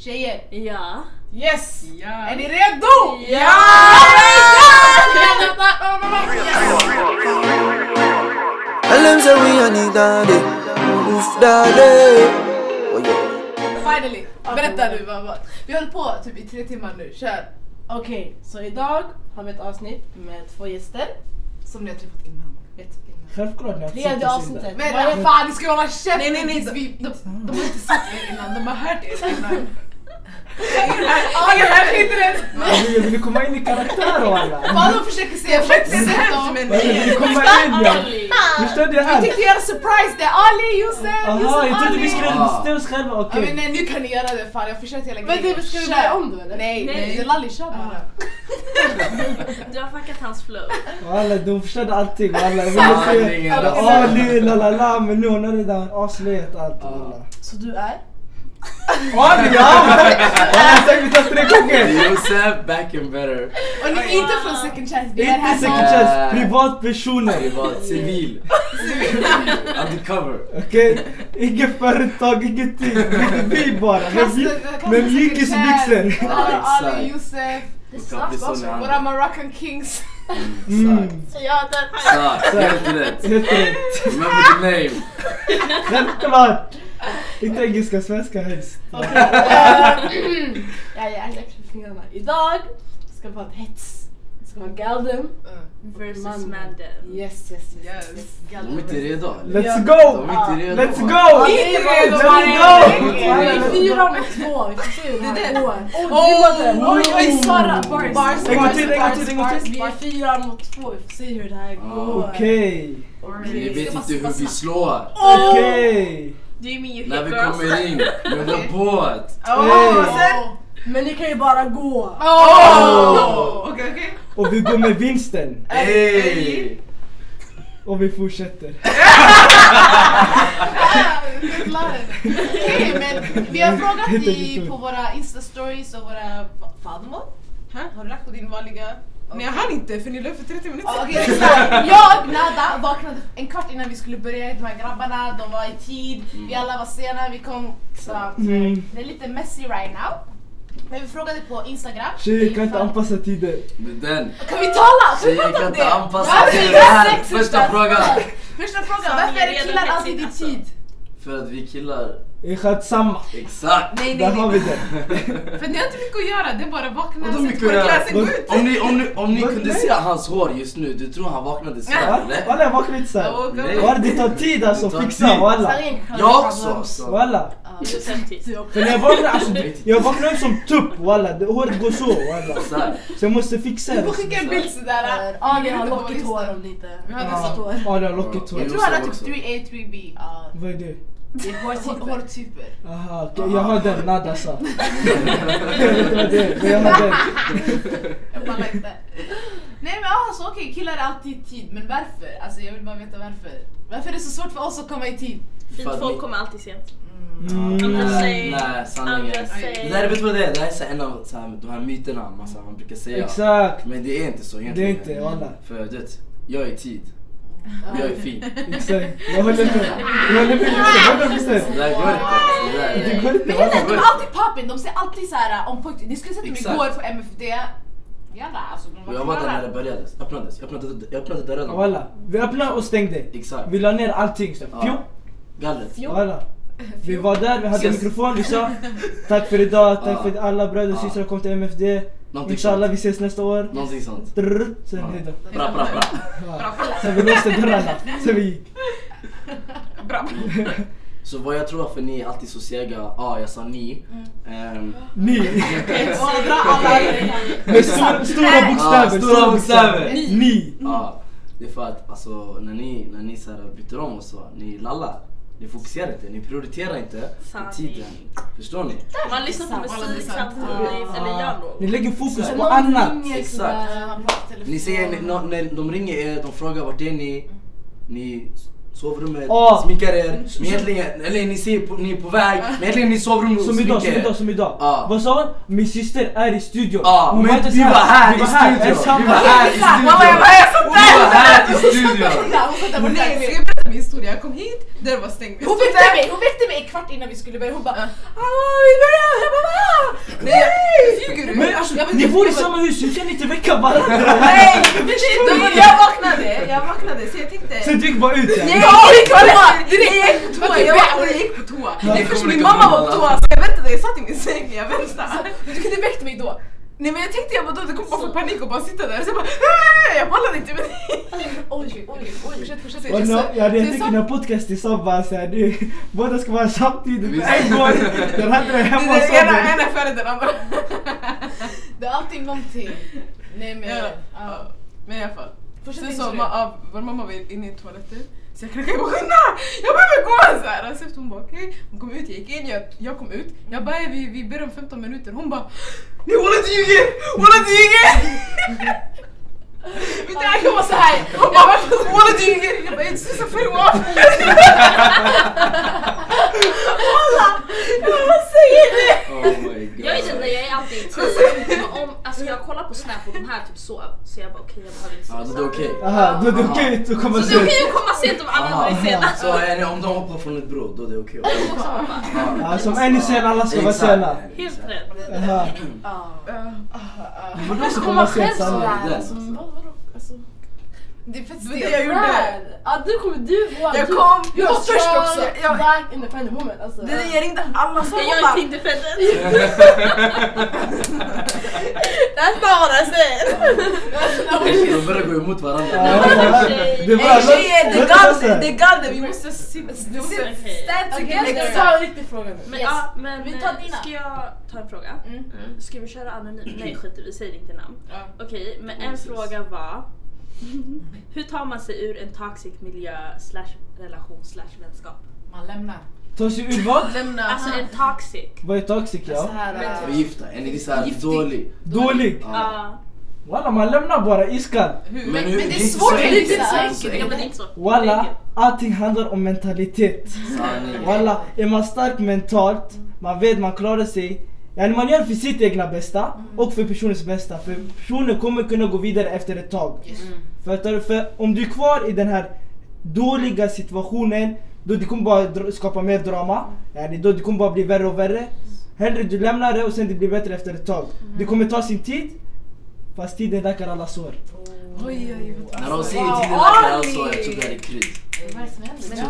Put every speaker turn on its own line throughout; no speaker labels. Tjejer,
Ja.
yes!
Ja.
Är ni redo?
Ja!
Tell them say we a need daddy, oof daddy. Oh yeah.
Finally! Berätta nu vad vad- Vi höll på typ i tre timmar nu, kör!
Okej,
Så idag har vi ett avsnitt med två gäster.
som ni har träffat innan.
Vet-
Självklart ni har
Tredje
sett oss innan.
avsnittet.
Men
Vad är-
vad fan, ni ska hålla käften
Nej, nej, nej,
tills vi...
de, de har inte sett er innan, de har hört er innan.
Ja, jag hörde inte det!
Alltså, Jag ville komma in i karaktär walla.
Fan, de försöker se, jag försökte se dem! Men
Jag ville komma in ja. Förstår du
jag
allt?
tänkte göra surprise, det är Ali, Josef,
Jaha, jag
Josef,
trodde
Ali!
vi skulle bestämma oss själva,
Ja, men
okej.
nej, nu kan ni göra det fan, jag har försökt hela
Men
grejen.
det, ska vi
Kör.
börja om då Ah. eller?
Nej,
Nej.
nej, Lalli kör bara.
Du har fuckat hans flow.
Walla de förstörde allting walla. Jag ville se
Ja,
det var Ali, Oh, la la la men nu hon har redan avslöjat allt walla.
Så du är?
Ali ja! Walla säg vi tar tre gånger!
Josef, back and better.
Och ni är inte från second chance, det är
Inte
här
second
som...
chance, privatpersoner.
Privat, civil. Undercover.
Okej? Inget företag, ingenting. Vi bara. Med mj- med mjukisbyxor.
Lalli,
Ja,
Ali,
exakt.
Josef,
Det snabbt
våra Moroccan kings.
Mm.
Jag dör.
Exakt, helt rätt.
Helt rätt.
Remember the name.
Självklart! Inte engelska, svenska helst.
Ja, jag är efter fingrarna. Idag ska vi ha ett hets. Det ska vara galden.
Versus Madden.
Yes, yes, yes. yes.
Yes.
De är inte redo.
Let's
De
go!
är inte redo.
Let's go!
Vi är inte redo, Maria.
Let's
Vi är
go!
fyra mot två. Vi får se hur det
Det är
här
det.
går.
Oh!
Oj, oj, Sara! Bars, bars,
En gång till, en gång
bars,
till, en gång
bars.
till.
Vi är fyra mot två. Vi får se hur det här går.
Ah, Okej,
Ni vet inte hur vi slår.
okej.
Do you mean you
När
hit
vi
girls?
kommer in med vår båt.
Hey.
Men ni kan ju bara gå.
Åh! Okej okej.
Och vi går med vinsten.
Ey!
Och vi fortsätter.
Okej, men vi har frågat
Helt
i,
enkelt.
på våra Insta-stories och våra... Fan vad? Har du lagt på din vanliga...
Nej jag hann inte för ni löp för 30 minuter
Ja, Okej, lyssna. jag, Nada, vaknade en kvart innan vi skulle börja. De här grabbarna, de var i tid. Vi alla var sena, vi kom snabbt.
Mm.
Det är lite messy right now. Men vi frågade på Instagram.
Tjejer kan inte anpassa tider.
Med den.
Kan vi tala? Kan vi
Tjejer
prata
kan
om
inte
det?
anpassa
Varför
sig
är
till
det
det här.
sex
Första
utan
frågan.
sex? Första frågan,
Som
varför är det
redan
killar
hetsigt,
alltid i
alltså.
tid?
För att vi killar,
Jag sköt samma.
exakt.
Nej
Där
nej
har
nej.
vi den.
För ni har inte mycket att göra, det är bara vakna.
Vadå mycket att
Klä sig,
göra?
gå ut.
Om ni, om ni, om ni
Vad-
kunde
nej.
se hans hår just nu, du tror han vaknade
Va?
snabbt eller?
Walla jag vaknade inte
Oh.
såhär.
Nej.
Walla det tar tid alltså
Det tar
att fixa
tid.
walla.
Jag också! alltså.
Walla.
Josef Tis.
För när jag vaknar alltså, jag vaknar upp som tupp walla. Det- Håret går så walla.
Så här.
Så jag måste fixa
Du
det. alltså.
får skicka en bild sådär.
Ali har lockigt hår om ni inte
Vi har
Ja,
nästa år.
Ja, det har lockigt hår.
Jag tror han har typ 3A, 3B. Ja,
Vad är det?
det är typ. hår- hårtyper.
Aha, okej, jag har den, nada sa. Jag vet inte vad det är, men jag har den.
Jag pallar inte. Nej men alltså okej, killar är alltid i tid. Men varför? Alltså jag vill bara veta varför. Varför är det så svårt för oss att komma i tid?
Fint
Fan,
folk
ni-
kommer alltid sent.
Mm.
Andra
Nej,
säger...
nej,
Andra
sanningen. Det där,
säger...
vet du vad det är? Det här är så här en av så här, de här myterna man, så här, man brukar säga.
Exakt,
Men det är inte så
det är
egentligen.
inte, walla.
För du vet, jag är i tid. Jag är fin.
Exakt, jag håller med. Jag håller med hundra
Det
procent.
där går inte. Det där.
Det går inte,
Men det, de är
walla.
alltid poppin, de ser alltid såhär on point. Ni skulle sett dem
Exakt.
igår på MFD. Jalla alltså. de
Och jag var där när
klara.
det började. Öppnades. Jag öppnade, jag öppnade dörrarna.
Walla, vi öppnade och stängde.
Exakt.
Vi la ner allting. så
Ja.
Fjom,
Gallret.
walla. Vi var där, vi hade
Ses.
mikrofon, vi sa tack för idag, tack
Ja.
för att alla bröder och
Ja.
systrar kom till MFD.
Ah. Någonting
Inshallah,
sånt.
vi ses nästa år.
Någonting sånt. Ah.
Drrr, Sen
Ja.
hejdå.
Bra, bra, bra.
Ja. Sen vi låste dörrarna, sen vi gick.
Bra.
Så vad jag tror varför ni är alltid så sega, ja ah, jag sa ni.
Mm.
Ehm,
Ni.
Ja, dra alla i-
Med stor, stora
ah,
bokstäver.
stora bokstäver!
Ni.
Mm.
Ja, det är för att alltså, när ni, när ni så här byter om och så, ni lallar. Ni fokuserar inte, ni prioriterar inte
Sanning.
tiden. Förstår ni?
Man lyssnar på
Sant.
musik samtidigt,
Ja.
eller gör något.
Ah. Ni lägger fokus
Exakt.
på annat.
ringer
Exakt.
sådär, han pratar i telefon.
Ni säger, ni, nå- när de ringer er, de frågar vart är ni?
Mm.
Ni s- sovrummet,
Ja.
sminkar er. Men egentligen, eller ni säger på, ni är på väg, men egentligen ni är i sovrummet och
Som
sminkar
idag, som
er.
idag, som idag.
Ja.
Vad sa hon? Min syster är i studion.
Ja,
Hon
Ah. men
inte
vi
så
var här
Vi
i
var här,
studion.
ensamma.
Vi var här i studion.
Mamma jag bara jag satt
Vi
där!
var här i
Hon
studion.
där, hon satt där
Nej,
borta.
jag ska berätta min historia. Jag kom hit, dörren var stängd.
Hon väckte mig, hon väckte mig en kvart innan vi skulle börja. Hon bara "Ah, vi börjar! Jag bara "Va?"
jag vet
alltså, Ni
inte,
bor i
jag vet-
samma hus, hur kan ni inte väcka varandra?
Nej! Då, jag vaknade, jag vaknade så jag tänkte...
Sen du gick bara ut
Nej,
igen.
jag gick på toa! Direkt jag gick på toa, jag vaknade jag gick på toa. Nej, först min mamma var på toa så jag väntade, jag satt i min säng, jag väntade. Du kunde väckt mig då. Nej men jag tänkte jag bara då, du kommer bara få panik och bara sitta där. Så jag bara, "Äh, jag pallade inte med dig.
Oj, oj, oj.
Fortsätt, fortsätt. Jag
Och nu,
sa-
jag hade
så
tänkt
sa-
kunna podcast tillsammans här nu. Båda ska vara samtidigt på
Visst.
en gång. Den hade den
Det
hemma hos
är ena,
mig.
ena före den andra.
Det är alltid någonting. Nej men.
Ja.
ja.
Men i alla fall.
Fortsätt
Sen
din
så
historia.
ma- ja, vår mamma var inne i toaletten så jag knackade på skynda! Jag behöver gå! Så här. Och så efter hon bara okej, hon kom ut, jag gick in, jag, jag kom ut. Jag bara "Eh, vi, vi ber om 15 minuter. Hon bara ni wallah du ljuger! Wallah du ljuger! Mitt öga var såhär, hon bara wallah du ljuger! Jag bara "Eh, sluta för wallah! Jag bara säger det!
Oh my god.
Jag vet inte, jag är alltid i tid. Men Om, alltså jag kollar på Snap och de här typ sov, så jag bara okej jag behöver inte
Ja,
sova.
då är det okej.
Aha, då är det okej ut och komma
Så det är
sent.
okej att komma sent om alla andra är sena.
Så är det, om de hoppar från ett bro, då är det okej.
Ja, som en är sen, alla ska vara sena.
Helt rätt.
Aha.
Men de ska
komma sent samma.
Mm,
samma.
vad- vadå? Alltså, det är fett
Det var det jag gjorde.
er Ja du kommer, du var...
Jag
du-
kom,
du
jag var först också.
Jag...
Jag-
Black independent woman alltså.
Det är- Jag ringde alla så
Jag
hon
är
bara
inte independent.
that's not what I said!
De börjar gå emot
Ah,
varandra.
Det är bra.
Ey tjejer, det är
Låt oss vara
galden,
sena.
det är galden, vi måste sit, sit,
Okej.
stand
Okej,
together!
jag tar en riktig fråga nu.
Men,
Yes.
ja, men
Vi tar
eh,
dina.
ska jag ta en fråga?
Mm.
Mm. Ska vi köra anonymt? Nej skit i, vi säger inte namn.
Ja.
Okej, men en
Precis.
fråga var hur tar man sig ur en toxic miljö slash relation slash vänskap?
Man lämnar.
Ta sig ur vad?
Lämna.
Alltså en toxic.
Vad är toxic
Så
ja?
här,
Men
äh,
Förgifta, är ni såhär
Giftig.
dålig?
Dålig.
Ja.
Ja.
Walla man lämnar bara iskall.
hur?
Men hur-
men det är
inte
svårt
så
att
enkelt.
hitta.
Det är
Ja, men det är inte så.
Walla, allting handlar om mentalitet.
Sanning.
Walla, är man stark mentalt, man vet man klarar sig. Yani man gör för sitt egna bästa och för personens bästa. För personen kommer kunna gå vidare efter ett tag.
mm.
För, att- för om du är kvar i den här dåliga situationen, då du kommer bara dra- skapa mer drama. Yani då du kommer bara bli värre och värre. Hellre du lämnar det och sen det blir bättre efter ett tag. Det kommer ta sin tid, fast tiden läker alla sår.
Oj oj oj.
När de
alltså.
säger
Wow, Ali!
till dig läkare alla sår, jag tror det här är krydd.
Vad är det som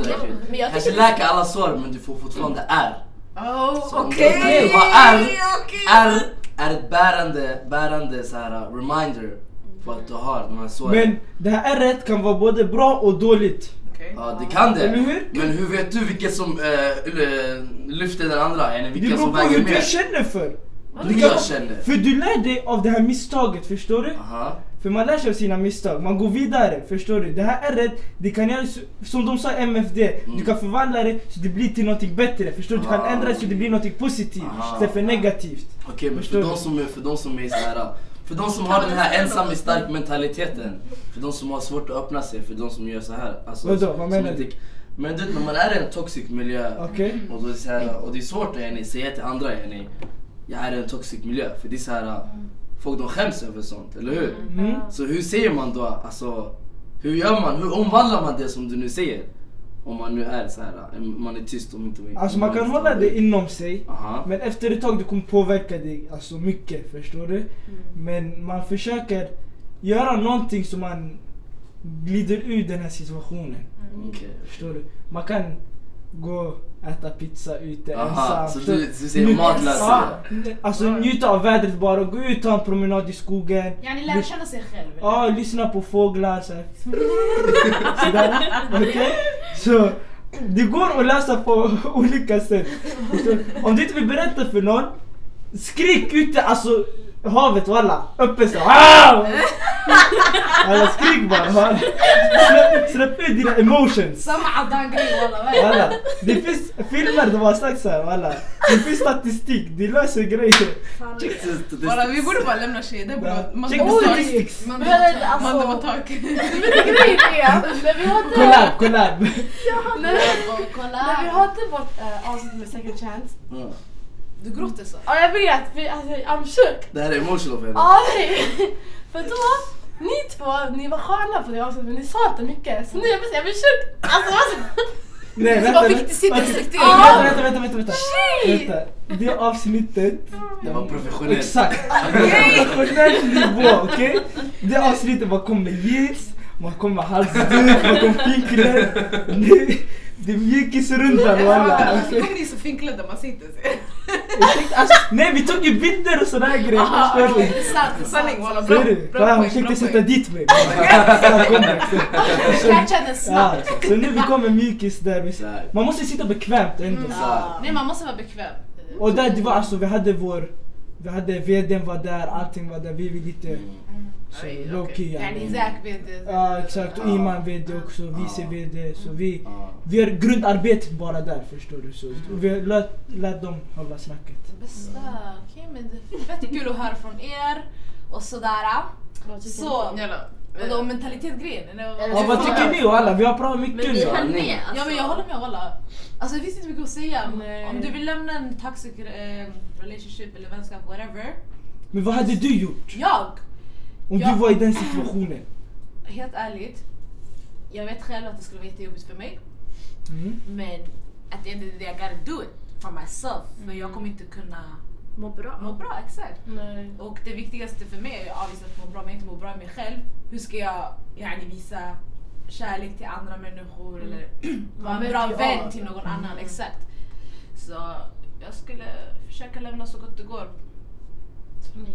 händer?
Jag tror det här är krydd.
Men jag
Kanske
tycker...
läker alla sår men du får fortfarande ärr.
Oh,
Så
Okej!
om du- Vad är-
okej.
Ärr är ett bärande, bärande så här, uh, reminder på att du har de här såren.
Men det här ärret kan vara både bra och dåligt.
Okej.
Ja det kan det.
Eller hur?
Men hur vet du vilket som eh, l- lyfter den andra? Eller
Det
vilka
beror
som
på hur
väger
du
mer?
känner för.
Du
kan-
jag känner.
För du lär dig av det här misstaget, förstår du?
Aha.
För man lär sig av sina misstag, man går vidare, förstår du? Det här ärret, det kan göra, s- som de sa MFD, du kan förvandla det så det blir till någonting bättre, förstår du? Du kan
Mm. Ah.
ändra det så det blir någonting positivt
Ah.
istället för negativt.
Okej men
Förstår
för
du?
de som är, för de som är så här, för de som har den här ensam är stark mentaliteten. För de som har svårt att öppna sig, för de som gör så här. Alltså,
Vadå?
som
Vad menar
inte-
du?
Men du vet när man är i en toxic miljö
Okej?
och, då är det så här, och det är svårt att yani, säga till andra yani, jag är i en toxic miljö. För det är så här, folk de skäms över sånt, eller hur?
Mm.
Så hur säger man då, alltså, hur gör man, hur omvandlar man det som du nu säger? Om man nu är så här, man är tyst om inte
Alltså man kan hålla det inom sig,
Aha.
men efter ett tag det kommer påverka dig alltså mycket, förstår du? Men man försöker göra någonting så man glider ur den här situationen.
Okej.
Förstår du? Man kan gå och äta pizza ute
Aha,
ensam.
så
förstår
du, du säger
Njut-
matlösa.
Ja, Alltså njuta av vädret bara, gå ut ta en promenad i skogen.
Ja, ni lär känna sig själv. eller?
Ja, lyssna på fåglar så här. Sådär, okej? Så det går att lösa på olika sätt. Förstår du? om du inte vill berätta för någon, skrik ute, alltså havet walla, öppet så här. Wow! Alla skrik bara. walla. Släpp, släpp ut dina emotions.
Samma Adan-grej walla. vad är det?
Alla. Det finns filmer där man har sagt såhär alla. Det finns statistik, det löser grejer.
Fan,
Bara, vi borde bara lämna tjejer, det borde vara... Man
Check the
måste vara tak.
statistics.
Man
Men alltså...
måste vara tak.
Grejen är att när vi hade...
Collab, collab.
När,
Och
när vi
kolla.
hade vårt eh, avsnitt med second chance.
Ja.
Du gråter så.
Ja jag vet, vi, alltså, I'm shook.
Det här är emotional för henne.
Ja, nej. För då, ni två, ni var sköna på det avsnittet men ni sa inte mycket. Så nu jag blir jag blir sjuk. Alltså, alltså.
Nej
Så
vänta.
man fick
vänta.
till sitt
Okej,
riktiga
Vänta,
jobb.
vänta, vänta, vänta, vänta. Vänta. Det avsnittet.
Det var professionellt.
Exakt. Professionell nivå, okej? Det avsnittet man kom med gis, man kom med halsduk, man kom finklädd. Nu, det är mjukisrundan walla.
Varför kommer ni så finklädda? Man ser inte ens er.
Jag tänkte, alltså, Nej vi tog ju bilder och sådana här grejer, förstår du?
Det är sant, det är sant.
Sanning walla, bra
Ser du?
bra
Ja, Hon
poäng, bra
försökte sätta
poäng.
dit mig. Så jag kom där.
Jag catchade den
Ja,
snabbt.
så nu vi kommer mjukis där. vi-
Exakt.
Man måste sitta bekvämt ändå.
Mm.
Så-
Nej man måste vara bekväm.
Och där det var alltså, vi hade vår, vi hade vdn var där, allting var där, vi var lite
Mm.
så
Oj,
low
okej.
key. ja.
Yani Zack vet det.
Ja exakt, och Iman vd också, vice
Ja.
vd. Så vi,
Ja.
vi gör grundarbetet bara där förstår du. Så vi lät, lät dem hålla snacket.
Bästa, okej men det är fett kul att höra från er och sådär.
alltså,
Så,
Jalla.
vadå mentalitetgrejen? eller
Ja, vad tycker ni alla? Vi har pratat mycket
Men
nu.
vi
ja.
höll
nej.
med alltså.
Ja men jag håller med walla. Alltså det finns inte mycket att säga.
Nej.
Om du vill lämna en toxic eh, relationship eller vänskap, whatever.
Men vad hade du gjort?
Jag,
Om
Ja.
du var i den situationen?
helt ärligt, jag vet själv att det skulle vara jättejobbigt för mig.
Mm.
Men at the end of the day I gotta do it for myself. Men
Mm.
jag kommer inte kunna
Må bra.
må bra, exakt.
Nej.
Och det viktigaste för mig är ju obviously att må bra, men inte må bra i mig själv. Hur ska jag yani, visa kärlek till andra människor eller
Mm.
vara en
vet
bra
ju
vän
av.
till någon annan? Exakt. Så jag skulle försöka lämna så gott det går.
Mm.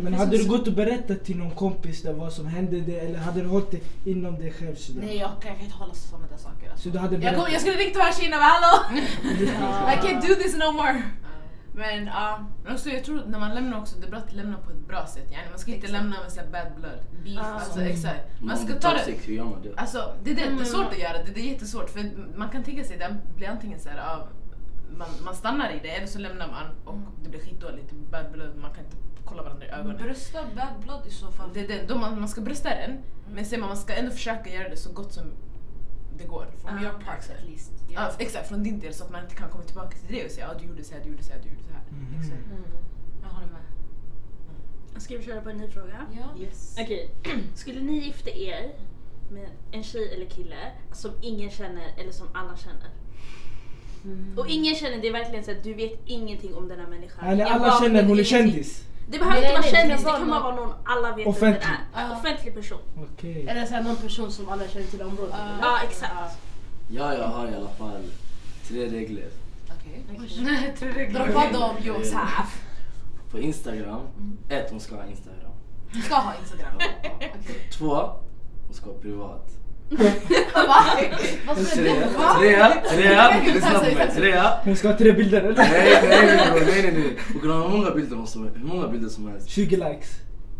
Men hade du gått och berättat till någon kompis där vad som hände dig eller hade du hållit det inom dig själv sådär?
Nej jag kan, jag kan inte hålla sådana där saker. Alltså.
Så du hade
Jag,
berättat?
kommer, jag skulle ringt de här tjejerna, men hallå! I can't do this no more! Men ja,
Men också, jag tror när man lämnar också, det är bra att lämna på ett bra sätt. Yani. Man ska inte
Exakt.
lämna med så här bad blood.
beef alltså.
Alltså, exakt. Man
Om
ska
du
ta
tar
det...
sex, hur gör man det?
Alltså, det, är det, det är svårt att göra, det, det är jättesvårt. För man kan tänka sig det blir antingen så här, ja, man, man stannar i det eller så lämnar man och det blir skitdåligt. Det blir bad blood, man kan inte kolla varandra i ögonen.
Brösta bad blood i så fall.
Det är det, då man, man ska brösta den, men sen man, man ska ändå försöka göra det så gott som det går. From your part.
at least.
Ja, exakt, från din del så att man inte kan komma tillbaka till det och säga ah, du gjorde så här, du gjorde så här, du gjorde så här.
Mm.
Jag håller med.
Ska vi köra på en ny fråga?
Ja.
Yes.
Okej. Skulle ni gifta er med en tjej eller kille som ingen känner eller som alla känner? Och ingen känner, det är verkligen så att du vet ingenting om den här människan.
Eller
Jag
alla
bara
känner
vet
hon är
ingenting.
kändis?
Det behöver
Nej,
inte vara
nej, det kan
kändis, det
vara
kan bara vara någon alla vet
Offentlig.
vem den är.
Ja.
Offentlig person.
Okej.
Eller såhär någon person som alla känner till området.
Ah,
Ja.
eller?
Ja, exakt.
Ja, jag har i alla fall tre regler.
Okej.
Nej, tre regler.
Dra på dem Josef.
På Instagram,
Mm.
ett, hon ska ha Instagram.
Du ska ha Instagram.
Två, hon ska ha privat.
Vad ska
Tre,
du ha?
trea, trea, lyssna på
Alltså,
mig. Trea.
Hon ska ha tre bilder eller?
Nej, nej, nej, nej, nej, nej, nej. Hon kan ha hur många bilder hon som- hur många bilder som helst.
20 likes.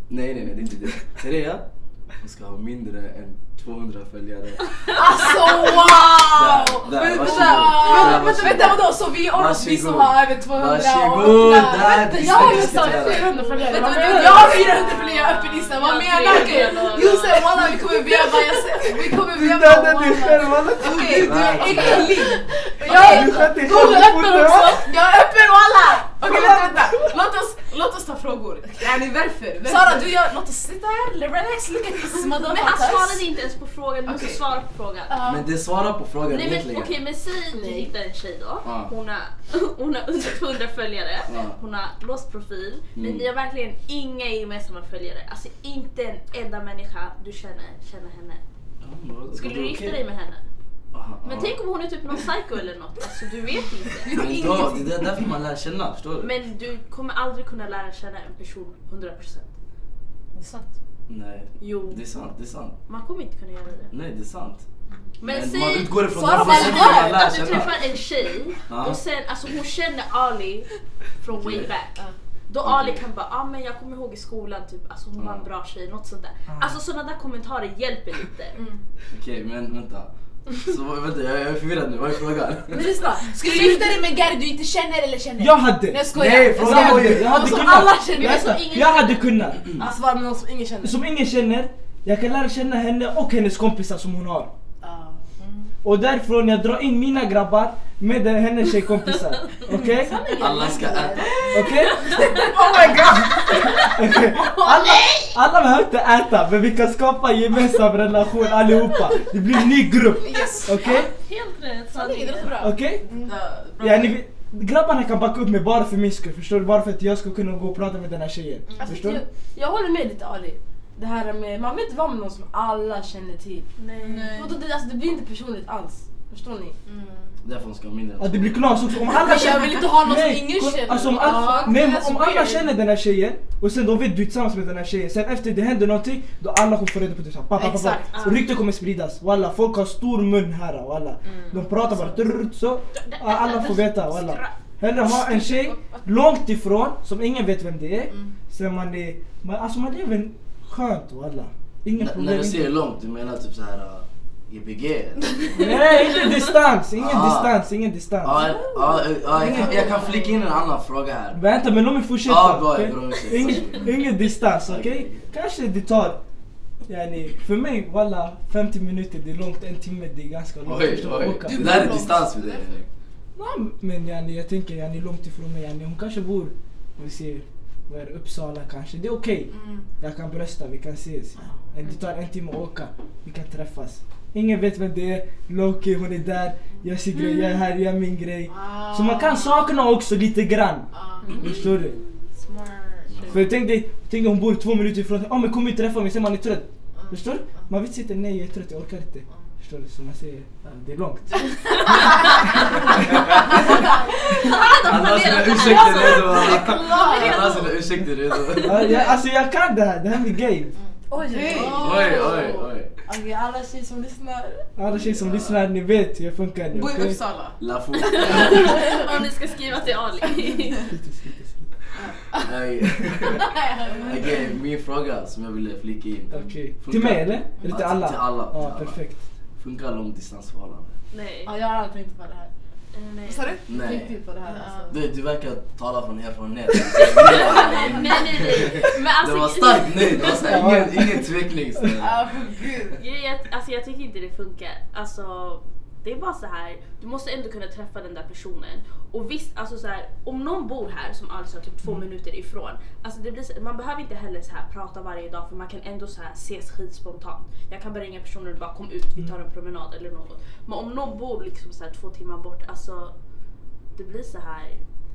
Nej, nej, nej, det är inte det. Trea, hon ska ha mindre än 200 följare.
Alltså wow!
Där, där,
Vänta,
varsågod.
vänta,
Där,
vänta,
varsågod.
vänta vadå? Så vi är vi som
Varsågod.
har över 200
Varsågod, där,
Vänta,
vi
jag
ska
har just
diskutera.
sagt 400
följare.
Vänta,
Vad
vänta,
menar
jag har
du?
400 följare, jag har öppen lista. Vad
Ja,
menar du?
300.
Josef walla vi kommer veva, jag ser- vi kommer
Du
veva.
dödade dig
walla.
själv walla!
Okej, du är
Verkligen.
äcklig.
Du sköt dig själv i foten walla!
Jag är öppen walla!
Okej, vänta, vänta. Låt oss, låt oss ta frågor. Yani varför? varför?
Sara du gör, låt oss sitta här, relax, look at this
Men han svarade
motherfuckers.
inte ens på frågan, du måste
Okej.
svara på frågan.
Men det svarar på frågan
Nej men okej
egentligen.
men säg du hittar en tjej då,
Ja.
hon, har, hon har under 200 följare,
Ja.
hon har låst profil, men
Mm.
ni har verkligen inga gemensamma följare. Alltså inte en enda människa du känner känner henne. Skulle du gifta dig med henne? Men tänk om hon är typ någon psycho eller något, alltså du vet inte.
Men då, det är därför man lär känna, förstår du?
Men du kommer aldrig kunna lära känna en person 100%.
Nej,
Jo,
det är sant, det är sant.
man kommer inte kunna göra det.
Nej, det är sant.
Men,
man
säg
utgår ifrån
svara
den
på
personen
vad
man lär
att Alltså, du
känna.
träffar en tjej
Ja.
och sen, alltså hon känner Ali från way
Okej.
back. Då
Okej.
Ali kan bara, ah, men jag kommer ihåg i skolan, typ, alltså hon var en
Ja.
bra tjej, något sånt där. Alltså sådana där kommentarer hjälper lite.
Mm. Okej, men vänta. Så vad- vänta, jag jag är förvirrad nu. Vad är frågan?
Lyssna, skulle du gifta dig med Gary du inte känner eller känner?
Jag
Nej
hade!
jag skojar.
Nej,
Jag
fråga
skojar.
var ju-
Jag hade
Som alla
kunnat!
känner.
Vänta,
Som ingen
jag hade kunnat!
Alltså vara med någon som ingen känner.
Ah, mm.
Som ingen känner, jag kan lära känna henne och hennes kompisar som hon har. Och därifrån jag drar in mina grabbar med den- hennes tjejkompisar. Okej?
Alla ska äta.
Okej? Oh my god! alla, alla behöver inte äta men vi kan skapa en gemensam relation allihopa. Det blir en ny grupp.
Yes!
Okej?
Helt rätt.
Sanningen, det låter
sanningen.
bra.
Okej?
Mm.
Ja, bra.
Ja, ni, vet- grabbarna kan backa upp mig bara för min skull. Förstår du? Bara för att jag ska kunna gå och prata med den här tjejen.
Alltså,
Förstår du?
jag-
Jag håller med lite Ali. Det här med, man vill inte vara med någon som alla känner till.
Nej.
Och då, det, alltså, det blir inte personligt alls. Förstår ni?
Därför hon ska ha mindre än
Ja, det
två.
blir knas också. Om alla
Jag
känner...
vill inte ha någon som
Nej,
ingen
kolla,
känner.
Alltså om, alla,
Ja,
nej,
det
men
är så
om alla
weird.
känner den här tjejen och sen de vet du är tillsammans med den här tjejen. Sen efter det händer någonting då alla kommer få reda på det. Så här, Pappa, pappa.
Exakt,
Och ryktet kommer spridas. Walla, folk har stor mun här. Walla.
Mm.
De pratar bara trrrt, så. Ja, Alla får veta. Walla. Hellre ha en tjej långt ifrån som ingen vet vem det är.
Mm.
Sen man är... Man, alltså man lever skönt walla. Inga
N- När
problem.
du
inga-
säger långt, du menar typ så här uh, IBG?
Nej, inte distans. Ingen
Ah.
distans. Ingen distans.
Ja, ja, ja, ja, jag kan- jag kan flika in en annan fråga här.
Vänta men låt mig fortsätta.
Ja, bra,
okej?
bra, ursäkta.
ingen, ingen distans, okej? Kanske det tar, yani, för mig walla 50 minuter det är långt, en timme det är ganska långt.
Oj,
förstår du?
oj.
Åka.
Det där är distans för dig.
Ja, men yani, jag tänker yani, långt ifrån mig, yani, hon kanske bor, vi ser, vad är det, Uppsala kanske. Det är okej.
Mm.
Jag kan brösta, vi kan ses.
Mm.
Men Det tar en timme att åka, vi kan träffas. Ingen vet vem det är, Loki hon är där, jag ser grej, jag är här, jag gör min grej. Så man
Mm.
kan sakna också lite grann. Förstår du? För jag tänkte, tänk hon bor två minuter ifrån. Ja men kom hit träffa mig, sen man är trött. Förstår du? Man vet inte, nej jag är trött, jag orkar inte. Förstår du? Så man säger, "Ja, det är långt.
Ah,
Alla sina ursäkter redo. Alla sina ursäkter redo.
Ja, jag, alltså jag kan det här, det här är game.
Oj,
Oj, oj, oj.
Okej, alla tjejer som lyssnar.
Alla tjejer som lyssnar, ni vet hur jag funkar nu.
Bo i
okej?
Uppsala.
Lafo.
Om ni ska skriva till Ali.
Okej, Okej, min fråga som jag ville flika in.
Okej.
Funkar-
Till mig eller? Eller till
Ja,
alla?
Till alla. till
Ja,
alla.
perfekt.
Funkar långdistansförhållande?
Nej.
Ja, jag har aldrig tänkt på det här.
Nej.
Vad sa du?
Jag tänkte
Nej.
ju på det här alltså.
Du, du verkar tala från erfarenhet.
Nej, nej, nej. Men alltså,
Det var starkt nej, det var så här,
Ja.
ingen, ingen tvekning. så här.
Ja, för gud.
Grejen är att- alltså jag tycker inte det funkar. Alltså, det är bara så här. du måste ändå kunna träffa den där personen. Och visst, alltså så här, om någon bor här som alltså är typ två
Mm.
minuter ifrån. Alltså det blir, så- man behöver inte heller så här prata varje dag för man kan ändå så här ses skitspontant. Jag kan bara ringa personer och bara kom ut, vi tar
Mm.
en promenad eller något. Men om någon bor liksom så här två timmar bort, alltså det blir så här.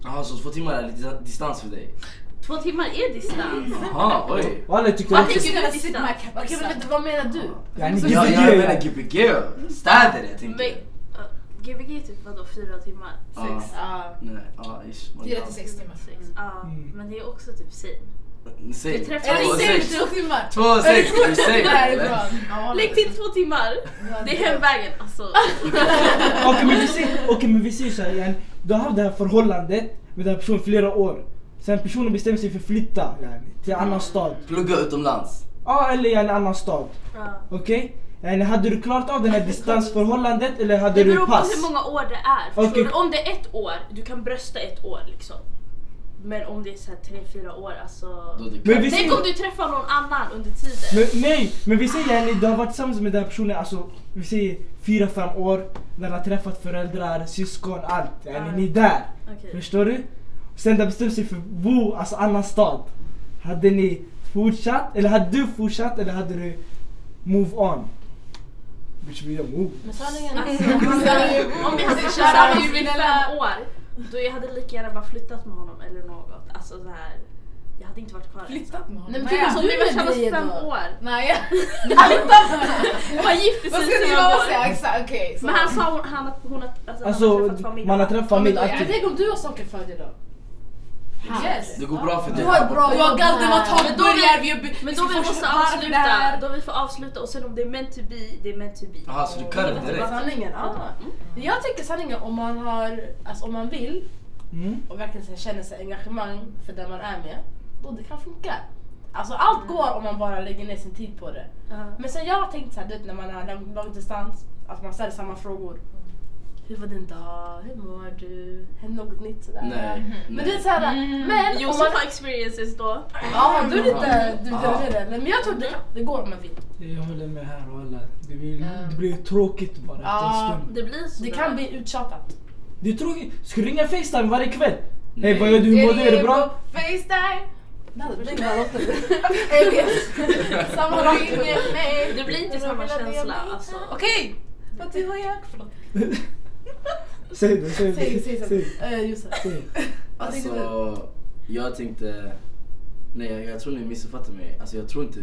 Jaha, så två timmar är lite distans för dig?
Två timmar är distans.
Jaha, oj.
Walla tycker
Vad
också...
tycker du är
Sitt med
distans?
kappa. Okej, men vänta, vad menar du?
Ja, ni
Jag, jag
GBG,
menar GBG, städer jag
Men,
tänker.
uh, GBG är typ vadå, fyra timmar?
Ja.
Sex?
Ja,
Nej, ja ish. man
Fyra
kan-
till sex timmar.
Sex. Ja,
Mm.
men det är också typ same.
Säg.
Du träffar-
Eller
Två
vi
och
säger
sex.
två timmar.
Två och sex, du säger.
Härifrån. Ja,
Lägg till två timmar! Det är hemvägen alltså.
Okej men vi säger, okay, men vi säger så här, yani, du har haft det här förhållandet med den här personen flera år. Sen personen bestämmer sig för att flytta yani, till en annan stad.
Plugga utomlands.
Ja eller yani, en annan stad.
Ja.
Okej? Yani, hade du klarat av det här distansförhållandet eller hade
Det beror
du
på
pass?
hur många år det är.
Okej.
Förstår du? Om det är ett år, du kan brösta ett år liksom. Men om det är så här tre, fyra år alltså.
Då är det
Men vi-
Tänk om du träffar någon annan under tiden.
Men, nej, men vi säger yani, du har varit tillsammans med den här personen alltså, vi säger 4-5 år. När du har träffat föräldrar, syskon, allt. Yani, ni är där.
Okej.
Förstår du? Sen det bestämde sig för att bo, alltså annan stad. Hade ni fortsatt, eller hade du fortsatt eller hade du move on? Bitch vi gör move.
Men sanningen är... alltså,
Om vi hade
Kör
känt varandra
vi
i
mellan-
fem år, då jag hade lika gärna bara flyttat med honom eller något. Alltså så här. Jag hade inte varit kvar.
Flyttat med honom.
Nej, men
Nej,
typ
Alltså om
Du
vi var
är
tillsammans i
grejen
fem
då.
år.
Nej,
Man gifte
vad
sig
ska
i
ni
fem
bara säga?
år.
Exakt, okej. så.
Men han sa hon, han, att hon, att- alltså, han har
Alltså
träffat familj.
man har träffat familj
Ja, men då-
aktivt.
Tänk om du har sockerföljare då?
Yes.
Det går bra för dig.
Du har ett bra
här borta.
jobb. Galdermatalen
Men då vi-
börjar. Vi, vi,
Men
ska
då vi
fortsätta
måste
varv med det
avsluta,
här.
då vi får avsluta och sen om det är meant to be, det är meant to be.
Jaha, så du karv direkt?
Mm-hmm.
Sanningen, ja. Jag tycker sanningen om man har, alltså om man vill
Mm.
och verkligen så här känner sig engagemang för den man är med, då det kan funka. Alltså allt
Mm.
går om man bara lägger ner sin tid på det.
Ja.
Men sen jag har tänkt såhär, du vet när man är lång, långdistans, att man ställer samma frågor. Hur var din dag? Hur mår du? Hände något nytt sådär?
Nej.
Men det är såhär,
Mm.
men om
Josef
man...
har experiences då.
Ja, du är lite... Du
Mm.
Ah.
behöver det. Men jag tror det, det går om man vill.
Jag håller med här walla. Det blir,
Ja.
det blir tråkigt bara efter
Ja.
en stund.
Det blir så
Det
där.
kan bli uttjatat.
Det är tråkigt. Ska du ringa Facetime varje kväll? Hej vad gör du? Hur mår du? Är det bra?
Facetime!
Den här låten. Elias. Samma ring med mig.
Det blir inte
Jag
samma
vill att det är
känsla
mig.
alltså.
Okej! Vad du och jag... Förlåt.
Säg det, säg det.
Säg, säg, säg.
det,
Eh, Josef.
säg det.
Vad tänkte du?
Alltså, jag tänkte... Nej, jag, jag tror ni missuppfattar mig. Alltså, jag tror inte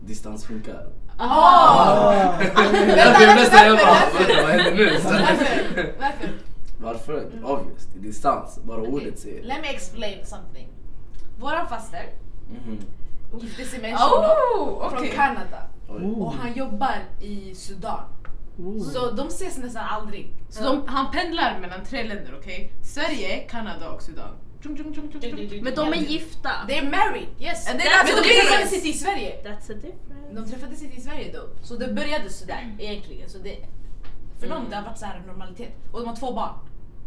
distans funkar.
Ah.
Jag blev nästan... Jag bara,
varför?
vänta, vad händer nu? Så här.
Varför? Varför?
Varför? Obvious. Det är distans. Bara ordet säger det.
Let me explain something. Våran faster
Mhm.
gifte sig med en shuno
Oh,
från
okej.
Kanada
Oj.
Oh.
och han jobbar i Sudan.
Oh.
Så de ses nästan aldrig.
Så de, han pendlar mellan tre länder, okej? Sverige, Kanada och Sudan. Tjung, tjung, tjung, tjung, tjung.
Men de är gifta.
They are married, yes!
And
And
they-
they,
that's
men
what
de
it is.
träffades inte i Sverige.
That's a difference.
De träffades inte i Sverige då. Så det började sådär egentligen. Så det, för dem det har varit så här en normalitet. Och de har två barn.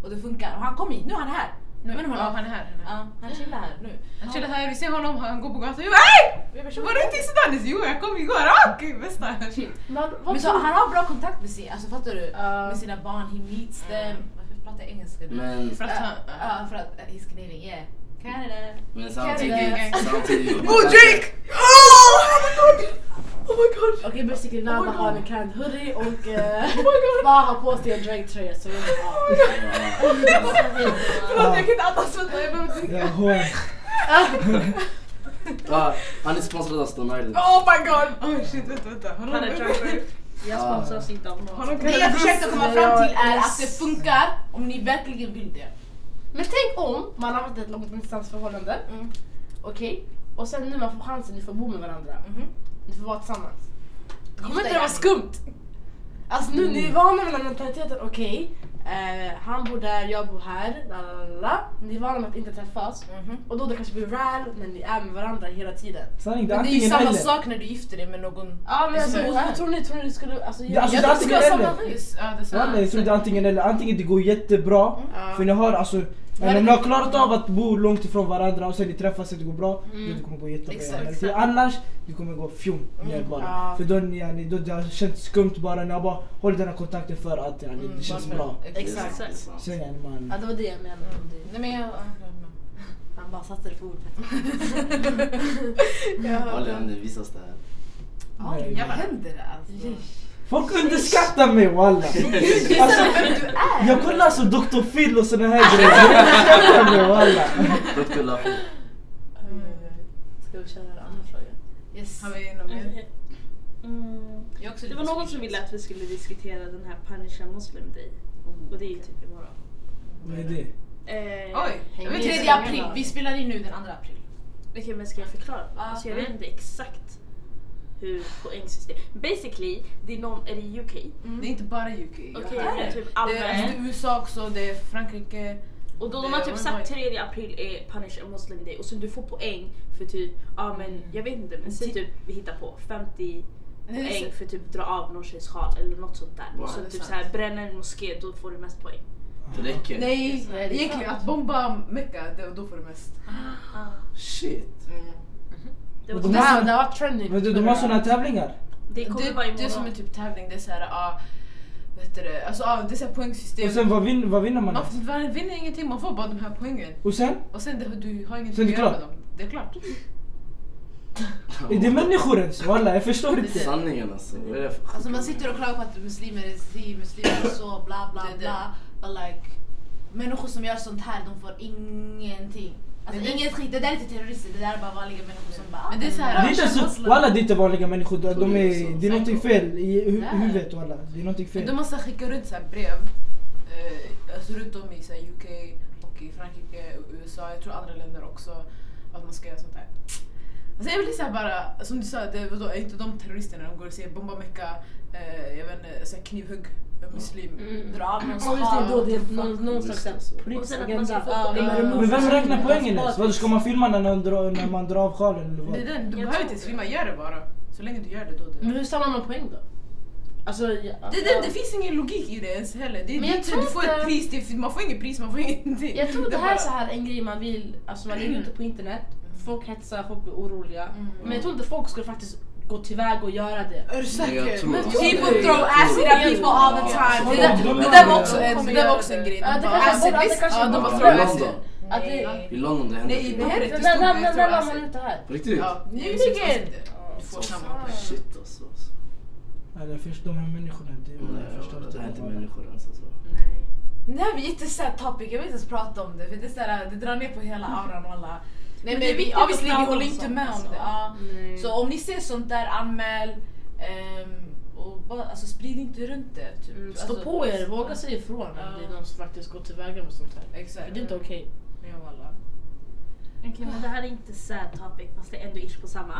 Och det funkar. Och han kom hit, nu är han här.
Nu,
Men
ja,
hon-
han är här. Han är här.
Ja, han chillar här nu.
Han chillar Alltså, här, vi ser honom, han går på gatan. Vi bara hej!
Vi bara,
Var du inte i Sudan? Jo, jag kom igår. Ah, Okej, bästa.
Men
Men
vad
så,
tror
han har bra kontakt med sin, alltså fattar du?
Ja.
Med sina barn, he meets them. Varför pratar jag engelska nu?
Men,
För att
Ja,
han...
ja, för att uh, he's Canadian, yeah. Canada.
men
Kan
samtidigt...
du-
samtidigt
Oh, Jake! Oh, oh my god!
Okej basically
Oh
Nada
my
har
God.
en Canned hoodie och eh, Farah har på sig en Drake-tröja så ja.
Förlåt, jag kan inte andas.
Alltså,
Vänta, jag
oh
behöver dricka.
Jag har hår.
Ja, han är sponsrad av Stone Island.
Oh my god! Oh shit, vänta, vänta. Har
Han är
de-
trumper. Jag sponsras inte av
har
någon.
de
Det jag försökte komma fram till är att det
Yes.
funkar om ni verkligen vill det.
Men tänk om man har haft ett långdistansförhållande,
Mm.
okej? Och sen nu man får chansen, ni får bo med varandra.
Mhm.
Ni får vara tillsammans. Kommer
Gifta
inte det vara
igen.
skumt? Alltså nu, ni är vana med den här mentaliteten, okej. eh, han bor där, jag bor här, la la la la. Ni är vana med att inte träffas.
Mhm.
Och då det kanske blir väl när ni är med varandra hela tiden.
Sanning, det är
Men det är ju
antingen
samma
eller.
sak när du gifter dig med någon.
Ja men alltså,
Så-
vad tror ni? Tror ni det skulle... Alltså,
Ja, alltså,
jag
det
tror det skulle vara
antingen
samma
eller.
skit.
Ja, det är sant.
Walla, jag tror det är antingen eller. Antingen det går jättebra,
Mm.
för ni har alltså men om ni har klarat av att bo långt ifrån varandra och sen ni träffas och det går bra, då det kommer gå jättebra.
Mm. Exakt, Mm.
Men
exakt.
Annars, det kommer gå fjum ner bara.
ja.
För då, yani, då det har känts skumt bara, ni har bara hållit den här kontakten för att yani, det känns
Mm, Varför?
bra.
Eh,
Exakt.
Det är sant.
Sen yani, man...
Ja det var det jag menade. om det.
Nej men jag... ja,
Han bara satte det på ordet. Mm.
Olli, han Ah, visas det här.
Ja,
Nej,
jag
nej.
bara, händer det alltså?
Folk underskattar mig walla! Alltså, jag kollar så Dr Phil och såna här grejer, de underskattar mig walla!
Dr. Laffy.
Ska vi köra en annan fråga?
Yes.
Har vi någon mer?
Mm.
Jag är också
Det
lite
var någon
sweet.
som ville att vi skulle diskutera den här Punisha Muslim Day. Och det är ju typ imorgon.
Vad är det?
Eh,
Oj, jag vet inte.
3 april, vi spelar in nu den 2 april.
Okej men ska jag förklara?
Ja.
Alltså jag vet
Mm.
inte exakt hur poängsystem... Basically, det är någon... Är det UK?
Det är inte bara UK.
Okej,
jag
men
hör.
typ
Det är, alltså, det
allmänt.
är USA också, det är Frankrike.
Och då
det
de har
är-
typ
oj,
sagt
oj.
3 april är Punish a Muslim Day och så du får poäng för typ, ja men jag vet inte men säg typ vi hittar på 50
Mm. Nej, det är
poäng för typ dra av någon tjejs sjal eller något sånt där.
Wow.
och så
Det är
typ
sant.
såhär bränna en moské, då får du mest poäng.
Det räcker.
Nej,
det är
egentligen att bomba Mecka, det- då får du mest.
Ah.
Shit.
Det, var
Och de
det,
har-
Det var trending.
Men du, de har såna här tävlingar?
det kommer
Det,
vara
det är som en
imorgon.
typ tävling, det är såhär, ja, vad heter det, alltså ja, det är såhär poängsystem.
Och sen vad vinner, vad vinner man?
man, får- man vinner ingenting, man får bara de här poängen.
Och sen?
Och sen det, du har
Sen
ingenting
är
att
det
göra med
klart.
dem. Det är klart.
Är det människor ens? Walla jag förstår inte.
Sanningen alltså. Vad är det för
Alltså man sitter och klagar på att muslimer är si, muslimer är så, bla bla
Det är det.
bla. But like, människor som gör sånt här de får ingenting. Alltså
Men det-
inget skit, det där är inte terrorister, det där är bara vanliga människor som bara... ah,
Men det är så här,
Det är inte så, walla det är inte vanliga människor, de, de är, det är någonting fel i hu-
Nej.
huvudet walla. Det är någonting
Men
fel.
de måste skicka runt så här brev. Eh, alltså runt om i så här UK och i Frankrike och USA. Jag tror andra länder också. Att man ska göra sånt där. Alltså jag blir såhär bara, som du sa, det, vadå, är inte de terroristerna de går och säger bomba Mecka, eh, jag vet inte, så här knivhugg en muslim.
Mm.
Dra av någons
Ja just det, då det är
Mm.
hal.
någon, någon slags
Just det, så.
Och
politisk
sen att man ska
agenda.
få
Ja,
poäng. Alltså,
men-
Ah, Men vem räknar poängen ens?
Spotify.
Vadå, ska man filma när, man drar- när man drar av sjalen eller
Det är den,
vad?
du
Jag
behöver
tror
inte ens
det.
filma, gör det bara. Så länge du gör det då. Det.
Men hur samlar man poäng då? Alltså, ja,
Det, det, det finns ingen logik i det ens heller. Det,
Men jag
det,
tror
du får
inte-
ett pris, det, man får inget pris, man får ingenting.
Jag tror
Det
det
är
här är
bara-
så här en grej man
Mm.
vill, alltså man är ute på internet, folk hetsar, folk blir oroliga. Men jag tror inte folk skulle faktiskt gå tillväg och göra det.
Är du
Men jag
säker?
tror-
Men- typ
People throw ass at people all the time. Det där, det där var också en, det där var också en grej.
Ja, det
De bara,
kanske-
acid,
det
visst,
kanske-
ja, de
det
bara
I
kanske-
throw acid.
London.
Att det,
Nej.
I London det händer.
Nej, det händer
Men
inte.
när, när,
Storbritannien
när,
throw
när var man
acid.
inte här?
På riktigt?
Ja,
Nu
det är
ligger-
precis det. Du får samma
fan.
shit.
Shit alltså.
Eller först de här människorna, det är
Nej,
jag förstår
det här är inte
inte.
människor ens alltså.
Nej. Det här blir jättesett topic, jag vill inte ens prata om det för det, är så här, det drar ner på hela auran och alla. Nej men,
Mm. det är
vi,
viktigt
obviously
att prata
vi
om
håller inte
sånt,
med om
alltså.
det. Ja. Så om ni ser sånt där, anmäl. ehm, och bara, alltså, sprid inte runt det. Typ.
Mm, Stå
alltså,
på er, våga säga ifrån
Ja.
om det är någon som faktiskt går tillväga med sånt här.
Exakt.
För det är inte okej.
Ja, wallah.
Okej, men det här är inte sad topic fast det är ändå ish på samma.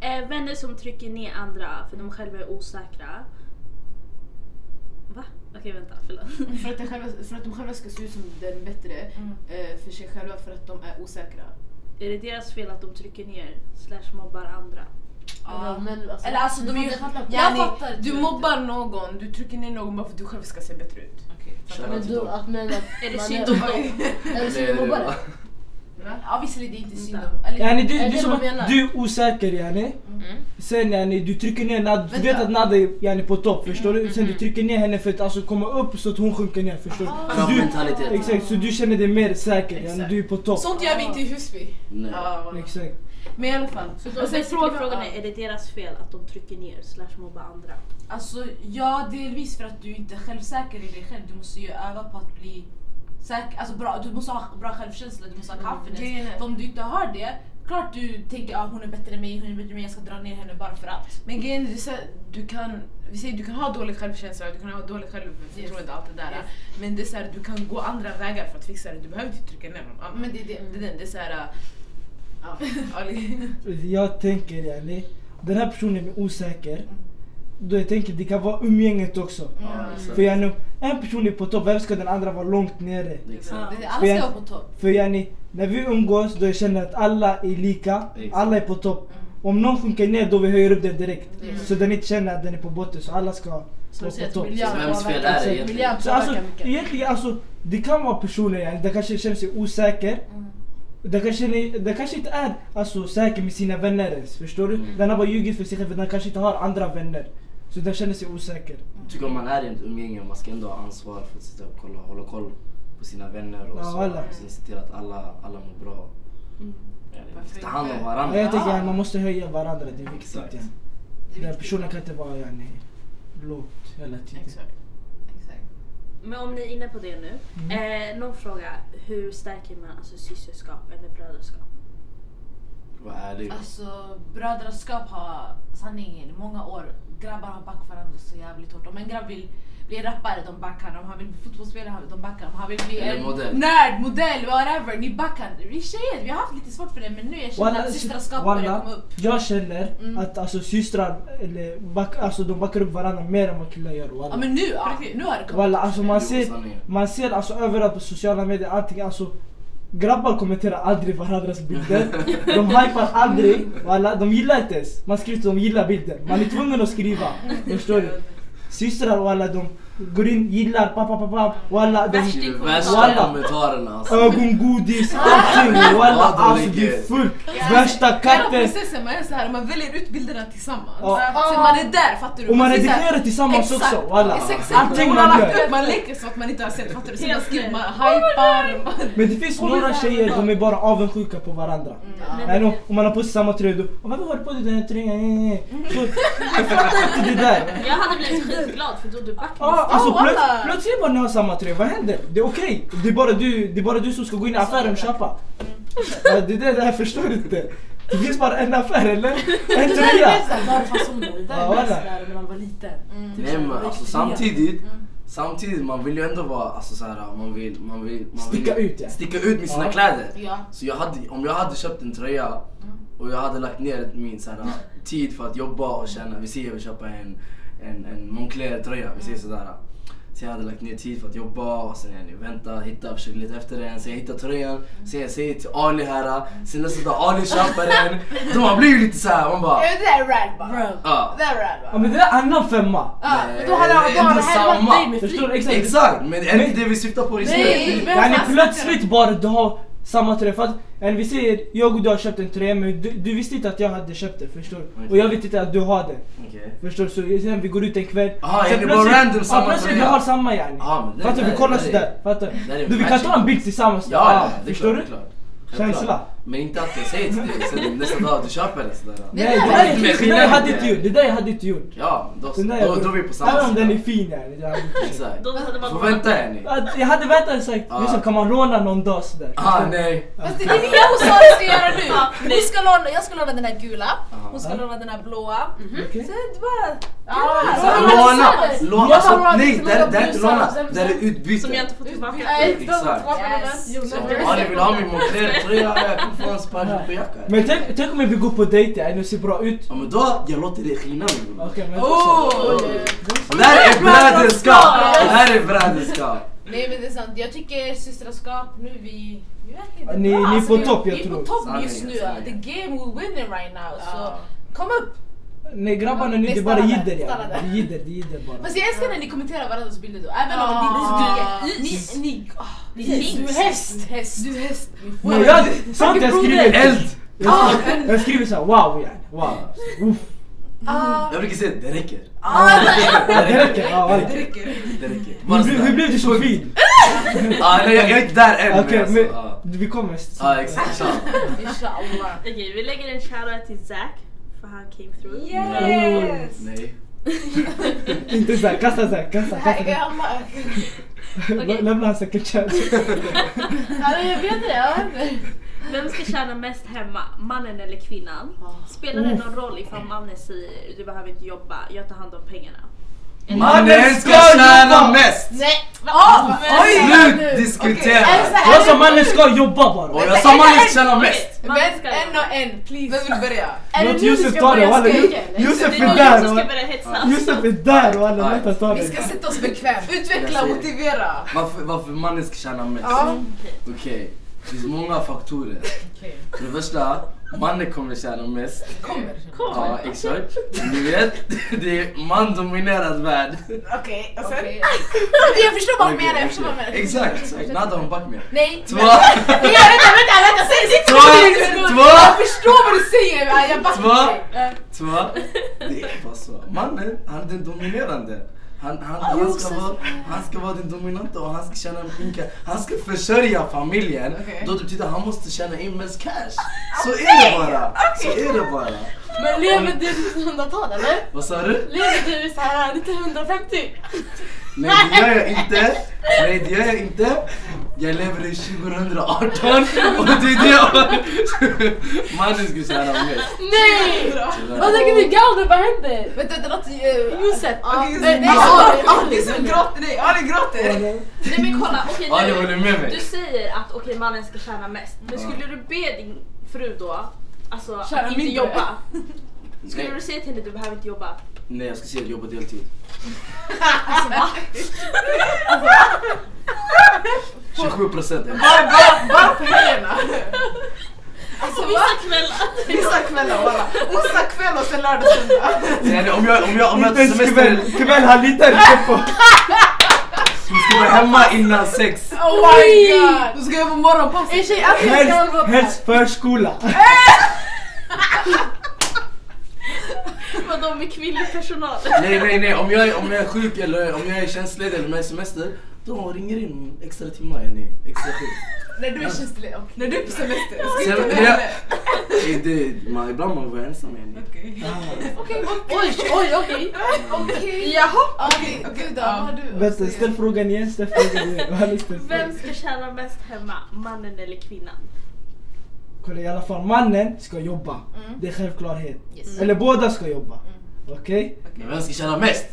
Mm.
Eh, vänner som trycker ner andra för de själva är osäkra. Va? Okej vänta, förlåt.
För att, de själva, för att de själva ska se ut som den bättre eh, för sig själva för att de är osäkra.
är det deras fel att de trycker ner slash mobbar andra?
Ja.
Men alltså,
Eller alltså de
man
är ju...
fattar-
Yani,
Jag fattar.
Du mobbar någon, du trycker ner någon bara för att du själv ska se bättre ut.
Okej.
Shoutout
Men
till
du,
dem.
att men att
Är det
man
synd om dem?
Är det synd
Eller-
om mobbare?
Ja, Obviously det är inte synd
Vänta.
om... eller-
Yani
Är
du,
det
du, som,
vad de menar?
du är osäker yani.
Mm.
Sen yani du trycker ner Nad, du vet att Nada är yani, på topp förstår du? Sen du trycker ner henne för att alltså, komma upp så att hon sjunker ner förstår du? Så du?
Krabbmentalitet.
Exakt, så du känner dig mer säker yani,
Exakt.
du är på topp.
Sånt gör vi inte i Husby.
Nej.
Ja, liksom. wallah.
Exakt.
Men i alla fall.
Så
Alltså,
alltså,
Och sen fråga-
frågan är, är det deras fel att de trycker ner slash mobbar andra?
Alltså ja, delvis för att du inte är självsäker i dig själv. Du måste ju öva på att bli säker. Alltså bra, du måste ha bra självkänsla, du måste ha confidence.
Grejen är-
För om du inte har det, klart du tänker att ah, hon är bättre än mig, hon är bättre än mig, jag ska dra ner henne bara för att.
Men grejen är, du, säger- du kan, vi säger du kan ha dålig självkänsla, du kan ha dålig självförtroende och allt det där.
Yes.
Men det är så här, du kan gå andra vägar för att fixa det. Du behöver inte trycka ner någon annan.
Men det är det.
det, är den, det är så här, äh,
Ja. Liksom.
Ali.
Jag tänker yani, den här personen är osäker. Då jag tänker det kan vara umgänget också.
Ja,
Mm.
För
exakt.
yani, en person är på topp, varför ska den andra vara långt nere?
Exakt.
Det- Alla ska
För-
vara på topp.
För yani, när vi umgås då jag känner att alla är lika,
Exakt.
alla är på topp. Om någon sjunker ner då vi höjer upp den direkt. Så den inte känner att den är på botten, så alla ska
Som
vara
Mm. säger
på
att
topp.
miljön
Så vems fel
påverkar-
är det egentligen?
Miljön
Så alltså,
påverkar mycket.
egentligen alltså, det kan vara personer yani, den kanske känner sig osäker.
Mm.
Den kanske, ni- den kanske inte är alltså, säker med sina vänner ens, förstår du? Den har bara ljugit för sig själv, för den kanske inte har andra vänner. Så den känner sig osäker.
Jag tycker om man är i ett umgänge, man ska ändå ha ansvar för att sitta och kolla, hålla koll på sina vänner och
Ja,
så.
alla.
Och sen se till att alla, alla mår bra. Mm. Ta hand om
Ja,
varandra.
jag tänker yani, man måste höja varandra, det är viktigt.
Exakt.
Yani.
Det är
Den här
viktigt.
personen kan inte vara yani, lågt hela tiden.
Exakt. Exakt.
Men om ni är inne på det nu. Eh, någon fråga, hur stärker man alltså systerskap eller bröderskap?
Var ärlig.
Alltså brödraskap har sanningen i många år. Grabbar har backat varandra så jävligt hårt. Om en grabb vill bli rappare, de backar honom. Om han vill bli fotbollsspelare, han- de backar honom. Han vill bli
Eller
en
modell.
nörd, modell, whatever. Ni backar. Vi tjejer, vi har haft lite svårt för det men nu jag känner att systraskap börjar
Walla,
komma upp.
jag känner att alltså, systrar eller, back, alltså, de backar upp varandra mer än vad killar gör. Walla.
Ja men nu, ja, nu har det kommit.
Walla, alltså man
Jo,
ser,
sanningen.
man ser alltså överallt på sociala medier, allting, alltså Grabbar kommenterar aldrig varandras bilder, de hypar aldrig, walla, de gillar inte ens. Man skriver till de gillar bilden, man är tvungen att skriva. Förstår du? Systrar walla, de går in, gillar, pappa, pappa, walla, de
Det är de
Walla.
värsta kommentarerna alltså.
ögongodis, allting, walla,
Ja, de
alltså det
ligger.
är fullt. Värsta
Hela
katten.
processen, man är så här, man väljer ut bilderna tillsammans.
Ja.
Sen man är där, fattar du?
Och man
sitter här-
redigerar tillsammans
Exakt.
också, walla.
Exakt, exakt.
Allting
man har
man
lagt
gör.
upp, man leker så att man inte har sett, fattar du? Sen man
Helt
skriver,
rätt.
man hypar. man-
Men det finns några tjejer, de är bara avundsjuka på varandra.
Mm.
Men-
Nej, om man har på sig samma tröja då, "Åh, varför har du på dig den här tröjan? Eh, eh, eh." Så, Jag fattar inte det där.
Jag hade blivit skitglad för då du backade.
Ah, alltså,
Ah,
plöts-
walla.
plötsligt bara ni har samma tröja, vad händer? Det är okej, det, är bara du, det är bara du som ska Mm. gå in i affären och köpa. Ja, det är det, det här förstår du inte. Det finns bara en affär eller? En tröja.
Dörrfasoner, det där
Ja,
är bäst
walla.
där när man var liten.
Mm.
Nej men alltså samtidigt, samtidigt man vill ju ändå vara, alltså så här, man vill, man vill, man vill
Sticka ut, ja.
Sticka ut med sina
Ja.
kläder.
Ja.
Så jag hade, om jag hade köpt en tröja
Mm.
och jag hade lagt ner min så här, ah, tid för att jobba och tjäna, vi säger jag vill köpa en, en, en Moncler tröja, vi
Mm.
säger sådär. Så jag hade lagt ner tid för att jobba och sen jag vänta, hitta, försöka leta efter den. Sen jag hittar tröjan, sen jag säger till Ali här, ah, sen nästa dag Ali köper den. De har blivit lite såhär, man bara...
Det där är rad bara.
Bro.
Ah.
Det där är rad
Ja,
bara.
men det där är annan femma.
Ja,
Nej,
då hade han
det är inte samma.
Förstår du? Exakt.
Exakt, men är det inte det vi syftar på just nu?
Yani plötsligt bara du har samma tröja. För att, en, vi säger jag och du har köpt en tröja men du, du visste inte att jag hade köpt den förstår du? Och jag vet inte att du har den.
Okej.
Förstår du? Så sen vi går ut en kväll.
Aha,
sen
är det bara random samma
ja, plötsligt vi
tröja?
har samma yani.
Ja, men det-
fattar du? Vi
det-
kollar
det-
sådär. Fattar
det är ju
du? Du vi kan
matching.
ta en bild tillsammans.
Ja, ja, det är
förstår
klart,
du?
det är klart.
Känsla.
Självklart. Men inte att jag säger till dig sen nästa dag att du köper det sådär.
Nej, det
det
där
är
är-
lite mer
det där jag hade
skillnad.
inte gjort. Det där jag hade inte gjort.
Ja, men då,
Den där
då, då är vi på samma
Även om
sida.
den är fin yani. det hade jag inte gjort.
Exakt.
Då hade man-
Får vänta er ni.
Att Jag hade väntat och sagt,
Ja.
Yusuf kan man råna någon dag sådär?
Ah, nej.
Fast det är det jag sa jag ska göra
Ja,
nu!
nej.
Hon ska låna, jag ska låna den här gula, hon ska
Ja.
låna den här blåa.
Okej?
Så det är bara...
Ah. Låna! Låna! Alltså, nej, det här det här är inte
blusar,
låna.
sen-
Det här är
Som jag
utbyte.
inte får tillbaka.
Nej, de
Exakt.
tappade
Yes.
den. Jo,
Så,
nej,
Ja, ni vill ha min Moncler-tröja? Jag kan få en spansk på jacka.
Men tänk, tänk om vi går på dejt yani och ser bra ut?
Ja men då, jag låter dig skina bror.
Okej men...
Oh!
Det här är bröderskap! Det här är bröderskap!
Nej men det är sant, jag tycker systraskap nu vi... vi verkar inte
Ni-
bra,
ni är
alltså,
på
vi-
topp, jag
Vi är
tror.
på topp
Sanningen,
just nu,
sanningen.
the game we winning right now. Så
Ja.
kom upp!
Nej grabbarna nu,
Nej,
det är bara
stanna där,
jidder
stanna
yani.
där.
Det är jidder, det är jidder bara.
Fast jag älskar när ni kommenterar varandras bilder då, även om
Ah.
ni inte Ni... ni, ah, ni
Yes.
Du häst! Häst! Du häst!
Men jag, sånt jag skriver
Eld!
Jag skriver- jag skriver såhär wow yani, wow. Uff,
Ah,
Jag brukar säga det räcker.
Ah, det räcker. Ja,
Det
verkligen.
räcker. Det räcker.
Hur
Bara
blev- Hur
sådär.
blev du så fin?
Ah, nej, jag jag är inte där än. men
Okej
alltså,
men
ja.
vi kommer...
Ja exakt. tja.
Inshallah.
Okej, vi lägger en shoutout till Zack för han came through.
Yes!
Nej.
Inte såhär, kasta såhär, kasta, kasta.
Jag är hemma.
Lä- Lämna hans second chance.
Alltså, jag vet det, jag vet inte.
Vem ska tjäna mest hemma, mannen eller kvinnan? Spelar det någon roll ifall mannen säger du behöver inte jobba, jag tar hand om pengarna?
Mannen ska tjäna mest!
Nej! Oh,
Slut diskutera!
Jag sa mannen ska jobba bara.
Och jag sa mannen ska tjäna mest!
Mannen ska
En
jobba.
och en, please.
Vem vill börja?
Är det
Låt
nu vi
Yusuf
ska
ta det
börja
walla.
skrika eller?
Yusuf
Det är
är
nog jag
där
som ska
walla.
börja hetsa.
Yusuf är där walla,
Ja.
lätt att ta
Vi ska
det.
sätta oss bekvämt. Utveckla och motivera.
Varför, varför mannen ska tjäna mest?
Ja.
Okej, det finns många faktorer. För det första, mannen kommer tjäna mest.
Kommer.
Ja, exakt. Ni vet, det är mandominerad värld.
Okej, och sen?
Jag förstår vad du menar, jag
Okej,
förstår vad du menar.
okej. Exakt, exakt. Nada hon back med.
Nej!
Två,
Nej vänta, vänta, vänta! Säg sitt!
två, två,
Förstår vad du säger! men Jag bara...
två, två. Det är bara så. Mannen, han är den dominerande. Han, han, han, ska vara, han ska vara den dominanta och han ska tjäna inka. Han ska försörja familjen.
Okej. Ah,
Då det betyder att han måste tjäna in mest cash. Så är det bara. Så är det bara.
Men lever du i 1900-tal eller?
Vad sa du?
Lever du i såhär 1950?
Nej det gör jag inte. Nej det gör jag inte. Jag lever i 2018 och det är det jag... Mannen skulle tjäna mest.
Nej!
tyvärr.
Vad tänker du galna, vad händer?
Vänta, det låter...
Josef!
Okej, Yusuf,
Nej,
Nej,
nej,
Ali,
Ali,
Ali som gråter. Nej, Ali gråter.
Nej men kolla, okej
Ja,
nu-
du håller med mig.
Du säger att okej mannen ska tjäna mest, men
Ja.
skulle du be din fru då alltså, att
Tjäna
inte
mindre.
jobba? Skulle
Nej,
du säga till henne du behöver inte jobba?
nej jag ska säga att jobba deltid. Alltså,
Alltså va?
27 procent.
Bara på helgerna.
Alltså vissa kvällar.
Vissa kvällar walla. Onsdag kväll och sen lördag söndag.
Om jag, om jag, om jag
Inte
tar
ens
semester,
kväll, kväll han litar inte på.
vi ska vara hemma innan sex.
Oh my god. alltså- Du ska jag på morgonpass.
En tjej, alltid ska
Helst,
hålla på
helst förskola.
Vadå med kvinnlig personal?
Nej nej nej, om jag, är- om jag är sjuk eller om jag är tjänstledig eller om jag är semester, då ringer in extra timmar. ni. Extra skift.
När du är tjänstledig. När du är på semester. Ska
Sen-
inte
ja.
heller.
Det- det- man- Ibland man får vara ensam. yani.
Okej.
Oj, oj, okej.
Jaha. Okej, okej.
Gud, vad
ja.
har du att
Vänta,
säga?
ställ frågan igen, ställ frågan igen. Vad har ni ställt frågan?
Vem ska tjäna mest hemma, mannen eller kvinnan?
Kolla i alla fall, mannen ska jobba.
Mm.
Det är självklarhet. Eller båda ska jobba. Okej?
Men vem ska tjäna mest?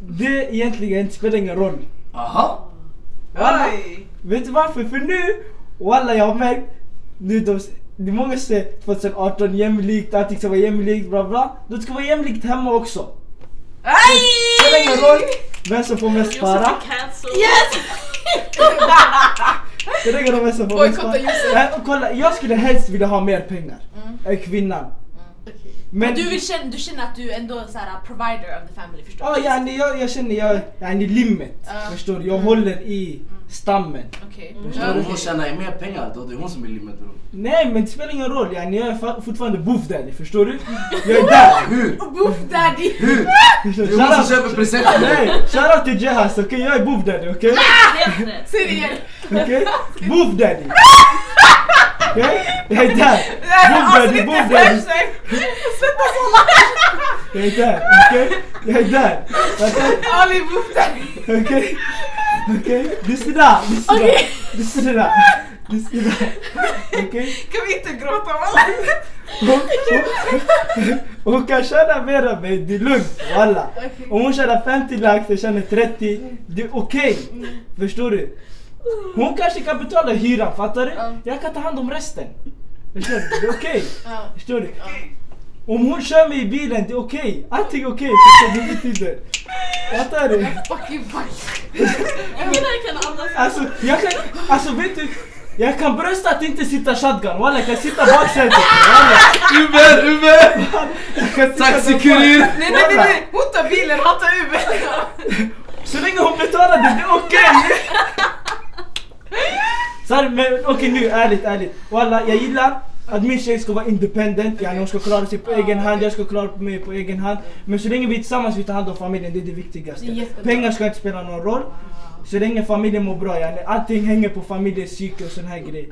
Det egentligen inte spelar ingen roll.
Aha.
Oj.
Vet du varför? För nu, walla jag har märkt, nu de, det är många som säger 2018 jämlikt, allting ska vara jämlikt, bla bla. Det ska vara jämlikt hemma också. Det spelar ingen roll vem som får mest
Josef
para.
är cancelled.
Det räcker om jag som får
Bojkotta
mest para. Nej, och kolla, jag skulle helst vilja ha mer pengar än kvinnan.
Mm. Men du, vill känna, du känner att du ändå är så här, uh, provider of the family, förstår
Ja,
du?
yani jag, jag känner jag, yani limmet.
Ja.
Förstår du? Jag håller i stammen.
Okej.
Förstår
Men
du?
om hon tjänar mer pengar då, det är hon som är limmet bror.
Nej men det spelar ingen roll, yani jag är fa- fortfarande boof daddy, förstår du? Jag är där!
Hur?
Boof daddy!
Hur?
Förstår
Det
du?
är hon som
Shoutout-
köper presenter.
Nej! Shoutout till Jehas, okej? Jag är boof daddy, okej?
Helt rätt.
Säg det igen!
Okej? Boof daddy! Okej? Jag är där! Boof
alltså,
daddy, boof daddy! Jag är där, okej? Jag är där! Fattar du?
Ali boof daddy!
Okej? Okej? Lyssna! Lyssna! Lyssna! Lyssna! Okej?
Kan vi inte gråta walla?
Hon- hon- Hon kan tjäna mer än mig, det är lugnt walla. Om hon tjänar 50 lax, jag tjänar 30, det är okej. Förstår du? Hon kanske kan betala hyran, fattar du? Jag kan ta hand om resten. Förstår du? Det är okej.
Uh,
Förstår du? Om hon kör mig i bilen, det är okej. Allting är okej, förstår du? Det betyder. Fattar du?
Fucking fuck!
Jag gillar kan andas.
Alltså, jag kan, alltså vet du? Jag kan brösta att inte sitta shotgun, walla jag kan sitta baksätet. Walla,
Uber, Uber!
jag kan sitta
Taxikurir!
Nej nej nej, nej! Hon tar bilen, han tar Uber!
Så länge hon betalar det, det är okej! Så här, men okej nu, ärligt, ärligt. Walla, jag gillar att min tjej ska vara independent, yani hon ska klara sig på egen hand, jag ska klara mig på egen hand. Men så länge vi är tillsammans, vi tar hand om familjen, det är det viktigaste.
Det är jättebra.
Pengar ska inte spela någon roll. Så länge familjen mår bra, yani allting hänger på familjens psyke och sån här grejer.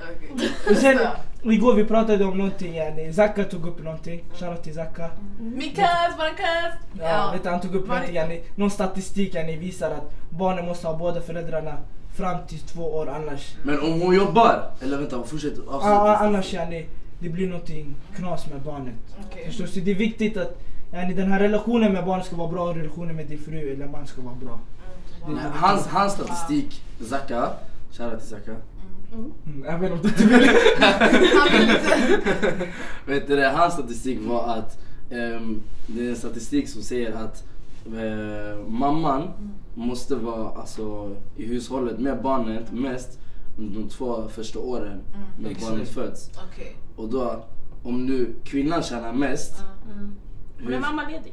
Och sen, igår vi pratade om någonting, yani Zacka tog upp någonting. Shoutout till Zacka.
Mikas, våran kass!
Ja, Vet du, han tog upp
Var-
någonting, yani, någon statistik yani, visar att barnen måste ha båda föräldrarna fram till två år annars,
Men om hon jobbar, eller vänta fortsätt
ah, ah,
avsluta.
annars yani, det blir någonting knas med barnet. Förstår du? Så det är viktigt att yani, den här relationen med barnet ska vara bra och relationen med din fru eller man ska vara bra.
Nej, Hans, hans statistik, Zacka, shoutout till Zacka.
Mm, jag vet inte om du vill.
Vet du det, hans statistik var att ehm, det är en statistik som säger att eh, mamman måste vara alltså, i hushållet med barnet mest under de två första åren när
Exakt.
barnet föds.
Okej.
Och då, om nu kvinnan tjänar mest,
Hon är mammaledig.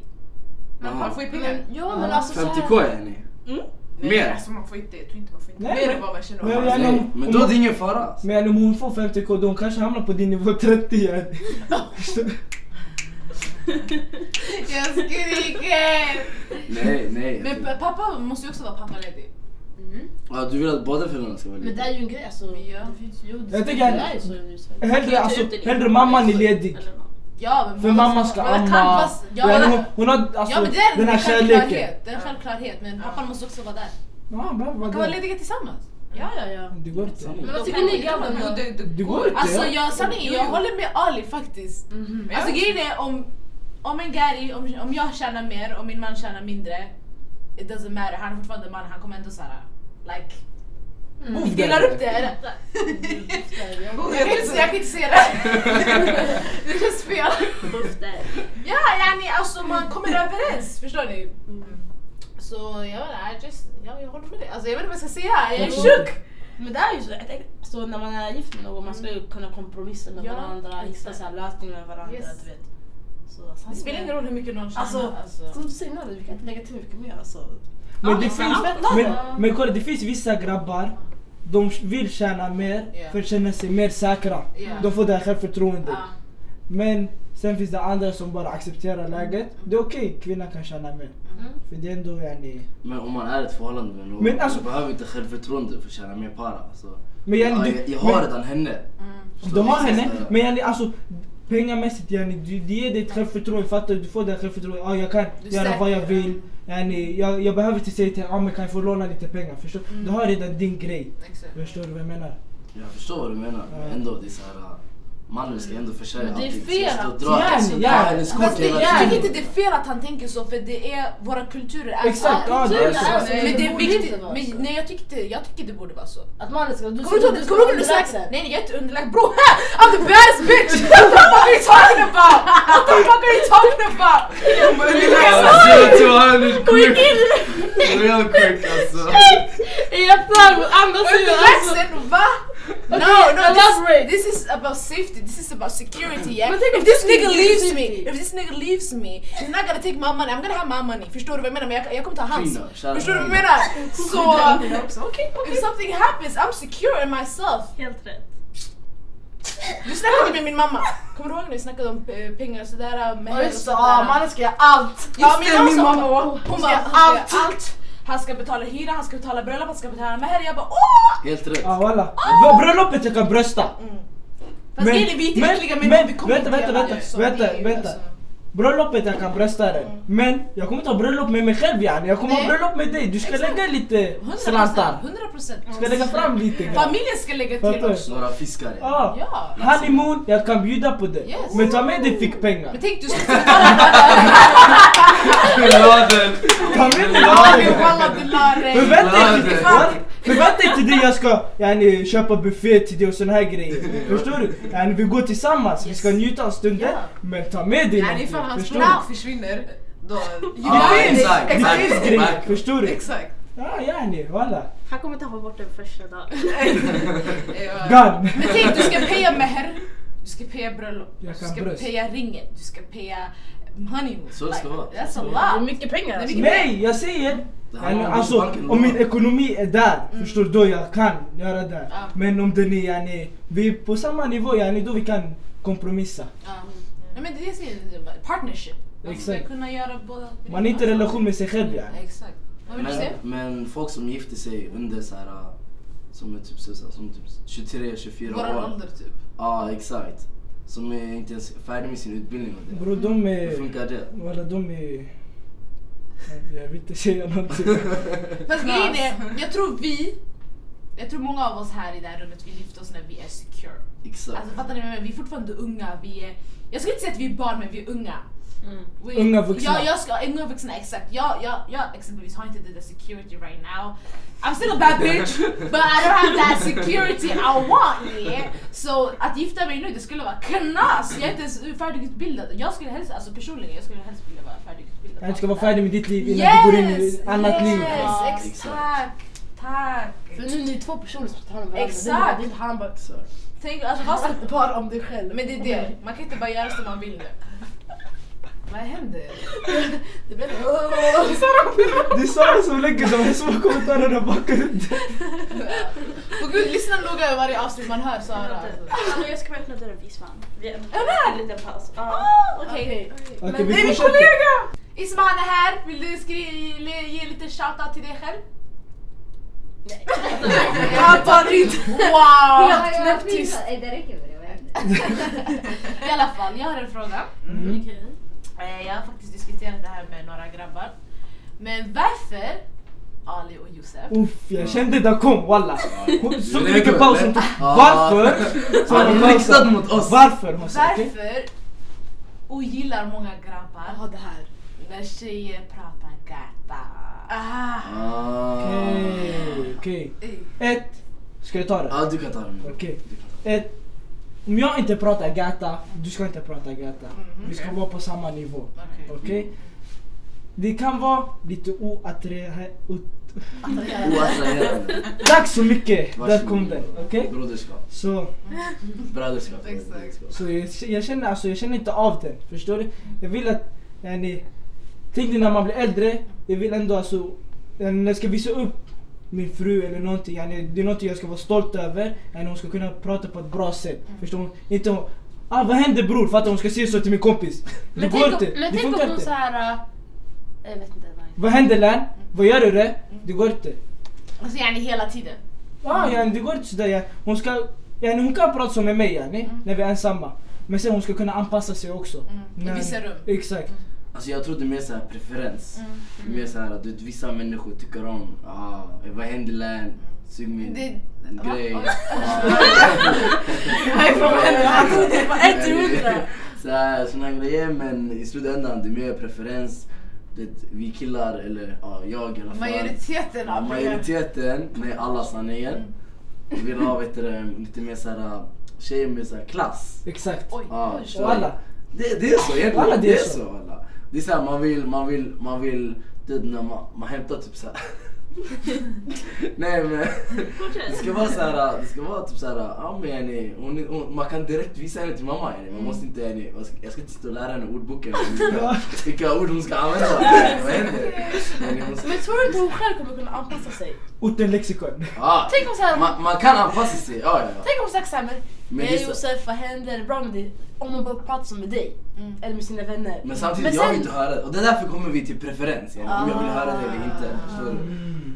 Jaha,
Man får ju
Mm.
Mm.
pengar.
Ja men alltså
50k är ni?
Mm.
Mer?
Alltså man får inte, jag tror inte man får inte.
Nej,
Mer
men-
än vad man känner.
men-
av.
Ja,
Nej,
men-
men då är det ingen fara.
Men yani, om hon får 50k då hon kanske hamnar på din nivå 30 yani. Förstår du?
Jag skriker!
Nej, nej. jag
Men
tror-
p- pappa måste ju också vara pappaledig.
Ja, du vill att båda föräldrarna ska vara
Mm. Men det
lediga?
är ju en grej alltså.
Ja.
Jo, det
Jag tycker-
det är så nu i Sverige.
Hellre,
typ
alltså, hellre mamman är ledig.
Ja, men
För
båda
mamman ska
båda kan
amma.
vara- Ja,
Yani,
men-
hon, hon har alltså,
ja men det är
den här
en
kärleken.
självklarhet. Det är en självklarhet. Men pappan måste också vara där.
Ja, bra,
Man
vad
kan vara
det?
lediga tillsammans.
Ja ja ja.
Det går inte.
Men vad
De
tycker
kan
ni
inte
grabbar
vara
då?
Det, det,
Det går inte.
Alltså jag, sanningen, jag håller med Ali faktiskt.
Mhm, Men jag-
Alltså grejen är om, om en gary, om, om jag tjänar mer och min man tjänar mindre. It doesn't matter, han är fortfarande man, han kommer ändå såhär like
Mm.
Move
delar
där.
upp det eller?
jag
Jag kan
vet
inte,
inte.
jag kan inte se det. Det känns fel.
Buff där.
Ja yani alltså man kommer överens, förstår ni?
Mm.
Så jag vet inte, I just, ja, jag håller med dig. Alltså jag vet inte vad jag ska säga, jag är sjuk!
Men det är ju så, jag tänker- så när man är gift med någon man ska ju kunna kompromissa med
Ja,
varandra, hitta
exakt.
så här lösningar med varandra.
Yes.
Du vet. Så,
Det spelar ingen roll hur mycket någon tjänar.
Alltså,
Alltså,
Som du säger Nadja, vi kan inte lägga till mycket mer. Alltså.
Men,
Ja,
det
men
finns,
allt-
men,
allt-
men kolla, det finns vissa grabbar, de vill tjäna mer
Ja.
för att känna sig mer säkra.
Ja.
De får det här självförtroendet.
ja.
Men sen finns det andra som bara accepterar läget.
Mm.
Det är okej, kvinnan kan tjäna mer. För det är ändå yani...
Men om man är i ett förhållande med någon,
Men alltså-
du behöver inte självförtroende för att tjäna mer para. Alltså.
Men yani,
ja,
du-
jag, jag har
men-
redan henne. Förstår
Du har
Precis,
henne,
ja.
men yani alltså pengamässigt yani, du, det ger dig ett självförtroende, fattar du? Du får det här självförtroendet, ja jag kan
Du är
göra
säker,
vad jag
ja.
vill. Yani, jag, jag behöver inte säga till ja men kan jag få låna lite pengar? Förstår
Mm.
du? Du har redan din grej.
Exakt.
Förstår du vad jag menar?
Jag förstår vad du menar, men
Ja.
ändå det är så här, äh, mannen ska ändå försörja
Men det är
allting.
fel
Så
att-
jag drar
Järn,
liksom,
järn.
drar hennes
Fast
kort
det är
hela
Jag
järn.
tycker
tiden.
inte det är fel att han tänker så för det är våra kulturer är
Exakt, ja, det är
kulturen
så.
är så.
Men det Alltså, är alltså-
borde inte
viktigt,
vara
men
så.
nej jag tycker inte, jag tycker det borde vara så.
Att mannen ska... Du
Kommer du ihåg kommer du ihåg när du sa
underlägsen.
nej nej jag är inte underlägsen bro, I'm the baddest bitch! What the fuck are you talking about? What the fuck are you talking about?
Alltså jag tror han är sjuk. Real sjuk alltså.
Är jag flagg åt andra sidan alltså?
Underlägsen va? No, no,
elaborate.
this, this is about safety. This is about security. Yeah.
Men tänk om
If this
du
nigga
inte
leaves
safety.
me, if this nigga leaves me, he's not gonna take my money. I'm gonna have my money. Förstår du vad jag menar? Men jag, jag kommer ta
Alltså,
hans.
Trina, kära
Förstår du vad jag
Trina.
menar? Så,
också. Okej,
if something happens, I'm secure in myself.
Helt rätt.
Du snackade med min mamma. Kommer du ihåg när vi snackade om eh, pengar och sådär? Med
Ja
henne och
just det,
sådär?
ah, mannen ska göra allt!
Ja,
det,
mamma
min
sa-
mamma var-
Hon
Hon ska
bara,
göra
han
allt!
ska göra allt. Han ska betala hyra, han ska betala bröllop, han ska betala med här. Jag bara åh!
Helt rätt.
Ja walla. Bröllopet jag kan brösta.
Fast
Men-
Ah! är det vita
men-
äckliga människor?
men-
Vi kommer
vänta,
inte
vänta,
göra
vänta,
det, så
vänta,
det är ju
vänta.
alltså- Mm.
Bröllopet jag kan brösta den. Men jag kommer inte ha bröllop med mig själv yani. Jag kommer ha
Nej.
bröllop med dig. Du ska
Exakt.
lägga lite
100%,
slantar.
100%.
Du ska lägga fram lite. grann.
Familjen ska lägga till
Fattar du?
också.
Några fiskare.
Ja.
Ja.
Honeymoon, jag kan bjuda på det.
Yes.
Men ta med dig fickpengar.
Men tänk du ska betala
Chokladen!
Ta med dig
Lari
lager.
walla delari.
Förvänta dig till-
Lager.
Förvänta dig till dig jag ska yani, köpa buffé till dig och såna här grejer. Förstår du? Yani, vi går tillsammans, vi ska njuta av stunden.
Ja.
Men ta med dig
Nej, ifall hans
Förstår du?
språk försvinner, då...
Ja,
Det finns-
exakt,
Det
exakt.
finns grejer,
Verkligen.
förstår du?
Exakt.
Ja yani, walla.
Han kommer inte ha bort den första dagen.
Eh,
Gun!
Men tänk du ska peja meher. Du ska peja bröllop. Du
Jag kan
ska
bröst.
peja ringen. Du ska peja honeymoon.
Så det ska
Like,
vara.
That's
Så
a
det
lot.
mycket pengar
alltså.
Nej, jag säger!
Det här
Yani,
var
alltså,
banken
om
då. Mm.
min ekonomi är där, förstår du? Då jag kan göra det.
Ja.
Men om den är yani, vi är på samma nivå yani, då vi kan kompromissa.
Ja. Nej men det är det jag säger, partnership. Man ska
Exakt.
kunna göra båda.
Man är inte i relation med sig själv yani.
Ja, Exakt. Vad vill du
Men,
säga?
men folk som gifter sig under så här, äh, som är typ, så- så- som typ 23, 24
Våran
år.
ålder typ.
Ja, exakt. Som är inte ens färdig med sin utbildning och det.
Bror de
Hur
är...
funkar det?
Walla de är... Jag vill inte säga någonting.
Fast grejen är, jag tror vi, jag tror många av oss här i det här rummet, vi lyfter oss när vi är secure.
Exakt.
Alltså fattar ni vad jag menar? Vi är fortfarande unga, vi är, jag skulle inte säga att vi är barn men vi är unga. Vi-
Unga vuxna.
Ja, jag ska, unga vuxna exakt. Jag, jag, jag exempelvis har inte det där security right now. I'm still a bad bitch but I don't have that security I want yeah. Så att gifta mig nu det skulle vara knas! Jag är inte ens färdigutbildad. Jag skulle helst, alltså personligen, jag skulle helst vilja vara färdigutbildad.
Jag ska vara färdig med ditt liv innan du går in i
Yes!
ett annat liv.
yes,
exakt.
Tack! Tack!
För nu är ni två personer som tar hand om varandra.
Exakt.
Det är inte han bara...
Exakt.
Tänk, alltså vad ska...
Bara om dig själv.
Men det är det, man kan inte bara göra som man vill nu. Vad händer?
Det blir
Det är Sara som lägger de här små kommentarerna bakom.
På gud, lyssna noga i varje avsnitt man hör Sara.
Alltså, jag ska bara öppna dörren, vi svann. Vi är en liten paus. Ja.
Ah, Okej.
Okej.
Okej
Men det är min kollega! Isman är här, vill du skri- le- ge lite shoutout till dig själv? Nej. Han tar inte... Wow! Helt knäpptyst.
Det räcker med det, vad händer?
I alla fall, jag har en fråga.
Mm.
Eh, Jag har faktiskt diskuterat det här med några grabbar. Men varför Ali och Josef?
Uff, jag kände det kom walla.
Ah,
Hon såg du vilken paus hon tog?
Ja.
Varför? Så
Han
hon
är riktad
pausade.
mot oss.
Varför? Hon sa okej.
Varför ogillar många grabbar
Jaha det här.
när tjejer pratar gata?
Ah.
Okej, Okej.
Ey.
Ett. Ska jag ta det?
Ja, du kan ta den. nu.
Okej. Ett. Om jag inte pratar gata, du ska inte prata gata.
Mhm.
Vi ska vara på samma nivå.
Okej.
Okej? Det kan vara lite oattraherande.
Oattraherande.
Tack så mycket! Där
Varsågod.
kom den. Okej?
Broderskap.
Så,
Bröderskap.
Exakt.
Bröderskap.
så jag, jag, känner, alltså, jag känner inte av den. Förstår du? Jag vill att... Yani, tänk dig när man blir äldre. Jag vill ändå alltså... yani, När jag ska visa upp min fru eller någonting. Yani, det är någonting jag ska vara stolt över. Yani, hon ska kunna prata på ett bra sätt.
Mm.
Förstår hon? Inte hon... Ah, vad händer bror? Fattar du? Hon ska säga så till min kompis. Det
Men
går
tänk om,
inte. det
men tänk
funkar
om hon
inte.
såhär...
ah,
Jag vet inte. vad-
Vad händer län? Vad gör du det? Det går inte.
Alltså yani hela tiden.
Ja, yani, det går inte sådär. Yani. Hon, ska, yani, hon kan prata som med mig yani, när vi är ensamma. Men sen hon ska kunna anpassa sig också.
Mm. I
När-
vissa rum. Mm.
Exakt.
Alltså jag tror det är mer såhär preferens.
Mm.
Mer såhär att du vet, vissa människor tycker om, ah, vad händer län? Sug min
Det-
grej. Ah.
Va?
Såhär, såna här grejer men i slutändan det är mer preferens. Det, vi killar, eller ja, jag i alla fall.
Majoriteten av problem.
Majoriteten, nej alla sanningen.
Mm.
Vill ha vet du, det, lite mer såhär tjejer med såhär klass.
Exakt.
Oj.
Ja,
Och Ah, alla.
Det, det är så egentligen.
Alla,
det är så. alla. Det är så här, man vill, man vill, man vill, du vet när man, man hämtar typ så här. Nej men.
Fortsätt.
Det ska vara såhär, det ska vara typ såhär, ja men yani, hon, är- hon, man kan direkt visa henne till mamma yani. Man måste inte yani, vad ska- jag ska inte stå och lära henne ordboken. Vilka, vilka ord hon ska använda. Vad händer? Yani, hon ska-
Men tror du inte hon själv kommer kunna anpassa sig?
Orten lexikon.
Ja,
Tänk om så här-
man, man kan anpassa sig, ja ja. ja.
Tänk om hon sagt såhär, men
Men det
"Hej
är så-
Josef vad händer? Bra med dig? Om hon bara pratar som med dig. Eller med sina vänner.
Men samtidigt,
Men
jag vill
sen-
inte höra det. Och det är därför kommer vi till preferens. Yani, om jag vill höra det eller inte.
Ah.
Förstår du?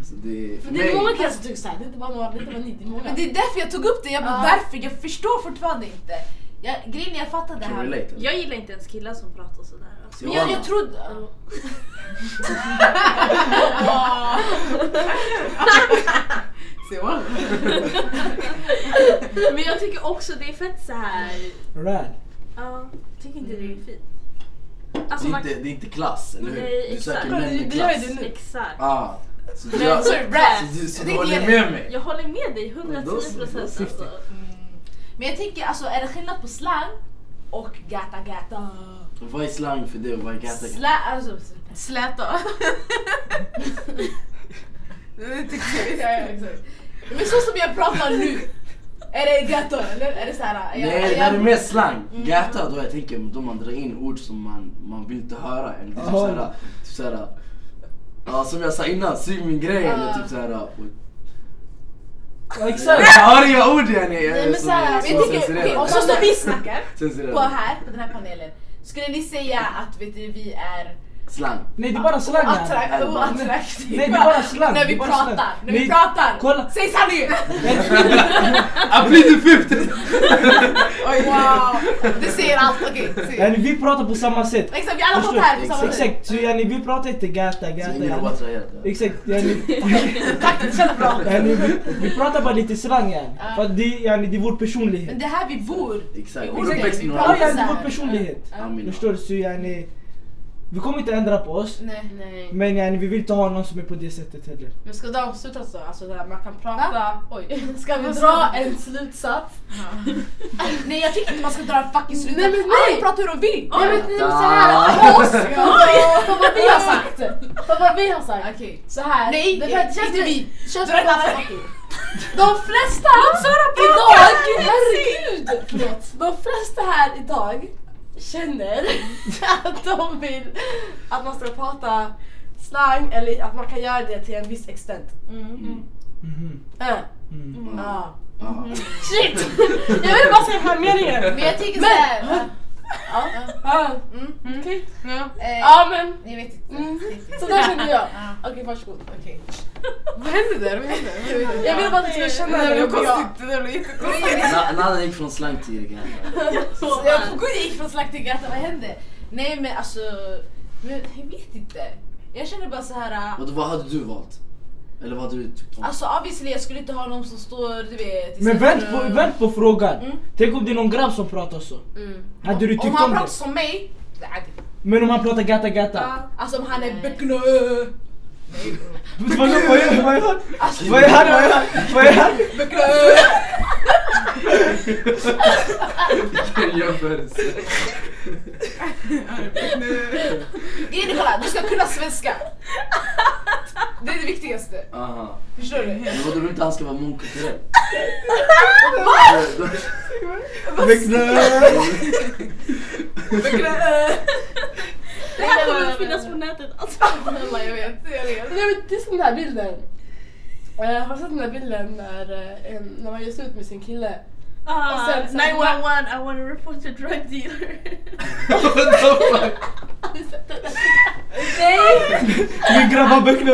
Så det, för
Men det är många
mig,
killar som tycker såhär, det är inte bara några, det är inte bara ni, det är många.
Men det är därför jag tog upp det, jag bara
Ja.
varför? Jag förstår fortfarande inte. Jag, grejen är jag fattar det
kan
här.
relate.
typ.
Jag gillar inte ens killar som pratar sådär. Alltså.
Men jag, jag trodde...
Se vad?
Men jag tycker också det är fett så här.
Rad.
Ja, tycker inte
Mm.
det är fint. Alltså,
Det är,
man-
inte, det är inte klass, eller hur?
Nej,
du söker
exakt.
män
Vi-
med
vi gör
klass.
det nu.
Exakt.
Ah, så du,
Men
gör,
så
så
är det rap.
du, så
Det
du
är
håller
det.
med mig?
Jag håller med dig 110
Då- då-
procent alltså.
Men jag tänker alltså är det skillnad på slang och gata gata?
Och Vad är slang för det och vad är gata?
Sla, alltså,
Släta. Det tycker jag.
men så som jag pratar nu, är det gata eller? Är det såhär?
Nej, det där är mer slang. Gata då jag tänker då man drar in ord som man, man vill inte höra. Eller typ
Aha.
såhär, typ såhär, ja, som jag sa innan, sug min grej eller typ såhär. och-
Ja,
Jag
exakt.
har inga ord yani. Jag
Nej,
är
men
så-
så här,
jag är
jag
så
tycker-
censurerad.
okej, om man- Så som vi snackar
Censurerad.
på här, på den här panelen. Skulle ni säga att vet du, vi är
Slang.
Nej det är bara slang här.
attrakt- oattraktiva
Nej, det är bara slang,
när
det
vi
är bara
pratar?
slang.
När vi
Nej,
pratar!
kolla.
Säg sanningen!
I plead the fifth!
Wow! Det säger allt, okej. säg.
Yani, vi pratar på samma sätt.
Exakt, vi alla
Förstår
pratar här på samma
Exakt.
sätt.
Exakt, så yani, vi pratar inte gata
Så
gata.
ingen är
yani.
oattraherad.
Exakt, yani,
Tack, det känns bra.
yani, vi, vi pratar bara lite slang yani. För att det, yani, det är vår personlighet.
Men det är här vi bor.
Exakt.
Exakt,
Exakt.
vi
Ja,
pratar
yani,
så här.
vår personlighet.
Amina.
Förstår du? Så yani, vi kommer inte ändra på oss.
Nej.
Nej.
Men yani, vi vill inte ha någon som är på det sättet heller.
Men ska de sluta så? Alltså där man kan prata... Oj. Ska vi
Vad
dra
sa
en slutsats?
Nej jag tycker inte man ska dra en fucking slutsats.
Nej, men nej.
Alla får prata hur de vill.
Nej men
Gata.
det är så här för oss! För, för vad vi har sagt! För vad vi har sagt!
Okej.
Så här.
Nej,
det här,
inte vi.
Känns
Dra
det
ett annat
bara... De flesta idag, herregud! Förlåt. De flesta här idag känner att de vill att man ska prata slang eller att man kan göra det till en viss extent.
Mm.
Mhm.
Äh.
Mm.
Ah.
Ja.
Ja.
Shit! Jag vill bara säga den här meningen.
Men jag tänker såhär.
Ja,
Mm.
okej.
Ja.
eh,
Ja men,
Jag vet inte.
Mm. så där känner jag. Okej varsågod.
Okej.
Vad hände där? Vad hände? Vad hände?
Jag ville bara att du skulle
Det
känna
där
det.
blev konstigt. Det där blev jättekonstigt.
Na- Nada gick från slang till gata.
Så Jag får gå gick från slakt till gata, vad hände? Nej men alltså. Men jag vet inte. Jag känner bara så här. äh,
Och då, vad hade du valt? Eller vad hade du tyckt om?
Alltså obviously jag skulle inte ha någon som står du vet. i
Men vänt
centrum.
på, vänt på frågan.
Mm.
Tänk om det är någon grabb som pratar så.
Mm.
Hade du
Om
tyckt
han
om det?
pratar som mig. det är det.
Men om han pratar gata gata?
Alltså om han är
Nej.
böcknö.
Vad vad är vad är han? Vad är han? Vad är han? Vad är han?
jämförelse.
Grejen är kolla, du ska kunna svenska. Det är det viktigaste.
Aha.
Förstår du?
Men vadå, du vill inte han ska vara mångkulturell? Va?
Det här kommer att finnas på nätet alltså.
Snälla jag vet, jag vet. Nej, men det är som den här bilden. Eh, har du sett den här bilden när, eh, en, när man gör slut med sin kille?
Ah,
Och sen-
911, I wanna report a drug dealer.
Nej!
Min grabb har böcker.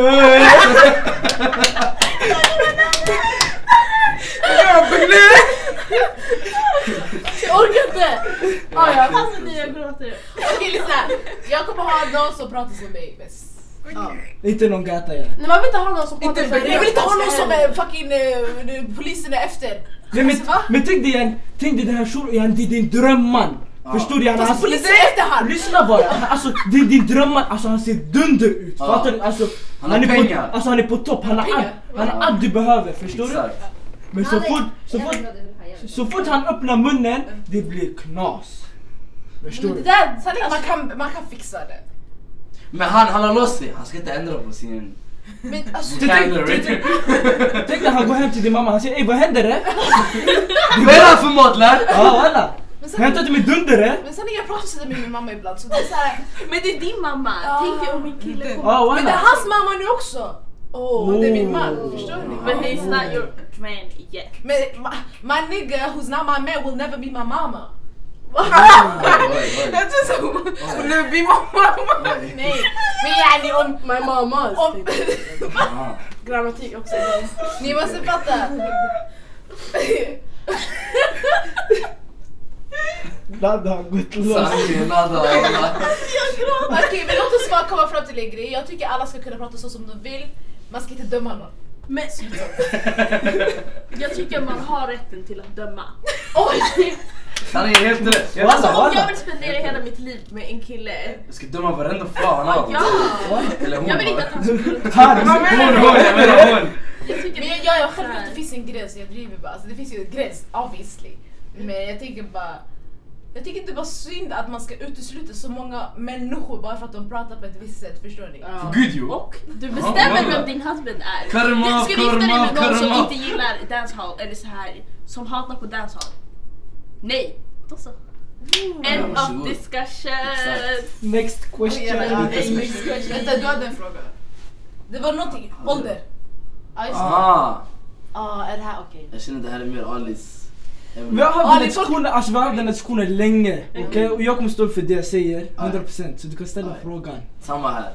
Jag orkar inte!
Oh
Ah, ja.
Alltså ni jag gråter.
Okej lyssna. Jag kommer ha någon som pratar som mig bäst.
Inte någon gata ja.
Nej, man vill inte ha någon som pratar så här.
Alltså, Jag vill inte ha någon som är fucking eh, polisen är efter.
Nej, men,
va?
men tänk dig en, tänk dig den här shurun, ja, det är din drömman.
Ja.
Förstår du? Ja,
Fast
alltså,
polisen är efter han.
lyssna bara, alltså det är din drömman, alltså han ser dunder ut.
Ja.
Fattar du? Alltså,
Han har
är på,
pengar.
alltså han är på topp, han har allt, han har
Ja.
allt du behöver. Förstår du?
Exakt.
Men så fort, så fort, så fort han öppnar munnen, det blir knas. Förstår
Det
du?
där, sanningen, man kan, man kan fixa det.
Men han, han har loss sig. Han ska inte ändra på sin...
Men alltså,
Du tänk- du tänk-
Mm.
Tänk när han går hem till din mamma, han säger ey vad händer det?
Vad är det här för mat lär?
Ja walla!
men sen,
Hämtar du mitt dunder det?
men sen är jag pratar med min mamma ibland så det är såhär,
Men det är din mamma.
Ja.
Tänk dig om min kille kommer.
Ja
men det är
walla!
hans mamma nu också! Åh, det är min man, förstår ni?
But he's not your man yet.
Men ma- my nigga who's not my man will never be my mama.
Jag tror så hon blev min mamma.
Nej, men yani om...
My mama.
om
Ah.
Grammatik också.
ni måste fatta.
Ladda har gått loss.
Sanningen, ladda, ladda.
Okej, men låt oss bara komma fram till en grej. Jag tycker alla ska kunna prata så som de vill. Man ska inte döma någon.
Men jag tycker man har rätten till att döma.
Oj!
Sanningen, helt rätt. helt
Walla
rätt.
Om jag
walla!
vill spendera hela mitt liv med en kille.
Jag ska döma varenda fan av
Ja!
dem. Eller hon
Jag vill
bara.
inte att han ska
Han!
Hon, hon, jag menar hon.
Jag tycker
Men jag, jag, jag självklart det finns en gräns, jag driver bara. Alltså, det finns ju en gräns, obviously. Men jag tänker bara... Jag tycker inte bara synd att man ska utesluta så många människor bara för att de pratar på ett visst sätt, förstår ni?
För Gud jo.
Och du bestämmer
Ja.
vem din husband är.
Karma,
du skulle gifta dig med
karma,
någon som
karma.
inte gillar dancehall eller så här som hatar på dancehall. Nej! Då så. End of
varsågod.
discussion!
Exakt.
Next question.
Vänta, du hade en fråga. Det var någonting, ålder. Ja just det.
Ah,
Ja, är det här okej?
jag känner det här är mer Alis.
Vi har
Ja,
haft
det är
den diskussionen, alltså vi har haft den här diskussionen länge. Okej?
Mm.
Och jag kommer stå upp för det jag säger, 100%. Så du kan ställa
Ja.
frågan.
Samma här.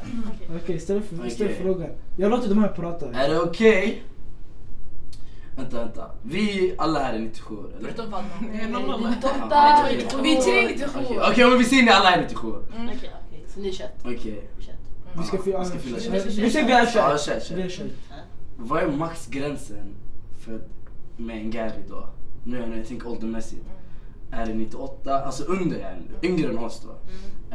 Okej, ställ, för, ställ
Okej.
frågan. Jag låter de här prata.
Är det okej? Vänta, vänta. Vi alla här är 97 eller?
Förutom Valma.
Ja, okej.
Och vi är tre 97.
Okej, okej, men vi säger ni alla är 97.
Okej,
Så ni är kött.
Okej.
Vi ska fylla...
Vi ska fylla
Vi
tjugo.
säger vi är
Ja,
kört.
kör,
Vi är
kör.
kört.
Vad är maxgränsen för att- med en gäri då? Nu när jag tänker åldermässigt. Är det 98, alltså under är yngre än oss då?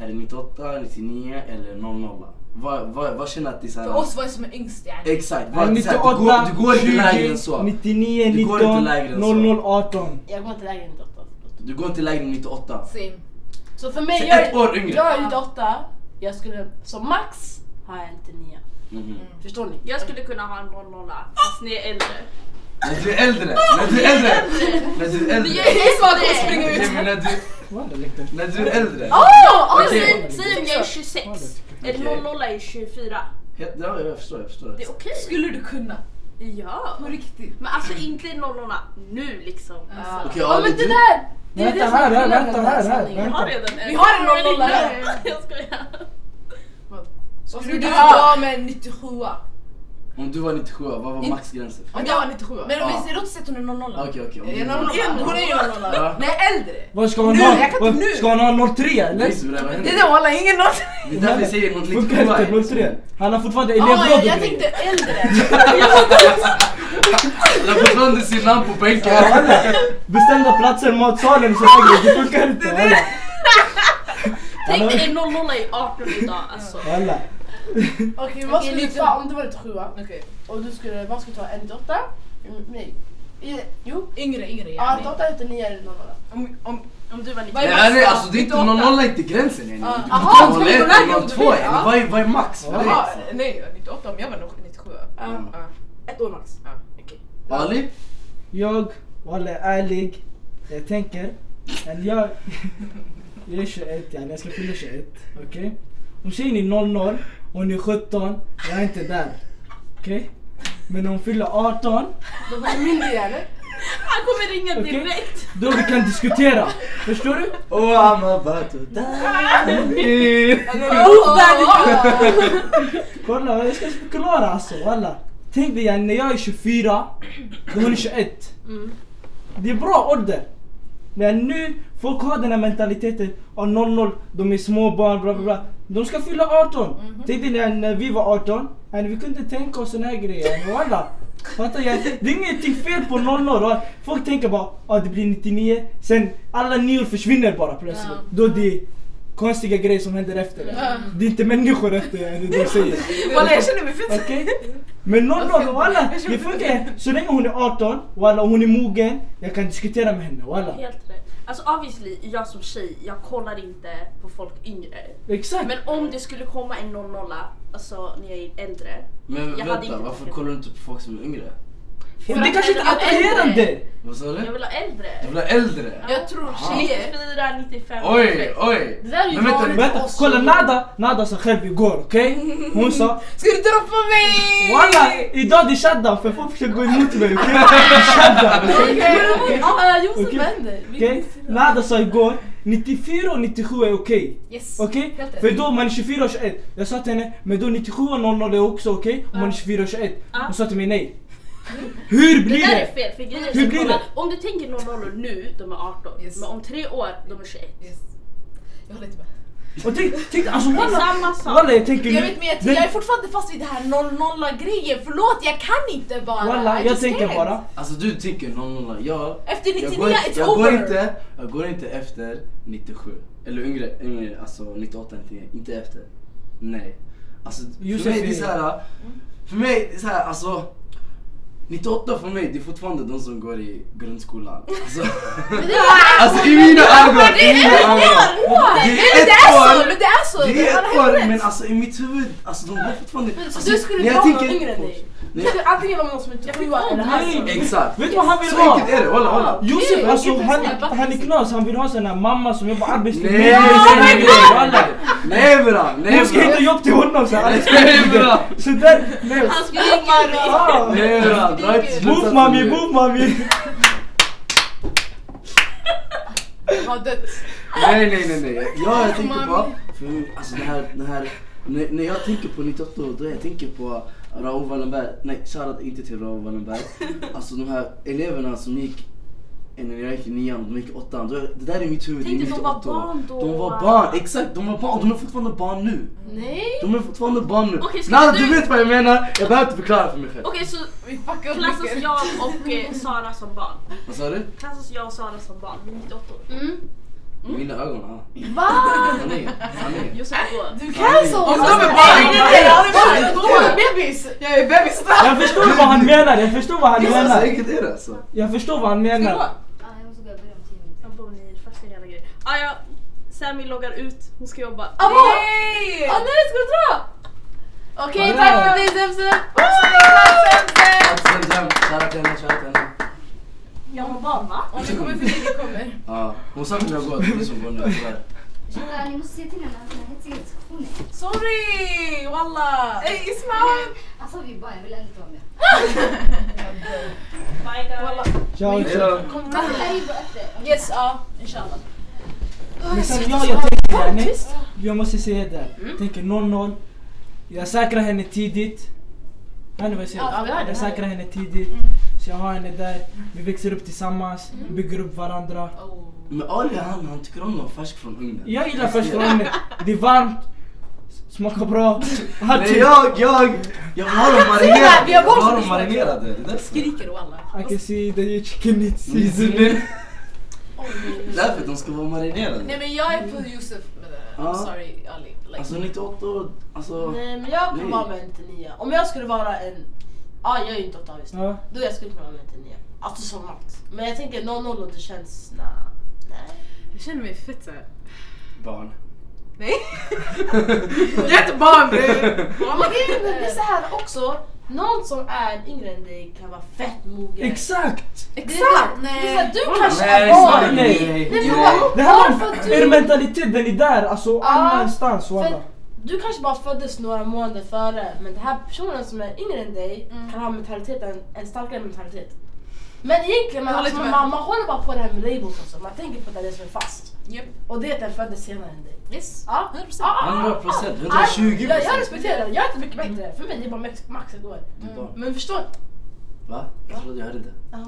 Är det 98, 99 eller 00? Vad, vad, vad känner att det är
För
såhär...
oss var det som en yngst yani.
Exakt, vad är det så här, du,
98,
går, du går inte lägre än
20,
så.
99,
Det går inte
19,
lägre än så.
00, 18.
Jag går inte lägre än 98. förlåt.
Du går inte lägre än 98.
Same.
Så för
Så
mig, jag
ett
är,
år yngre.
jag är 98. Jag skulle, som max, ha en till 9.
Mhm.
Förstår ni?
Jag skulle kunna ha en 00 fast ni är äldre.
När du är äldre, när du är äldre, när du är äldre.
Det är som att jag springer
Nej, men när du,
Vad är det?
när du är äldre.
Ah! Ja,
Okej.
säg- Säg om jag är 26. En
Okej.
00 är 24.
Ja, jag förstår, jag förstår.
Det är okej.
Skulle du kunna?
Ja.
På riktigt?
Men alltså inte 00 nu liksom. Alltså.
Okej, Ali, du,
Det är
Vänta
det som är
här, här,
skillnaden
vänta
med
här, här.
sanningen.
Jag har
Vänta.
redan en.
Vi har en 00
Nej, Jag skojar.
Skulle du vara med en 97
om du var 97, vad var maxgränsen? för?
Om
Om
jag
jag
var
var 97
Men om vi
Ja.
säger, låt oss säga att hon är 00.
Okej, okej. om
Är
du
jag
var-
00? Hon är ju 00.
Ja.
Men jag är äldre.
Vad ska man
Nu,
ha?
jag kan
Vad-
inte nu.
Ska man ha 03 eller?
Visst, vad händer?
Det är det walla, ingen 03.
Det är därför jag säger något
Funkar inte 03.
97.
Han har fortfarande
Ja,
elevråd
jag,
och
jag
grejer.
tänkte äldre.
Jag har fortfarande sin namn på bänken.
Ja, alla. Bestämda platser, matsalen och sådana grejer. Det funkar inte. alla.
Tänk dig en 00 är 18 idag alltså.
Alla.
Okej, vad
Okej,
skulle du
lite-
ta om du var 97
Okej.
och du skulle, vad skulle du ta? En till 8? Mm, nej. I, jo.
Yngre, yngre.
Ja,
yani.
inte 8 utan 9 eller 00.
Om, om,
Om du var 19.
Vad är
Nej, nej,
max då?
alltså det är inte
98.
00 är inte gränsen yani. Du
Aha,
kan
ska
hålla
vi gå
ett,
lägre om
eller
du
02
vill? Ja.
yani. Vad är- Vad är max för dig?
aha,
alltså?
nej 98 om jag var 97.
Mm.
Ett år max.
Ja, okej.
Ali?
Jag, walla är ärlig. Jag tänker. att Jag, jag är 21 yani, jag ska fylla 21. Okej? Om tjejen är 00, hon är 17, jag är inte där. Okej? Men om hon fyller 18,
Då var du mindre eller?
Han kommer ringa
Okej.
direkt.
då vi kan diskutera. Förstår du?
Oh I'm about to die.
Kolla, jag ska förklara alltså walla. Tänk dig yani, när jag är 24, då hon är 21. Det är bra ålder. Men nu, folk har den här mentaliteten av 00, de är små barn, bla bla bla. De ska fylla 18. Tänk dig när, när vi var 18, yani, vi kunde tänka oss såna här grejer. Walla. Fattar jag? Det är ingenting fel på 00. va? Folk tänker bara ah, det blir 99, sen alla nior försvinner bara plötsligt. Då det är konstiga grejer som händer efter det. Det är inte människor efter yani, det de säger.
Walla jag känner mig fett
Okej? Men 00, walla, det funkar. Så länge hon är 18, walla, och hon är mogen, jag kan diskutera med henne, walla.
Helt rätt. Alltså obviously, jag som tjej, jag kollar inte på folk yngre.
Exakt!
Men om det skulle komma en 00 alltså när jag är äldre.
Men
Jag hade
vänta,
inte
varför
tackat.
kollar du inte på folk som är yngre?
Och det kanske inte är
För att
attraherande!
Vad sa
Jag
du?
vill ha
Du
äldre.
vill ha äldre?
Jag tror
Aha.
tjejer...
94, 95,
Oj, oj!
Det där är ju
Men vänta,
vanligt
Vänta,
oss.
kolla Nada, Nada sa själv igår, okej? Hon sa
Ska du dra på mig?
Walla, idag det är shutdown för folk försöker gå emot mig, okej? Det är Shutdown!
Ja, Josef
Okej.
vänder. Vi-
Okej? Nada sa igår, 94 och 97 är okej.
Yes.
Okej?
Helt rätt.
För då man är 24 och 21. Jag sa till henne, men då 97 och 00 är också okej? Om man är 24 och 21. Hon sa till mig nej. Hur
Det
blir
där är
det?
fel, för grejen
Hur
är
blir
så kolla,
det?
om du tänker 00 nu, de är 18.
Yes.
Men om tre år, de är 21.
Yes. Jag håller inte med.
Och tänk, tänk alltså
Det är
walla,
samma sak.
walla jag tänker
Jag vet men jag,
den-
jag är fortfarande fast vid det här 00 grejen. Förlåt, jag kan inte bara.
Walla,
I
jag
just
tänker
can't.
bara.
Alltså du tycker 00, jag...
Efter
Jag
99,
går,
it's
jag,
over.
går inte, jag går inte efter 97. Eller yngre, yngre alltså 98, 99. Inte efter. Nej. Alltså för
Josef
mig det är
är-
såhär...
Mm.
För mig det är såhär alltså... 98 för mig det är fortfarande de som går i grundskolan. Alltså, alltså i mina ögon! I mina ögon! Det är
Det
ett
är så,
år!
men det är så.
Det är
Han
ett
har helt
år men
rätt.
alltså i mitt huvud, alltså de går fortfarande... Alltså,
du skulle
när jag
vara
tänker-
yngre än dig?
Nej,
Antingen var man någon som inte får vara eller alltså.
Nej.
han.
Exakt!
Vet du vad han vill
Så
ha?
enkelt är det, walla walla!
Josef
Nej,
alltså
inte
han,
ens jag,
han är
faktiskt.
knas, han vill ha sån här mamma som jobbar
Nej,
arbetsförmedling.
nej, nej, nej, nej. nej bra, nej
Hon ska
bra.
hitta jobb till honom såhär.
Nej bra,
Så där, nej.
Han skulle jobba
Ah.
nej bra. Dra inte slutsatsen
Move mami,
nu.
move mami.
Har dött.
Nej, nej, nej, nej. Jag, jag tänker på, för, alltså den här, den här, när, när jag tänker på 98 år, då jag tänker på Raoul Wallenberg. Nej, shoutout inte till Raoul Wallenberg. Alltså de här eleverna som gick eh, när jag gick i nian och de gick i åttan. då- Det där är mitt huvud.
Tänk
det
dig,
är
de var
98 år.
barn då.
De var barn, exakt. De var barn. De är fortfarande barn nu.
Nej.
De är fortfarande barn nu.
Okej, ska
Nej,
du-
du vet vad jag menar. Jag behöver inte förklara för mig själv.
Okej, så
Vi fuckar upp
klassas
mycket.
jag och eh, Sara som barn.
Vad sa du?
Klassas jag och Sara som barn, vi är 98 år.
Mina ögon, ja.
Va?
Sanningen. Sanningen.
Josef går.
Du kan så.
Om de är
Nej, nej, nej,
barn!
ja, det är barn. Då är det bebis.
Jag är bebis där!
Jag förstår vad han menar, jag förstår vad han
Så
menar.
enkelt är det alltså.
Jag förstår vad han menar.
Jag bor i fasta hela grejen. Ah, ja. Sammy loggar ut, hon ska jobba.
Ah,
Åh nej! Åh nej, ska du dra? Okej,
Bra.
tack för dig Zemzem!
Sen glöm, kära kvinnor, kära kvinnor.
Jag var barn va?
Om vi kommer för dig, vi kommer.
Ja, hon sa att jag går, det är som går nu tyvärr.
Tjena, ni måste se till henne att den här hetsiga diskussionen.
Sorry, walla! Ey Ismail!
Alltså vi bara, jag vill aldrig vara med.
Bye guys.
Ciao,
Hej
ciao.
då.
Alltså det här är ju bara efter.
Yes, ja, inshallah.
Men sen jag, jag tänker henne, jag måste säga det.
Mm.
Jag tänker 0-0. Jag säkrar henne tidigt. Hör ni vad jag
Ja, vi hör det,
säger?
Mm.
Jag
hör det.
säkrar henne tidigt. Så jag har henne där. Vi växer upp tillsammans,
Mm.
bygger upp varandra.
Men Ali han, han tycker om någon färsk från ugnen.
Jag gillar första gången. Det är varmt, smakar bra. Allt
Nej
är-
jag, jag, jag vill ha dem marinerade.
vi har
Jag vill ha
barn
dem
som
marinerade. Det är därför.
Skriker walla.
I can see that you chicken it seasoning.
Mm.
Seasoning. Därför de ska vara marinerade.
Nej men jag är på Yusuf med det. I'm
Ja.
sorry Ali. Like,
Alltså 98 år, alltså.
Nej men jag
Nej.
kan vara med en till nia. Om jag skulle vara en... Ja ah, jag är ju inte åtta visst.
Ja.
Då jag skulle kunna vara med en till nia. Alltså som allt. Men jag tänker 00 och det känns... Nah. Nej.
Jag känner mig fett såhär.
Barn.
Jag är inte barn bre!
Men grejen är att det är så här också. Någon som är yngre än dig kan vara fett mogen.
Exakt!
Exakt! Det är så
nej.
här, du kanske
Nej,
är barn.
snälla, nej, nej.
Det här var er mentalitet, den är där alltså annanstans walla.
För du kanske bara föddes några månader före men den här personen som är yngre än dig kan ha mentaliteten, en starkare mentalitet. Men egentligen, man,
Jag håller
alltså,
inte
man,
med.
man håller bara på det här med labels och så. Man tänker på det som är fast.
Japp.
Och det är att den föddes senare än dig.
Yes.
Ja.
100%.
Ja, ja,
100
ja,
procent,
ja.
120
Jag, jag
procent.
respekterar det, jag är inte mycket bättre. För mig är det bara max, max ett år.
Mm.
Men förstår du?
Va? Jag trodde jag hörde det.
Vad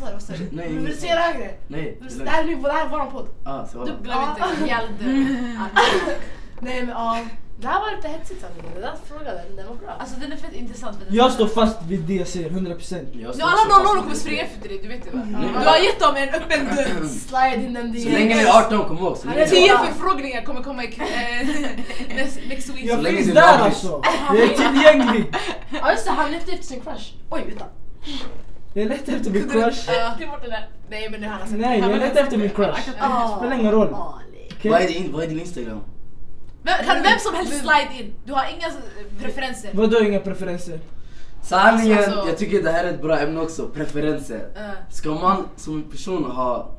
sa du? Vad sa du?
Nej,
Du vill
inget.
se det högre?
Nej, det är
Det
lugnt.
här är min- det här är våran podd.
Ah, så var det.
Glöm inte Hjalde.
Nej men ja. Det här var lite hetsigt Sanna. Den där frågan, den var bra.
Alltså den är fett intressant. men den-
Jag står fast vid det jag säger, 100%.
Jag
Nu
står så
alla
fast
nollor kommer
vid
springa
det.
efter dig, du vet det va?
Mm.
Nej.
Du har gett dem en öppen dörr.
Slide in den
Så länge ni är 18 kom ihåg. Så länge ni är
Tio
18.
förfrågningar kommer komma i- eh, next- next week.
Jag
länge
finns
det är
där
lagligt.
alltså! Jag är tillgänglig!
Ja just det, han letade efter sin crush. Oj, vänta.
Jag letar efter min crush.
Ja. Nej men nu har han sagt
Nej, jag letar efter min crush. Det spelar ingen roll. Okej?
Vad är din- vad är din Instagram?
Vem, kan vem som helst slide in? Du har inga eh, preferenser.
Vadå inga preferenser?
Sanningen,
Alltså-
jag tycker det här är ett bra ämne också, preferenser.
Eh,
Ska man som person ha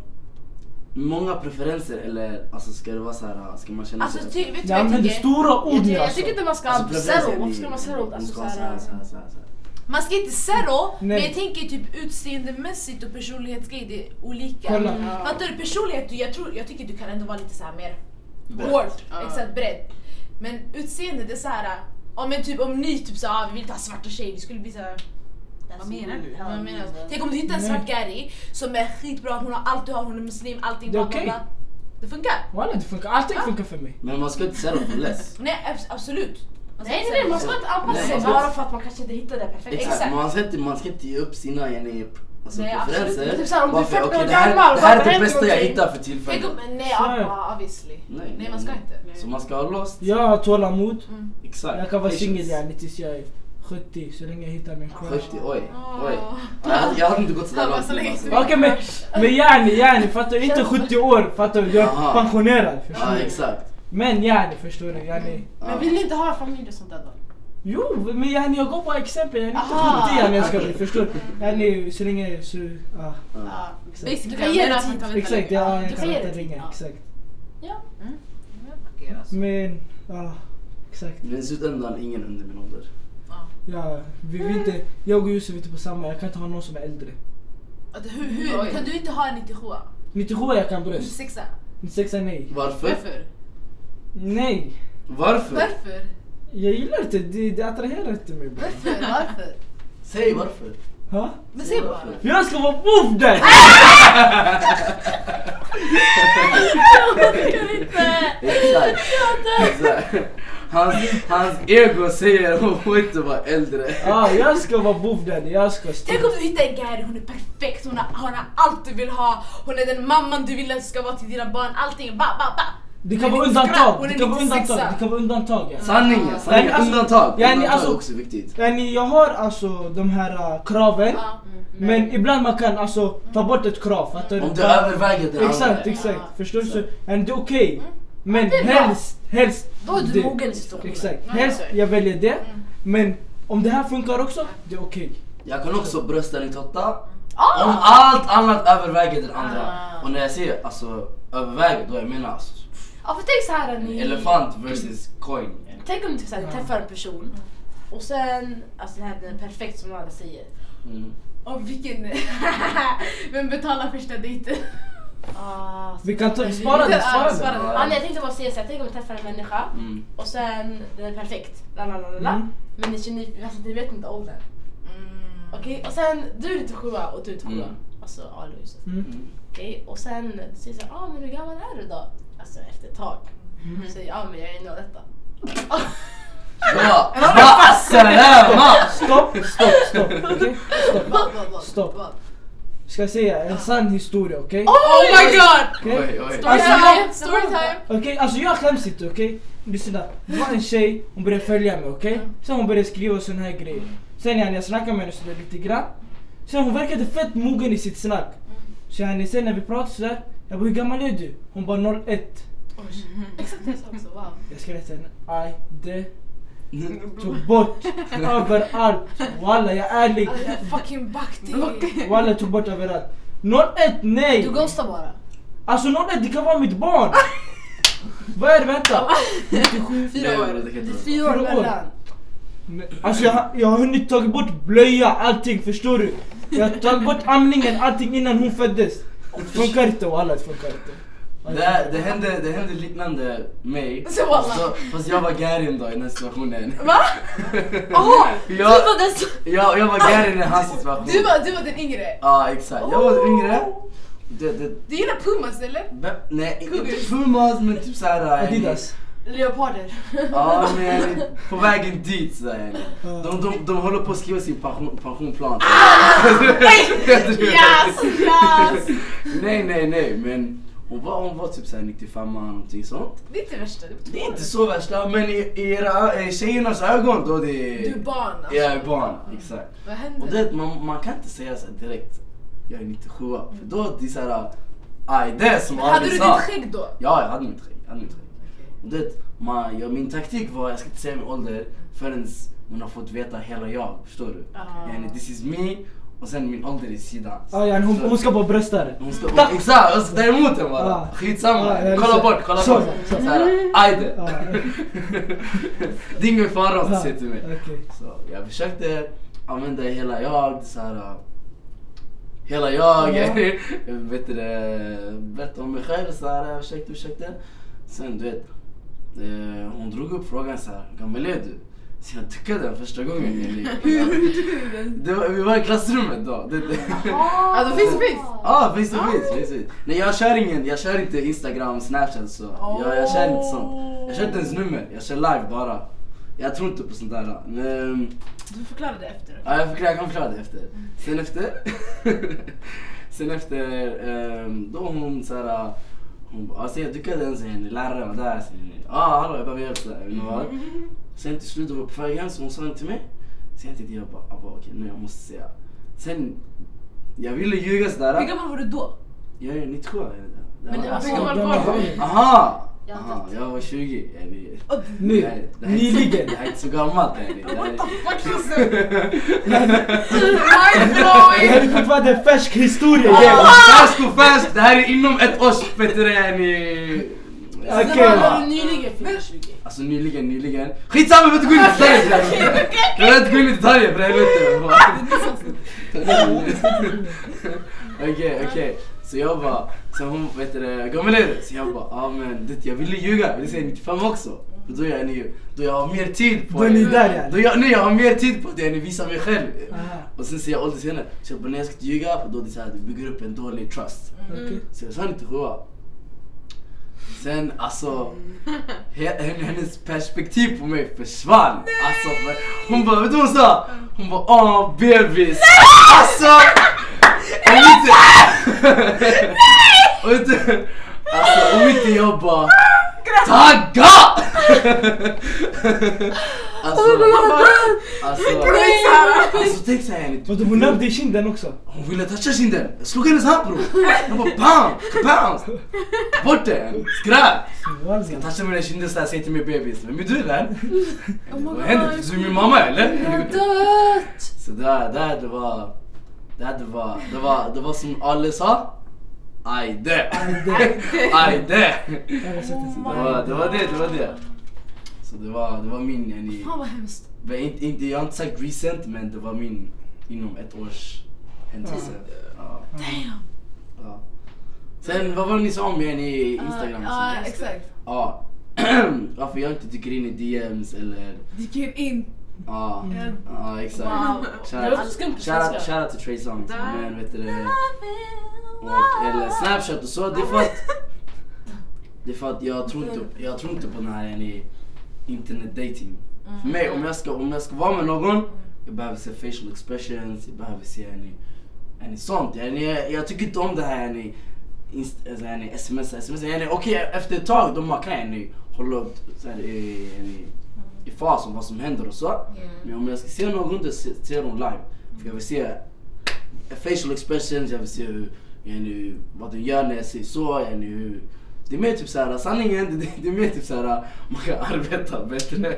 många preferenser eller alltså ska det vara så här, ska man känna
Alltså
sig...
ty, vet du
Jag
vad jag
använder
tycker?
stora ord nu
Jag
alltså.
tycker inte man ska
Alltså,
ha
preferenser
zero. Varför
i-
ska man zero? Alltså
ska ha så
såhär...
här, så här, så här, så här.
Man ska inte zero, men
Nej.
jag tänker typ utseendemässigt och personlighetsgrej, det är olika. Mm.
Kolla.
Fattar du? Personlighet, du- jag, tror, jag tycker du kan ändå vara lite så här mer
Brett.
hård, exakt bredd. Men utseende, det är så här, ja men typ om ni typ sa ah, vi vill ta svarta tjejer, vi skulle bli så här,
Vad menar du?
ja, jag menar,
Mm.
Tänk om du hittar en
Nej.
svart gäri som är skitbra, hon har allt du har, hon är muslim, allting
Det är
bla bla
okej.
bla. Det funkar.
Walla det funkar, allting funkar för mig.
Men man ska inte säga dem för less.
Nej abs- absolut. Man ska
Nej
inte
nej
säga-
nej, man ska inte anpassa
Nej,
sig
exakt.
bara för att man kanske inte hittar det perfekta.
Exakt.
Exakt.
Man, ska inte, man ska inte ge upp sina yani, alltså,
Nej, absolut.
preferenser.
Typ så här, om du är
Bara för,
40 år
okej, det, här,
gammal,
det här
vad
är det
händer
bästa jag
någonting?
hittar för
Tänk
tillfället.
om, nej,
Så
ja,
är det.
ja, obviously. Nej, man ska inte.
Så man ska ha lost.
Jag har tålamod.
Exakt.
Jag kan vara
Patience.
singel yani tills jag är 70 så länge jag hittar min crush.
70, oj. oj. Jag, hade- jag hade inte gått sådär
Ja,
långt.
så länge
alltså.
inte-
Okej men, men yani yani fattar du? Inte 70 år fattar du? Jag
Aha.
är pensionerad förstår
Ja,
du?
exakt.
Men yani förstår du yani.
Ja.
Men vill ni inte ha familj och sånt där då?
Jo men yani jag går på exempel. Yani inte
Aha.
70 yani jag ska bli förstår du? Yani så länge så, ah.
Ja.
Exakt.
Basically,
Du kan ge
jag menar
det
att man kan vänta
Exakt,
länge.
ja,
Du
jag
kan
kan
ge
inte
det tid,
ringa.
ja.
Exakt.
Okej, alltså.
Men, ja. Exakt.
Men i slutändan ingen under min ålder.
Ja, vi vi inte, jag och Yusuf är inte på samma, jag kan inte ha någon som är äldre.
Att Hur, hur, kan du inte ha en 97
97 jag kan bröst,
96
96 nej.
Varför?
Varför?
Nej,
Varför?
Varför?
jag gillar inte, det, det attraherar inte mig bara.
Varför? Varför?
Säg varför.
Ha?
Men säg bara.
Jag ska vara move där!
Exakt. Exakt. Hans, hans ego säger att hon får inte vara äldre.
Ja, jag ska vara move där, jag ska stå.
Tänk om du hittar en Gary, hon är perfekt, hon har, hon har allt du vill ha, hon är den mamman du vill att ska vara till dina barn, allting ba ba ba.
Det kan vara
Hon är 96,
undantag,
hon
det
är 96.
kan vara undantag, det kan vara undantag. ja.
Sanningen, sanningen.
Nej, alltså-
undantag.
Ja, ni-
undantag
alltså-
är också viktigt.
Yani, jag har alltså de här äh, kraven,
Ja.
Mm.
men ibland man kan alltså ta bort ett krav. Fattar
Om du överväger den
Exakt,
andra.
exakt.
Ja.
Förstår du? Så,
Exakt.
and det är okej. Men
Mm. är bra.
helst, helst...
Då är du
det.
mogen Mm. i situationen.
Exakt.
Ja,
Helst
exakt.
jag väljer det. Men om det här funkar också, det är okej.
Jag kan också brösta din totta.
Ah!
Om allt annat överväger den andra. Och när jag säger alltså överväger, då jag menar alltså,
Ja för tänk såhär
en
ni...
elefant versus coin.
Tänk om du typ, såhär, träffar en person och sen, alltså det här den är perfekt som alla säger.
Mm.
Och vilken... Vem betalar första dejten?
Ah,
Vi kan ta, spara den, spara
spara
den.
den.
Ah, nej, jag tänkte bara säga såhär, tänk om du träffar en människa
Mm.
och sen den är perfekt, la la la la la.
Mm.
Men ni, ni, alltså, ni vet inte åldern. Okej, och sen du är lite sjua och du är sjua.
Mm.
Alltså Ali och Josef.
Mm.
Mm.
Okej, och sen du säger såhär, ah men hur gammal är du då? Alltså efter ett tag.
Mm-hmm.
Mm. Säger ja men jag är nog detta.
Bra! Bra! Salama!
Stopp, stopp, stopp. Okej? Stopp.
Vad, vad, vad?
Stopp.
vad?
Ska jag säga en sann historia, okej?
Oh my god!
Okej?
Oj, oj.
Alltså,
Storytime! Storytime!
Okej, alltså jag skäms inte okej? Lyssna, det var en tjej, hon började följa mig okej? Sen hon började skriva såna här grejer. Sen yani, jag snackade med henne sådär lite grann. Sen hon verkade fett mogen i sitt snack. Så yani, sen när vi pratade sådär, jag bara hur gammal är du? Hon bara 01.
Exakt det jag sa också, wow.
Jag skrev till henne, aj det
Mm.
tog bort överallt. Walla jag är ärlig.
Fucking back till...
Walla tog bort överallt. 01 nej!
Du ghostar bara.
Alltså 01 det kan vara mitt barn! Vad är det? Vänta! 97
Fyra år. Det kan inte vara.
Fyra år
Fyra år.
mellan.
Men, Alltså jag, har- jag har hunnit tagit bort blöja, allting förstår du? Jag har tagit bort amningen, allting innan hon föddes. Det funkar inte walla, det funkar inte.
Det, det, hände, det hände liknande mig.
Så wallah.
Så, fast jag var gärin då i den här situationen.
Va? Jaha!
Jag,
Du var den som-
jag, jag var gärin i hans situation.
Du var, du var den yngre.
Ja exakt, jag var yngre. Det, det,
Du gillar Pumas eller?
be, nej, inte
Kugel.
Pumas men typ såhär... eh,
Adidas.
Leoparder.
Ja men på vägen dit såhär. De, de, de håller på att skriva sin pension, pensionplan.
Ah! Yes! Yes!
Nej nej nej men Hon var, hon var typ såhär 95 någonting sånt.
Det är inte värsta, det är
Det är inte så värst men i, i era, i tjejernas ögon då det
Du är barn alltså.
Jag är barn, exakt.
Vad
Och
händer?
det, man, man kan inte säga såhär direkt, jag är 97 för då det är såhär, aj det är som
Hade
Ali
du
sa.
ditt skägg då?
Ja, jag hade mitt skägg. Jag hade mitt skägg. Och Det, man, ja, min taktik var, jag ska inte säga min ålder förrän man har fått veta hela jag, förstår du?
Ah.
Yani, this is me och sen min ålder i sidan.
Ja, Ah, ja, hon,
Förstår
hon
du?
ska bara brösta det.
hon ska, hon, exakt, hon ska ta emot den bara.
Ja.
Skitsamma,
Ah, Ja, jag
kolla
ser.
bort, kolla
Så,
bort.
så.
Såhär, ajde.
Ja.
Det är ingen fara om du
Ja,
säger till mig.
Ah, okej.
Så jag försökte använda hela jag, så här, uh, hela jag,
Ja.
vet du det, berätta om mig själv, så här, jag försökte, försökte. Sen du vet, eh, hon drog upp frågan så här, hur gammal är du? Så jag tyckte den första gången. det var, vi var i klassrummet då. Det, det.
Ja, då Alltså, finns det finns.
Ah, face to face, face to face. Nej jag kör ingen, jag kör inte Instagram, Snapchat så. Jag, jag kör inte sånt. Jag kör inte ens nummer, jag kör live bara. Jag tror inte på sånt där. Men,
Du förklarade det efter.
ja, jag, förklarar, jag kan förklara det efter. Sen efter, sen efter, ehm, då hon såhär, hon bara, alltså jag duckade ens henne, läraren var där. Sen, ah hallå jag behöver hjälp såhär, vet ni vad? Sen till slut var jag på väg hem så hon sa den till mig. Sen jag tänkte jag bara, abba, okej nu jag måste säga. Sen, jag ville ljuga sådär.
Hur gammal var du då?
Jag är 97 är det där. Det
Men
var-
alltså,
Hur gammal
Ja,
var
men-
du?
Aha!
Jag har
Aha, jag var 20. Jag är-
Nu,
det här- det här är inte så-
nyligen.
Det här är inte så gammalt. jag är- det här är-
Det här är fortfarande en färsk historia.
Det
Yeah.
är Färsk och färsk! Det här är inom ett års bättre än i...
Okej.
Det var när du nyligen fyllde 20.
Alltså nyligen, nyligen. Skitsamma, vi behöver inte gå in i detaljer! bror. Vi behöver inte gå in i detaljer för helvete. Okej, okej. Så jag bara, så hon vet du det, gammal är du? Så jag bara, ja men det, jag ville ljuga, jag ville säga 95 också. För då är ni då jag har mer tid på
Då är ni där, ja. Ah,
Då jag, nej, jag har mer tid på det än att visa mig själv.
Aha.
Och sen säger jag ålder senare, så jag bara, nej jag ska inte ljuga för då är det så här, du bygger upp en dålig trust.
Okej.
Så jag sa 97 Sen alltså, he- hen- hennes perspektiv på mig försvann. Alltså, för- hon bara, vet du vad hon sa? Hon bara, åh bebis. Alltså! Om inte... Om inte... Alltså om inte jag bara... Tagga! Alltså, alltså, alltså tänk såhär
Vadå hon nöp dig i kinden också?
hon ville toucha kinden, jag slog hennes hand bror! Jag bara bam! Bounce! Bort den! Skräp! Jag touchade mina kinder såhär, säger till min bebis, vem är du där? Vad händer? Du är min mamma eller?
Dött!
Så där, där det var, där det var, det var, det var som alla sa, ajde! Ajde!
Jag har sett en
Det
sån där.
var, det var det, det var det. Så det var, det var min, yani,
Fan vad hemskt.
men inte, inte, jag har inte sagt recent men det var min inom ett års händelse. Ja. Ja. Sen vad var det ni sa om igen i
Ah,
Instagram? och
Ja,
sånt där?
exakt.
Ja. Varför jag inte dyker in i DMs eller...
Gick in.
Ja, ja exakt.
Wow.
Det låter skumt på svenska.
Shoutout till Trey Songz. Men vet du det... Och, eller Snapchat och så. Det är för att... Det är för att jag tror inte, jag tror inte på den här yani, internet dating.
Mm.
För mig, om jag, ska, om jag ska vara med någon, jag behöver se facial expressions, jag behöver se yani, yani, sånt. Yani, jag, jag tycker inte om det här yani, inst, alltså, yani, sms, sms. Yani, Okej, efter ett tag då man kan yani, hålla upp så här, i- yani, i
Mm.
fas om vad som händer och så. Men om jag ska se någon, då se- ser de live. För jag vill se facial expressions, jag vill se hur, yani, vad den gör när jag säger så. Yani, hur, det är mer typ såhär, sanningen, det, det, det är mer typ såhär, man kan arbeta bättre.
Men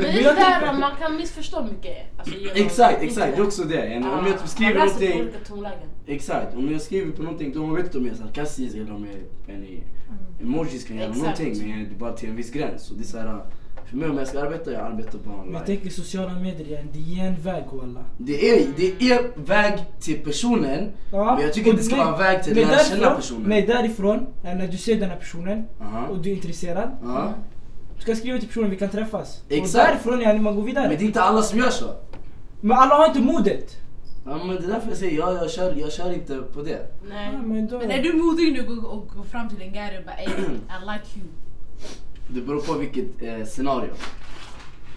det är där man kan missförstå mycket. Alltså, genom
typ- exakt, exakt,
internet. Ah,
det är också det. Yani, om jag typ skriver
man läser på
någonting,
olika tonlägen.
exakt, om jag skriver på någonting, då vet inte om jag är sarkastisk eller om jag är yani, emojis kan göra
Exakt.
någonting. Men yani, det är bara till en viss gräns. Så det är såhär, för mig om jag ska arbeta, jag arbetar bara
Men
online.
jag tänker sociala medier, igen, det är en väg walla.
Det är, det är väg till personen,
Ja,
men jag tycker
och
inte det ska
nej,
vara väg till att
nej,
lära känna
därifrån-
personen.
Nej därifrån, eh, när du ser den här personen
Aha.
och du är intresserad.
Ja.
Du ska skriva till personen, vi kan träffas.
Exakt.
Och därifrån yani man går vidare.
Men
Men,
det är inte alla som gör så.
alla har inte modet.
Ja, men det är därför jag säger, jag, jag, kör, jag kör inte på det.
Ja,
Nej.
men då...
Men är du modig nu och- och går fram till en gäri och bara ey, I like you.
Det beror på vilket eh, scenario.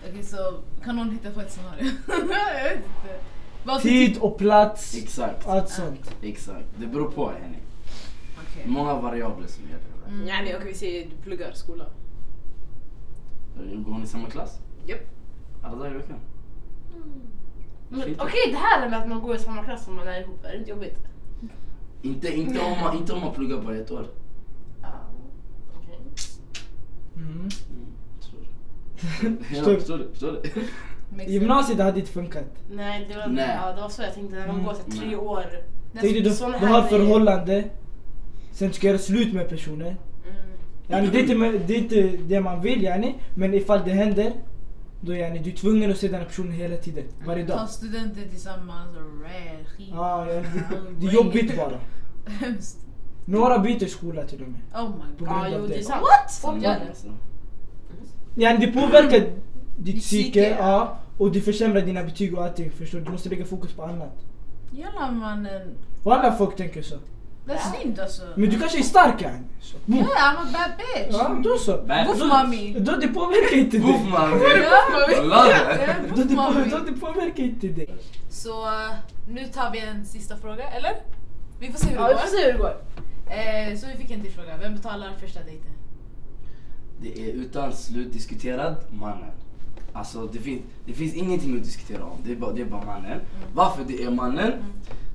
Okej så kan någon hitta på ett scenario? jag vet inte. Vad för
Tid och plats,
Exakt,
allt sånt.
exakt. Det beror på henne. Många variabler som gäller.
Mm.
Yani, okej vi säger du pluggar skola.
Går ni i samma klass?
Japp.
Alla dagar i veckan?
Men
Fint.
Okej, det här med att man går i samma klass som man är ihop, är det inte jobbigt?
Inte, inte, om man, inte om man pluggar bara ett år.
Okej.
Mm.
Förstår du? Ja,
Förstår.
Förstår du? Förstår du?
Gymnasiet hade inte funkat.
Nej, det var,
Nej.
Ja, det var så jag tänkte när
Mm.
de går så
Nej.
tre år.
Tänk dig, du,
sån
du
här
har
är-
ett förhållande, sen du ska göra slut med personen.
Mm.
Yani, det, är inte, det är inte det man vill yani, men ifall det händer, då yani, du är tvungen att se den här personen hela tiden. Varje dag.
Ta studenten tillsammans och red, skit.
Ah, yani, det, det är jobbigt bara.
Hemskt.
Några byter skola till och med.
Oh my
På
god.
grund
Ja, jo
av
det är
det.
sant.
Samma
gör det.
alltså.
Yani, det påverkar ditt
psyke,
psyke
ja.
ja, och det försämrar dina betyg och allting. Förstår du? Du måste lägga fokus på annat.
Jalla mannen.
Och alla folk tänker så.
That's synd alltså.
Men du kanske är stark yani. Så, boom.
Yeah, I'm a bad bitch.
Ja, då så.
Bad
Woof mommy.
Då det påverkar inte dig.
Woof man! Wallah!
Då det, på, då det påverkar inte dig.
Så eh, nu tar vi en sista fråga, eller? Vi får se hur
Ja,
det
vi
går.
får se hur det går.
Eh, så vi fick en till fråga. Vem betalar första dejten?
Det är utan slut diskuterad mannen. Alltså det finns, det finns ingenting att diskutera om. Det är bara, det är bara mannen. Varför det är mannen?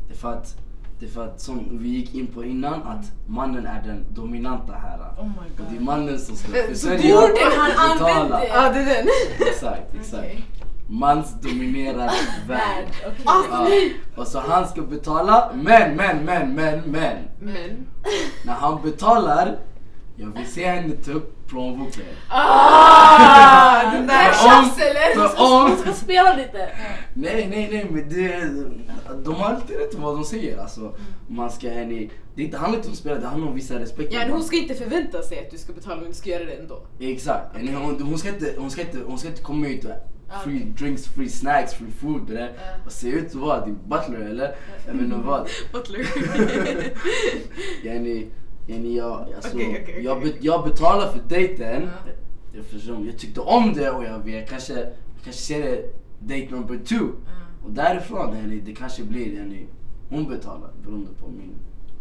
Det är för att, det är för att som vi gick in på innan, att mannen är den dominanta här.
Oh my
Och det är
god.
mannen som ska försörja
Orden
och
han
betala.
använder!
Ja, det är den.
Exakt, exakt.
Okej.
Mansdominerad värld.
Okej.
Ja. Och så han ska betala, men, men, men, men, men.
Men.
När han betalar, jag vill se henne ta upp plånboken.
Ah, den
För
där.
om,
alltså, eller?
för om,
Vi ska spela lite.
nej, nej, nej, men det, de har alltid rätt i vad de säger. Alltså, man ska, ni, det är inte- handlar inte om spel, det handlar om vissa respekt.
Yani, hon ska inte förvänta sig att du ska betala men du ska göra det ändå.
Exakt. Ni, hon, hon, ska inte, hon, ska inte, hon ska inte komma hit och free drinks, free snacks, free food det där. och se ut som vad, din butler eller? Jag vet inte vad.
Mm.
Butler.
Yani, yani jag, alltså,
Okej, okej, okej,
jag, be,
okej.
jag betalar för dejten. Jag, förstår, jag tyckte om det och jag, jag kanske, jag kanske ser det date number two. Och därifrån, yani, det kanske blir yani, hon betalar beroende på min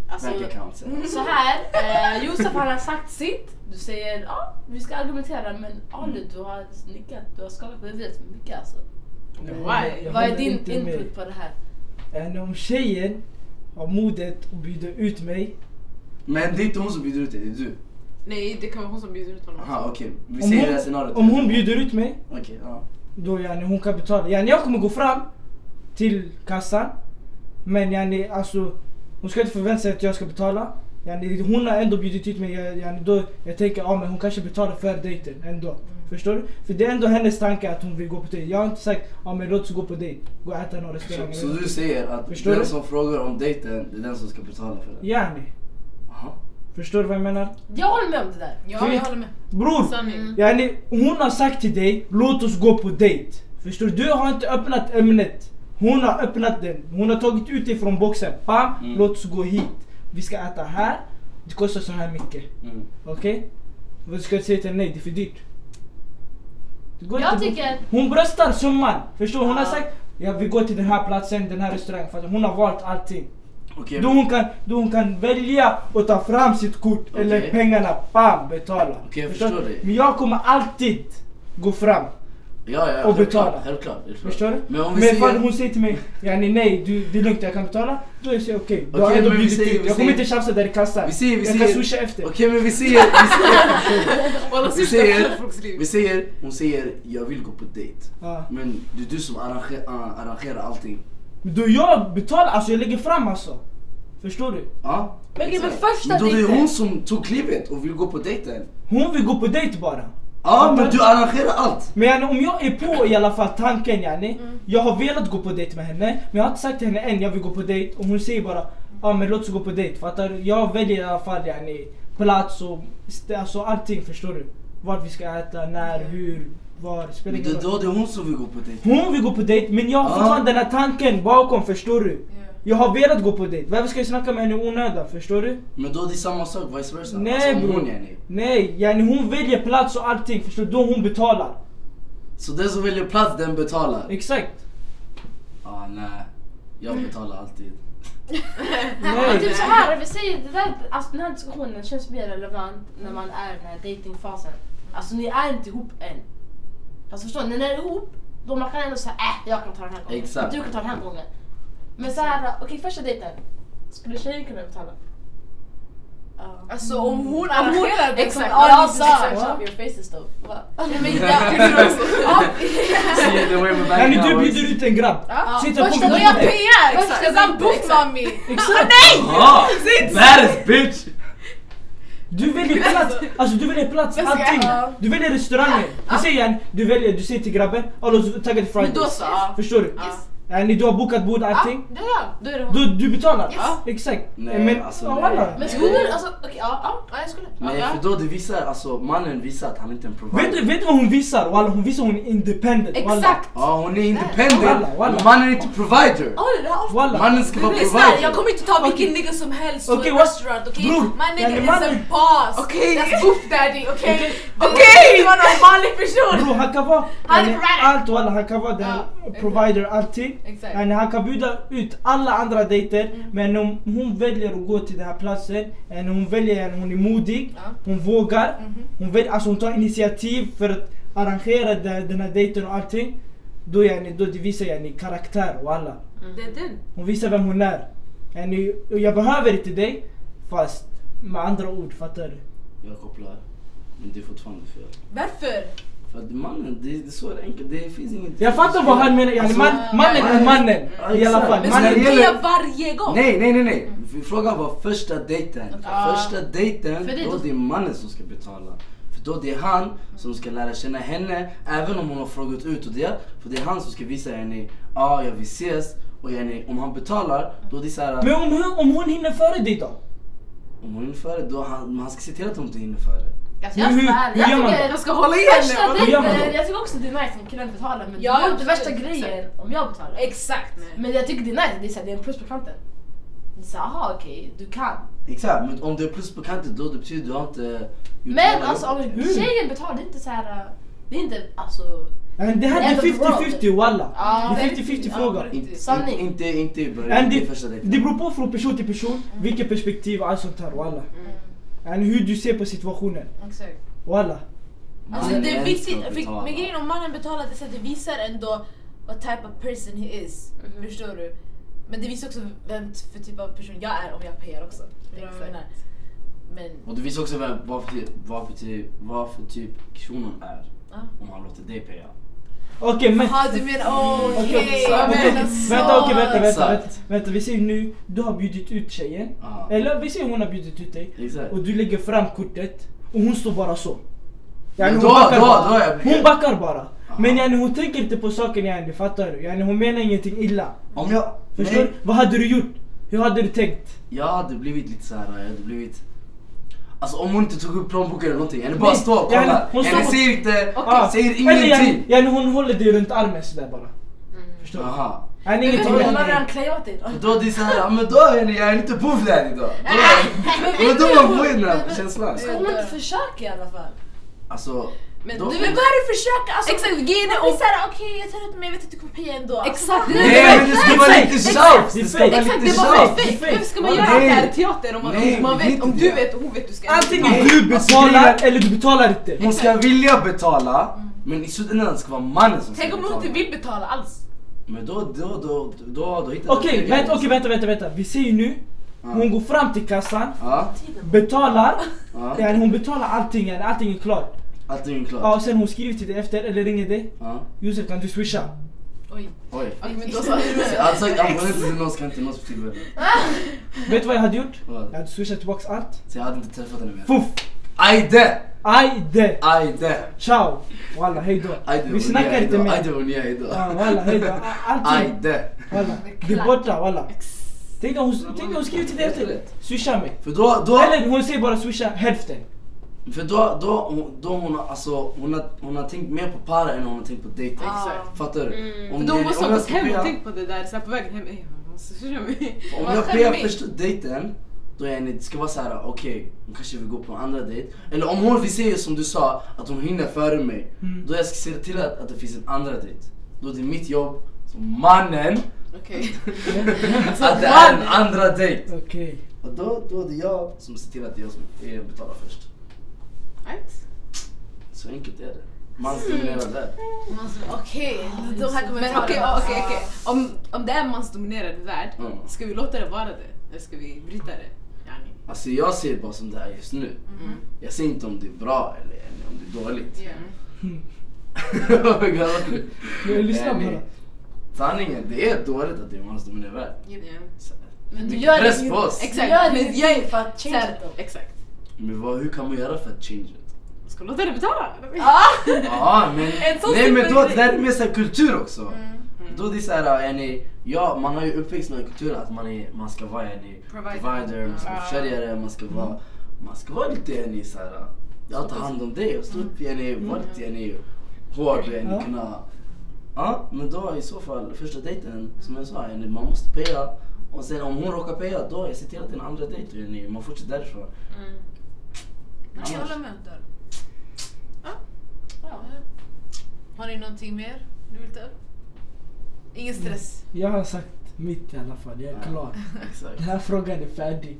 Alltså,
bank account. sen.
mm.
så här, eh, Josef han har sagt sitt. Du säger ja, vi ska argumentera men Ali du har nickat, du har skakat på huvudet mycket alltså.
Why?
Jag
Vad är
håller
din
inte med.
input på det här?
Än om tjejen har modet att bjuda ut mig.
Men det är inte hon som bjuder ut dig, det är du.
Nej, det kan vara hon som bjuder ut honom.
Aha, okej. Vi
Om
ser det här
hon,
scenariot.
om hon bjuder ut mig,
Okej, ja.
då yani, hon kan betala. Yani, jag kommer gå fram till kassan. Men yani, alltså, hon ska inte förvänta sig att jag ska betala. Yani, hon har ändå bjudit ut mig. jag- Yani, då, jag tänker ah, men hon kanske betalar för dejten ändå. Förstår du? För det är ändå hennes tanke att hon vill gå på dejt. Jag har inte sagt ah, men låt oss gå på dejt. Gå och äta någon restaurang.
Så, så du säger att
Förstår
den
du?
som frågar om dejten, det är den som ska betala för den?
Yani,
Aha.
förstår du vad jag menar?
Jag håller med om det där.
Ja, jag håller med. Mm.
Bror!
Mm.
Sanning.
Yani, hon har sagt till dig, låt oss gå på dejt. Förstår du? Du har inte öppnat ämnet. Hon har öppnat den. Hon har tagit ut dig från boxen. Bam,
Mm.
låt oss gå hit. Vi ska äta här. Det kostar så här mycket.
Mm.
Okej? Vad ska jag säga till henne? Nej, det är för dyrt. Det går
Jag
inte.
tycker-
Hon bröstar summan. Förstår du? Hon har
Ja.
sagt, ja, vi går till den här platsen, den här restaurangen. Fattar du? Hon har valt allting.
Okej,
Då hon, kan, då hon kan välja att ta fram sitt kort
Okej.
eller pengarna, bam, betala.
Okej, jag förstår
du?
dig.
Men jag kommer alltid gå fram.
ja, ja,
och
självklart,
betala.
Självklart, självklart.
Förstår du?
Men om vi
men ifall
säger...
hon säger till mig, yani nej, du, det är lugnt jag kan betala. Då jag säger okej, du har
Okej,
ändå
men vi
bjudit
säger-
ut.
vi
Jag kommer
säger-
inte tjafsa där i kassan.
Vi säger, vi
jag
säger...
kan swisha efter.
Okej, men vi säger... Vi säger,
Walla,
vi
sluta förstöra folks
säger,
liv.
vi säger... Hon säger, jag vill gå på dejt.
Ja.
Men det är du som arranger, uh, arrangerar allting.
Men Då jag betalar, alltså jag lägger fram alltså. Förstår du?
Ja?
Men okej, men
exakt.
första
Men då det är
dejten.
hon som tog klivet och vill gå på dejten.
Hon vill gå på dejt bara.
Ja, men du arrangerar allt.
Men yani, om jag är på i alla fall tanken yani,
Mm.
jag har velat gå på dejt med henne men jag har inte sagt till henne än jag vill gå på dejt och hon säger bara ja ah, men låt oss gå på dejt fattar du? Jag väljer i alla fall yani, plats och st- alltså, allting förstår du? Vart vi ska äta, när, hur, var, spelar
Men det,
ingen roll.
då det är hon som vill gå på dejten.
Hon vill gå på dejt men jag har
Ja.
fortfarande den här tanken bakom förstår du? Jag har velat gå på dejt, varför ska jag snacka med henne i onödan förstår du?
Men då det är samma sak, vice versa.
Nej
alltså, om
bror.
Alltså, hon, yani.
Nej, yani, hon väljer plats och allting förstår du? Då hon betalar.
Så den som väljer plats, den betalar.
Exakt.
Ja, nej. Jag betalar alltid.
Men
Nej.
typ så här, vi säger det där, alltså den här diskussionen känns mer relevant när man är i den här datingfasen. Alltså ni är inte ihop än. Alltså förstår ni, när ni är ihop, då man kan ändå säga äh, jag kan ta den här gången.
Exakt.
Du kan ta den här gången. Men så här, okej första dejten, skulle tjejen kunna betala?
Alltså om hon arrangerar det
Exakt,
kommer alla
jag
visa
sa-
exakt
Wow.
your faces though. Va?
Nej,
Men jag tycker också... Ja,
See the way we're back
Hörni,
now,
du
boys.
bjuder ut en grabb.
ja.
Sitter på
Första då jag
bordet.
PR!
Exakt.
Exakt! Sen book mommy!
Exakt.
Ah, badass bitch!
Du väljer plats, alltså du väljer plats,
Jag ska-
allting.
ja.
Du väljer restaurangen. Du säger yani, du väljer, du säger till grabben, alla taggar till
Men då
Fridays.
så, ja.
Förstår du?
Yes.
Yani du har bokat bord, allting.
Ja, ja, då är det hon.
Du, du betalar.
Ja.
Exakt.
Nej,
Men,
alltså,
ja,
nej.
walla.
Men skulle du, alltså okej, ja, ja, ja, jag skulle.
Nej
ja.
för då det visar, alltså mannen visar att han inte är en provider.
Vet du, vet du vad hon visar? Walla, hon visar hon är independent. walla.
Exakt!
Ja hon är independent,
Walla, walla.
men mannen är inte provider.
Håller det här avsnittet?
Walla.
Mannen ska vara
Lyssna, jag
provider.
kommer inte ta vilken
Okej.
nigga som helst
Okej,
till en
what-
restaurant, okej?
Bror,
My
jag är
nigga is
man.
a boss!
Okej.
That's goof daddy, okej? Okej! Det var någon vanlig person!
Bror han kan vara
Han är
yani,
provider.
allt walla, han kan vara den
Ja,
provider, allting.
Exakt.
Yani, han kan bjuda ut alla andra dejter men om hon väljer att gå till den här platsen, yani, hon väljer, yani, hon är modig,
Ja. Mm.
hon vågar,
Mhm.
hon, väljer, alltså, hon tar initiativ för att arrangera den, den här dejten och allting. Då, yani, då det visar yani, karaktär walla.
Det är den.
Hon visar vem hon är. Yani, och jag behöver inte dig fast med andra ord, fattar du?
Jag kopplar, men det är fortfarande fel.
Varför?
För att mannen, det, det är så enkelt, det finns inget...
Jag fattar vad han menar, yani,
Alltså,
man, mannen är mannen. I alla
exakt.
fall.
Men ska
Man
Mannen
du
gäller-
be varje gång?
Nej, nej, nej, nej.
Mm.
Vi Frågan var första dejten. Första
Ah.
dejten,
För det är
då
då-
det är mannen som ska betala. För då det är han som ska lära känna henne, även om hon har frågat ut och det. För det är han som ska visa henne, ja, ah, jag vill ses. Och yani, om han betalar, då det är såhär,
Men om hon, om hon hinner före dig då?
om hon hinner före, då han, men han ska se till att hon inte hinner före.
Alltså,
Men hur, hur gör man då?
Jag ska hålla igen
Värsta
nu.
Hur gör man
dejten,
då?
jag tycker också det är nice om killen betalar men
Ja,
det var inte
absolut.
värsta grejen om jag betalar.
Exakt!
Men jag tycker det är nice, det är, så här, det är en plus på kanten. Det är såhär, aha okej, du kan.
Exakt, men om det är plus på kanten då det betyder att du har inte gjort
Men
hela
alltså om
jobbet.
tjejen betalar, det är inte såhär, äh, det är inte alltså
Men det här är
End of the world. Ah,
50-50 walla.
Ja.
det är 50-50 fråga.
Inte,
Sanning.
inte, inte, inte i början,
Men
inte i
det,
första dejten.
det beror på från person till person vilket perspektiv och allt sånt här walla. Mm. Hur du ser på situationen
Exakt.
walla.
Alltså
Mannen
det är
ska
viktigt, för-
betala.
men grejen om mannen betalar det så att det visar ändå vad type of person he is.
Mm-hmm.
Förstår du? Men det visar också vem t- för typ av person jag är om jag har PR också. Det är vad jag menar. Men
Och det visar också vem, vad, för typ, vad, för typ, vad för typ person hon är. Om han låter dig peja.
Okej men...
jaha du menar okej,
Okej,
jag
okej,
menar så.
Vänta okej vänta vänta,
Exakt.
vänta. Vänta vi säger nu, du har bjudit ut tjejen.
Ja.
Eller vi säger hon har bjudit ut dig.
Exakt.
Och du lägger fram kortet och hon står bara så.
Men
Yani,
då-
hon, backar
då-
bara.
då är jag med.
hon backar bara. Men
Aha.
yani, hon tänker inte på saken yani, fattar du? Yani, hon menar ingenting illa.
Om jag...
Förstår du?
Nej,
Vad hade du gjort? Hur hade du tänkt?
jag hade blivit lite såhär, jag hade blivit... Alltså om hon inte tog upp plånboken eller någonting, eller bara
Nej,
står och
jag-
kollar.
hon står
Eller
och-
säger inte,
Ah,
säger
eller yani-
ingenting.
Yani hon håller dig runt armen sådär bara. Förstår du?
Jaha.
Yani
Men vet
ingenting
du vad, man har
mer.
redan klejat dig då.
Och då det är såhär, ja, men då är ni, jag är lite bovlad idag. Då är- Men då man får ju den här känslan.
Ska hon inte försöka i alla fall?
Alltså...
Men
då-
du vill bara försöka! Alltså,
Exakt, grejen är
Det är
om...
såhär okej jag tar ut mig, jag vet att du kommer pia ändå.
Alltså,
Exakt, det är
Nej men det ska
Exakt,
vara lite
exakt,
shout!
det är
Det ska
fake.
vara
Exakt,
lite
det var
shout!
fake.
fake. Varför ska man
Nej.
göra
Det
det
här
här?
är teater om man,
Nej,
om man
vi
vet,
vet
om
inte
du
det.
vet och hon vet du ska
Antingen
Nej,
du
alltså,
betalar
grejen-
eller du betalar inte.
Hon ska vilja betala, men i slutändan ska vara mannen som ska
Tänk om hon
betala.
inte vill betala alls.
Men då, då, då, då, då hittar
Okej, vänta, okej, vänta, vänta, vänta. Vi ser ju nu. Hon går fram till kassan,
Ja,
betalar.
ja.
Yani hon betalar allting, yani allting är klart.
Allting är
Ja,
klart.
och sen hon skriver till dig efter, eller ringer dig.
Ja.
Josef kan du swisha?
Oj.
Oj.
Men då sa
Jag hade sagt använd inte till någon ska inte någon för tillfället.
Vet du vad jag hade gjort?
Vad?
Jag hade swishat tillbaks allt.
Så jag hade inte träffat henne mer.
Fuff!
Ajde!
Ajde!
Ajde!
Ciao! Walla, hejdå.
Ajde
Vi snackar inte mer.
Ajde och ni är
Ja,
idag.
Walla, hejdå. Allting.
Ajde!
Walla, det är borta walla. Tänk om hon, tänk om hon skriver till dig efter swisha mig.
För då, då,
Eller hon säger bara swisha hälften.
för då, då, hon- då hon, har- alltså, hon, har, hon har tänkt mer på para än hon har tänkt på dejten.
Exakt.
Fattar du? Om
Då
jag-
måste
om
hon
jag
gått
ska
hem
be-
och tänkt på det där, såhär på vägen hem. "Ey, jag måste köra mig."
Om
Man
jag
skämmer
ber
in.
första dejten, då är ni, det ska vara såhär, okej, hon kanske vill gå på en andra dejt. Eller om hon, vi säger som du sa,
Mm.
att hon hinner före mig. Då jag ska se till att, att det finns en andra dejt. Då det är mitt jobb mannen
Okej.
att det är en andra dejt.
Okej.
Och då, då är det jag som ser till att det är jag som eh, betalar först.
Right.
Så enkelt är det. Man dominerar där.
Okej, de här
Men
kommentarerna.
okej, okej, okej. Om, om det är en mansdominerad värld,
Mm.
ska vi låta det vara det? Eller ska vi bryta det? Yani.
Alltså jag ser bara som det är just nu.
Mm.
Jag ser inte om det är bra eller, eller om det är dåligt. Vad gör du?
Jag lyssnar på
Nej,
henne.
Sanningen, det är dåligt att det är mansdominerad värld.
Ja.
Så-
Men du
mycket
gör
press
det ju-
på oss.
Exakt.
Gör
Men
det
jag är
för att change it though.
Exakt.
Men vad, hur kan man göra för att change it?
Ska vi låta det betala? Oh,
Ja men,
En sån
nej men
simpel
då
grej.
det är mer såhär kultur också. Då det är såhär, är ni, ja man har ju uppväxt med kulturen att man, är, man ska vara är ni,
Provider.
provider, man ska
Ja.
vara försörjare, man ska vara, man ska vara lite är ni, såhär, jag tar hand om dig och stå upp är ni, var lite är ni, hård är ni,
Ja.
kunna. Ja men då i så fall första dejten, som jag sa, är ni, man måste paya. Och sen om hon råkar paya då, jag ser till att det är en andra dejt är ni, man fortsätter därifrån.
Jag
Annars-
håller med där. Ja. Har ni någonting mer ni vill ta upp? Ingen stress.
Jag har sagt mitt i alla fall, jag är
Ja.
klar.
Exakt.
Den här frågan är färdig.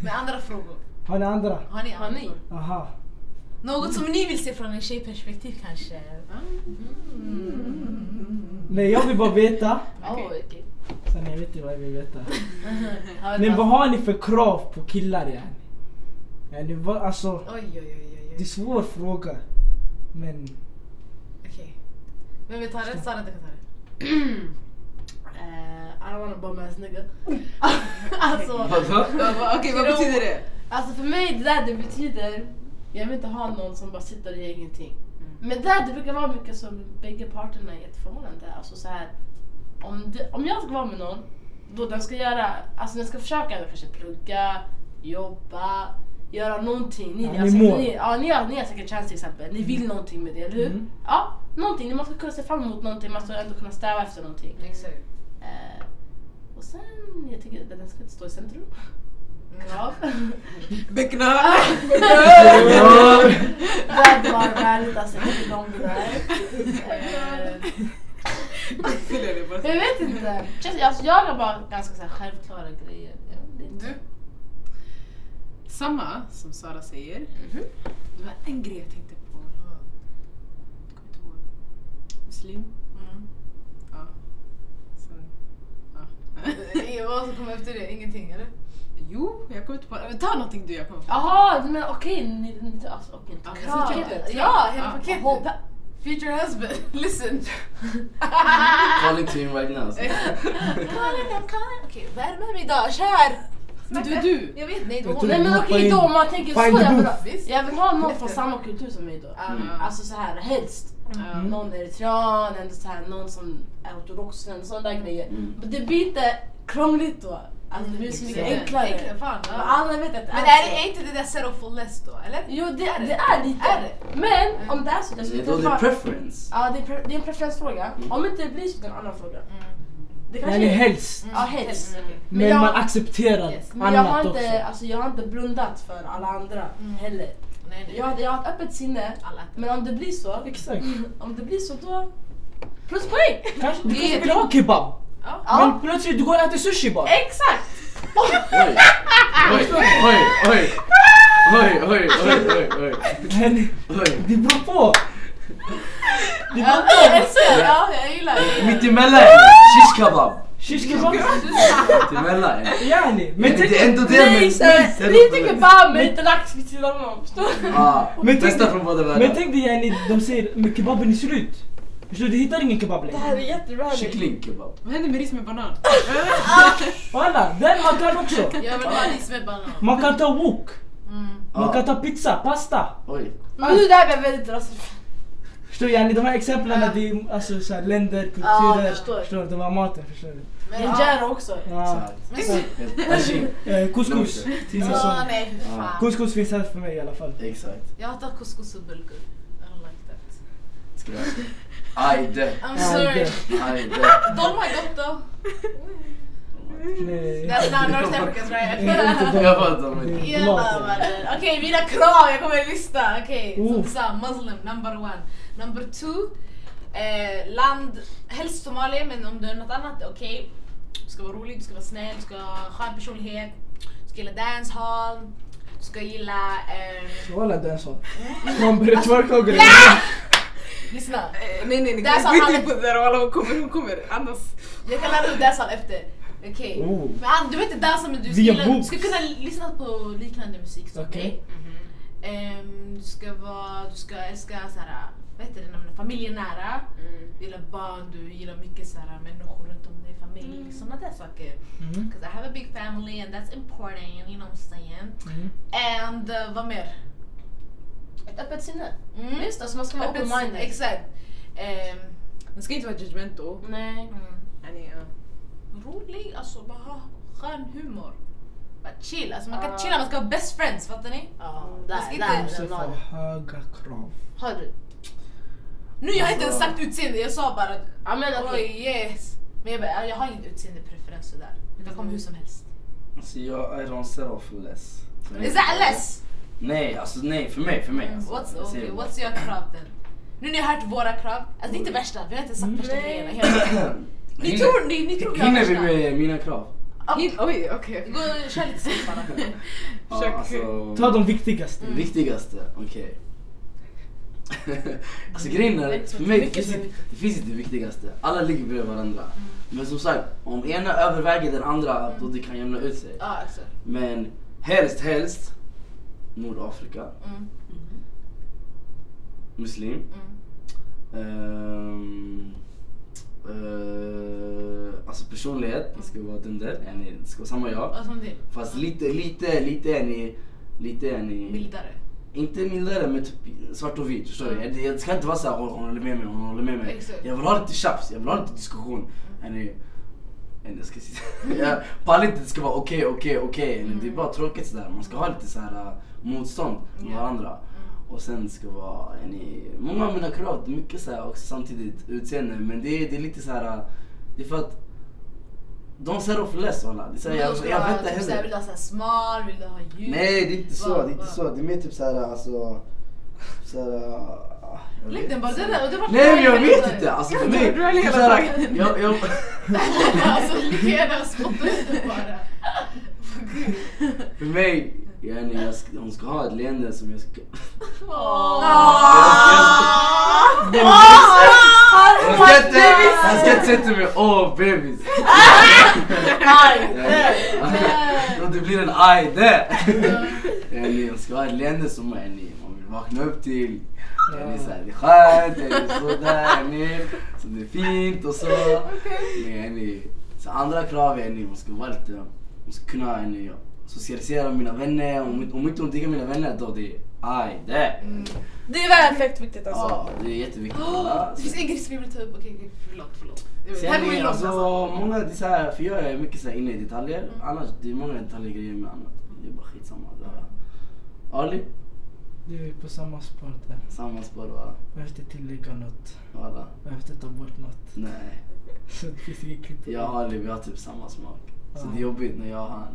Men andra frågor?
Har ni andra?
Har ni
Har
andra
ni?
frågor?
Aha.
Något som ni vill se från en tjejperspektiv kanske? Mm.
Nej jag vill bara veta.
Åh, okej.
Sen jag vet inte vad jag vill veta.
Har ni
Men vad
något?
har ni för krav på killar yani? yani vad, alltså,
Oj, oj, oj, oj.
det
oj.
är en svår fråga. Men
Okej. Vem vill ta det? Sara, du kan ta det.
Eh, I don't wanna bum ass nigga. alltså,
Vadå?
Okej, vad betyder det?
alltså för mig det där det betyder, jag vill inte ha någon som bara sitter och gör ingenting. Men där det brukar vara mycket som bägge parterna i ett förhållande. Alltså så här, om, det, om jag ska vara med någon, då den ska göra, alltså den ska försöka kanske plugga, jobba, göra någonting. Ni,
Ja, ni
alltså,
mår.
ni, ja, ni, har, ni har säkert chans till exempel, ni vill någonting med det, eller hur?
Mm.
Ja, någonting. Man ska kunna se fram emot någonting, man ska ändå kunna sträva efter någonting.
Exakt.
Eh, och sen, jag tycker att den ska stå i centrum. Krav.
Beckna!
Värd var värdigt alltså, inte lång det där. Eh,
Fyller det
jag
bara.
vet inte. Känns- Alltså, jag har bara ganska så här självklara grejer. Ja, det-
Du. Samma som Sara säger. Det var en grej jag tänkte på. Jag kommer inte ihåg. Muslim.
Mm.
Ja. Sen, ja.
Eh, Vad som kommer efter det? Ingenting eller?
jo, jag kommer inte på Men ta någonting du, jag kommer på.
Jaha, men okej. ni- ni- Alltså, okej.
Ja,
Okay,
men paketet.
Ja, hela
Ja.
paketet. Future husband, listen.
Calling to him right now. alltså.
Karin, jag kan. Okej, värm mig idag, kör!
Men du, du.
Jag vet, nej det var
Jag
hon.
tror-
Nej men
Hoppa
okej
in.
då om man tänker så.
Find the
Jag vill, ha-
booth.
Visst.
jag vill ha någon från samma kultur som mig då.
Mm.
Alltså så här helst.
Mm.
Ja.
Någon eritrean, ändå så här, någon som är ortodox, ändå sådana där grejer.
Mm.
Men det blir inte krångligt då. Alltså det blir så mycket
Exakt.
enklare.
Enklare, fan, ja.
Men alla vet att
Men är det inte det där settle for less då, eller?
Jo det, det är lite.
Är det? Mm.
Men om det är så, jag
Det
skulle
är då det är
träffa...
preference.
Ja det är, pre- det är en preferensfråga.
Mm.
Om inte det blir så, det är en annan fråga.
Mm.
Det
yani helst.
Ja helst.
Men,
Men jag-
man accepterar
Yes. Men jag har,
annat också.
inte, alltså, jag har inte blundat för alla andra
Mm.
heller.
Nej, nej.
Jag, har- jag har ett öppet sinne.
Alla.
Men om det blir så,
Exakt.
om det blir så då... Pluspoäng!
Kanske du kanske vill ha kebab.
Ja,
Men plötsligt du går och äter sushi bara.
exakt!
Oj, oj, oj, oj. Oj, oj, oj, oj, oj.
Yani,
oj.
det beror på. Det beror på.
Jag älskar det, ja, jag gillar det.
Mittemellan, shish kebab.
Shish kebab.
Mittemellan.
Yani. Men
Men
tänk
det är ändå det
Nej,
med
så här,
sprit, eller
lite
vad?
kebab men inte lax vid sidan om. förstår du?
Ja,
Men tänk-
bästa från båda
Men
världar.
tänk dig yani, de säger men kebaben är slut. Förstår du, du hittar ingen kebab
Det
längre.
här är jätterandom.
Kycklingkebab.
Vad händer med ris med banan?
Walla, den man kan också.
Jag vill ha ris med banan.
Man kan ta wok. Man kan
Ja,
ta pizza, pasta.
oj.
Men Mm. nu det här blir väldigt rasistiskt.
Förstår du? Yani, de här exemplen, det är alltså, så här, länder,
Ja, jag
kulturer.
förstår.
förstår du? Det var maten, förstår du?
Injera också.
Ja.
Exakt. Tajin.
Eh, couscous.
Lugnt.
Finns det
Åh
sån?
nej, fy
Ja.
fan.
Couscous finns här för mig i alla fall.
Exakt.
Jag hatar couscous och bulgur. I don't like that.
Ska jag- Ajde.
I'm
Ja,
sorry.
det-
Ajde.
Dolma är gott då.
Nej,
That's not North Africans
det är
right?
inte dem.
Jag fattar
Det
mig.
är
Jalla
blad.
mannen. Okej, mina krav. Jag kommer att lista. Okej,
Oh.
som sagt, Muslim number one. Number two.
Eh, land, helst Somalia men om det är något annat, okej. Du ska vara rolig, du ska vara snäll, du ska ha en personlighet. Du ska gilla dancehall. Du ska gilla... ehm,
Walla den sa. Man börjar twerka och grejer.
lyssna.
Eh, Nej nej nej,
Där sa
skit
han-
i på det där walla, hon kommer, hon kommer. Annars.
Jag kan lära dig dansa efter. Okej.
Oh.
Men an- du vet inte dansa men du ska,
Via
gilla- du ska
moves.
kunna lyssna på liknande musik som
Okej.
mig. Ehm, du ska vara, du ska älska såhär, vad heter det, när man är familjenära.
Mm.
Du gillar barn, du gillar mycket såhär människor runt om dig, familj, sådana där saker.
Mm.
Because I have a big family and that's important, you know what I'm saying.
Mm.
And eh, vad mer?
Ett öppet sinne.
Mm.
Just det, så man ska vara
Öppet-
open-minded.
Exakt. Ehm,
Man ska inte vara judgmental.
Nej.
mm.
Yani,
uh,
ja.
rolig, alltså bara ha skön humor. Bara chill, alltså man kan
Ja.
chilla, man ska vara best friends, fattar ni?
Ja,
Jag ska
Ah. Mm, där,
inte-
där
Måste få
lämnar
höga krav.
Har du?
Nu jag har inte ens sagt utseende, jag sa bara att
Ja men okej.
oj yes. Men jag, bara, jag har ingen utseendepreferens sådär. Det kan komma hur som helst.
Alltså jag, I don't settle for less.
Is that less?
Nej, alltså nej för mig, för mig. Alltså,
What's,
Jag ser-
okay, what's your krav then? Nu när jag har hört våra krav, alltså det är inte
Mm.
värsta, vi har inte sagt värsta
Nej.
grejerna. hela- Ni tror, ni, ni tror vi har
Hinner vi
värsta.
med mina krav?
Hin- Oj okej.
Gå och kör lite snabbt bara.
Försök.
Ja, alltså,
Ta de viktigaste.
Viktigaste, okej. alltså grejen är, för mig det finns, inte, det finns inte det viktigaste. Alla ligger bredvid varandra. Men som sagt, om ena överväger den andra då det kan jämna ut sig.
Ja alltså. exakt.
Men helst, helst Nordafrika.
Mm.
Muslim.
Mm.
Ehm, eh, alltså personlighet, det ska vara dunder. Yani, Det ska vara samma jag.
Vad som det?
Fast lite, lite, lite är ni... Lite är ni...
Mildare.
Inte mildare men typ svart och vit, förstår du? Jag, jag ska inte vara såhär, hon hon håller med mig, hon håller med mig.
Mm. Exakt. Mm.
Jag vill ha lite tjafs, jag vill ha lite diskussion. Eller, eller jag ska sitta... jag pallar inte att det ska vara okej, okej, okej. Eller
Mm.
Det är bara tråkigt sådär. Man ska ha lite såhär äh, motstånd med varandra.
Mm.
Och sen ska vara, eller, många av mina krav, det är mycket såhär också samtidigt utseende. Men det, är- det är lite såhär, äh, det är för att de ser off less walla. Det är såhär, jag, jag, vet inte
typ
heller.
såhär, Vill du ha såhär smal, vill du ha djup?
Nej det är inte så,
Vad-
det är inte
vad?
så. Det är mer typ såhär alltså... Såhär... ah, jag
Lägg
vet
den bara,
inte.
den där, och det var
Nej men jag vet inte! Alltså för mig...
du har legat
såhär,
dagen.
jag, jag,
alltså lika gärna spotta ut den bara.
för mig, Jenny, jag ska, hon ska ha ett leende som jag ska... Jag ska inte... Jag ska inte sätta mig... Åh bebis! Ja, Det blir en aj där! Jenny, jag ska ha ett leende som Jenny, man vill vakna upp till. Jenny, såhär, det är skönt, Jenny, sådär, Jenny. Så det är fint och så. Men Jenny, så andra krav är Jenny, man ska vara lite... Man ska kunna Jenny, socialisera med mina vänner. Om, om inte hon diggar mina vänner då det är aj där.
Det är väldigt viktigt alltså.
Ja, det är jätteviktigt.
Åh,
alla.
Oh, Det finns en grej som jag vill ta upp, okej okej, förlåt förlåt. Det
Sen
här går ju
är
långt
alltså,
alltså.
många, det är så här, för jag är mycket så här inne i detaljer.
Mm.
Annars, det är många detaljgrejer med annat. Det är bara skitsamma. Det är- Ali,
Du är på samma spår där.
samma spår va?
Jag måste tillägga något.
Alla.
Jag måste ta bort något.
Nej,
Så det finns inget klipp.
jag och Ali vi har typ samma smak. Så
Ja.
det är jobbigt när jag och han.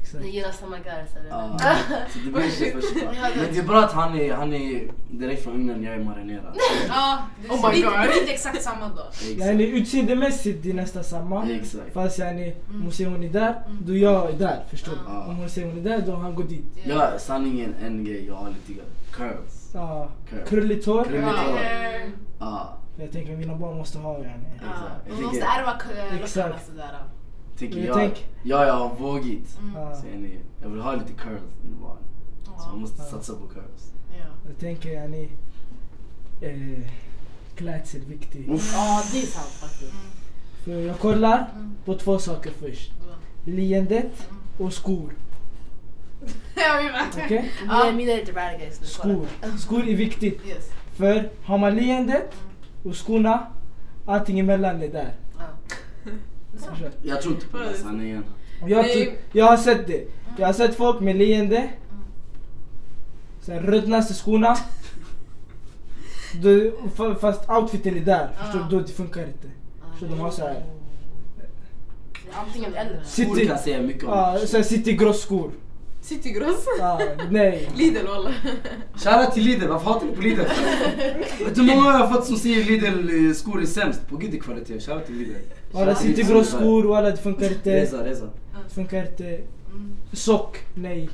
Exakt.
Ni gillar samma girls eller?
Ja, så det blir inte första smak. Men det är bra att han är, han är direkt från ugnen, jag är marinerad.
Ja, det
Oh my
det-
God.
det är inte exakt samma då.
Exakt.
Yani utseendemässigt det är nästan samma.
Exakt.
Fast yani om hon säger hon är där, då jag är där. Förstår du?
Ja.
Om hon säger hon är där, då han går dit.
Ja, sanningen en grej jag har lite grann. Curls.
Ja,
Curl.
krulligt hår.
Krulligt hår.
Eh,
Ja,
Jag tänker mina barn måste ha yani.
exakt.
Man
Jag
måste
tänker,
ärva k- lockarna
Exakt.
sådär.
tänker
Jag
jag,
tänk-
jag, jag har vågit.
Ja.
Ser ni? Jag vill ha lite curls i mina barn. Så man måste satsa på curls.
Ja.
Jag tänker yani eh, klädsel viktigt.
Uff.
Ja, det är sant faktiskt.
För jag kollar på två saker först. Leendet och skor.
Jag vill bara-
Okej?
Mina, mina är lite bad guys nu. kolla.
Skor. Skor är viktigt.
Yes.
För har man leendet och skorna, allting emellan är där. Förstår du?
Jag tror inte på den här sanningen.
Jag,
Nej.
typ, jag har sett det. Jag har sett folk med leende. Sen ruttnas i skorna. Du, fa- fast outfiten är där. Förstår du? Då det funkar inte. Förstår du? De har såhär.
Antingen eller.
City,
Ord kan säga mycket om
ja,
en person.
så här citygross skor.
Citygross.
Ah, nej.
Lidl walla.
Shoutout till Lidl, varför hatar ni på Lidl? Vet du hur många jag har fått som säger Lidl eh, skor är sämst? På gud i kvalitet, shoutout till Lidl.
Walla citygrå skor, walla det funkar inte.
Reza, reza.
Det funkar inte.
Mm,
Sock, nej.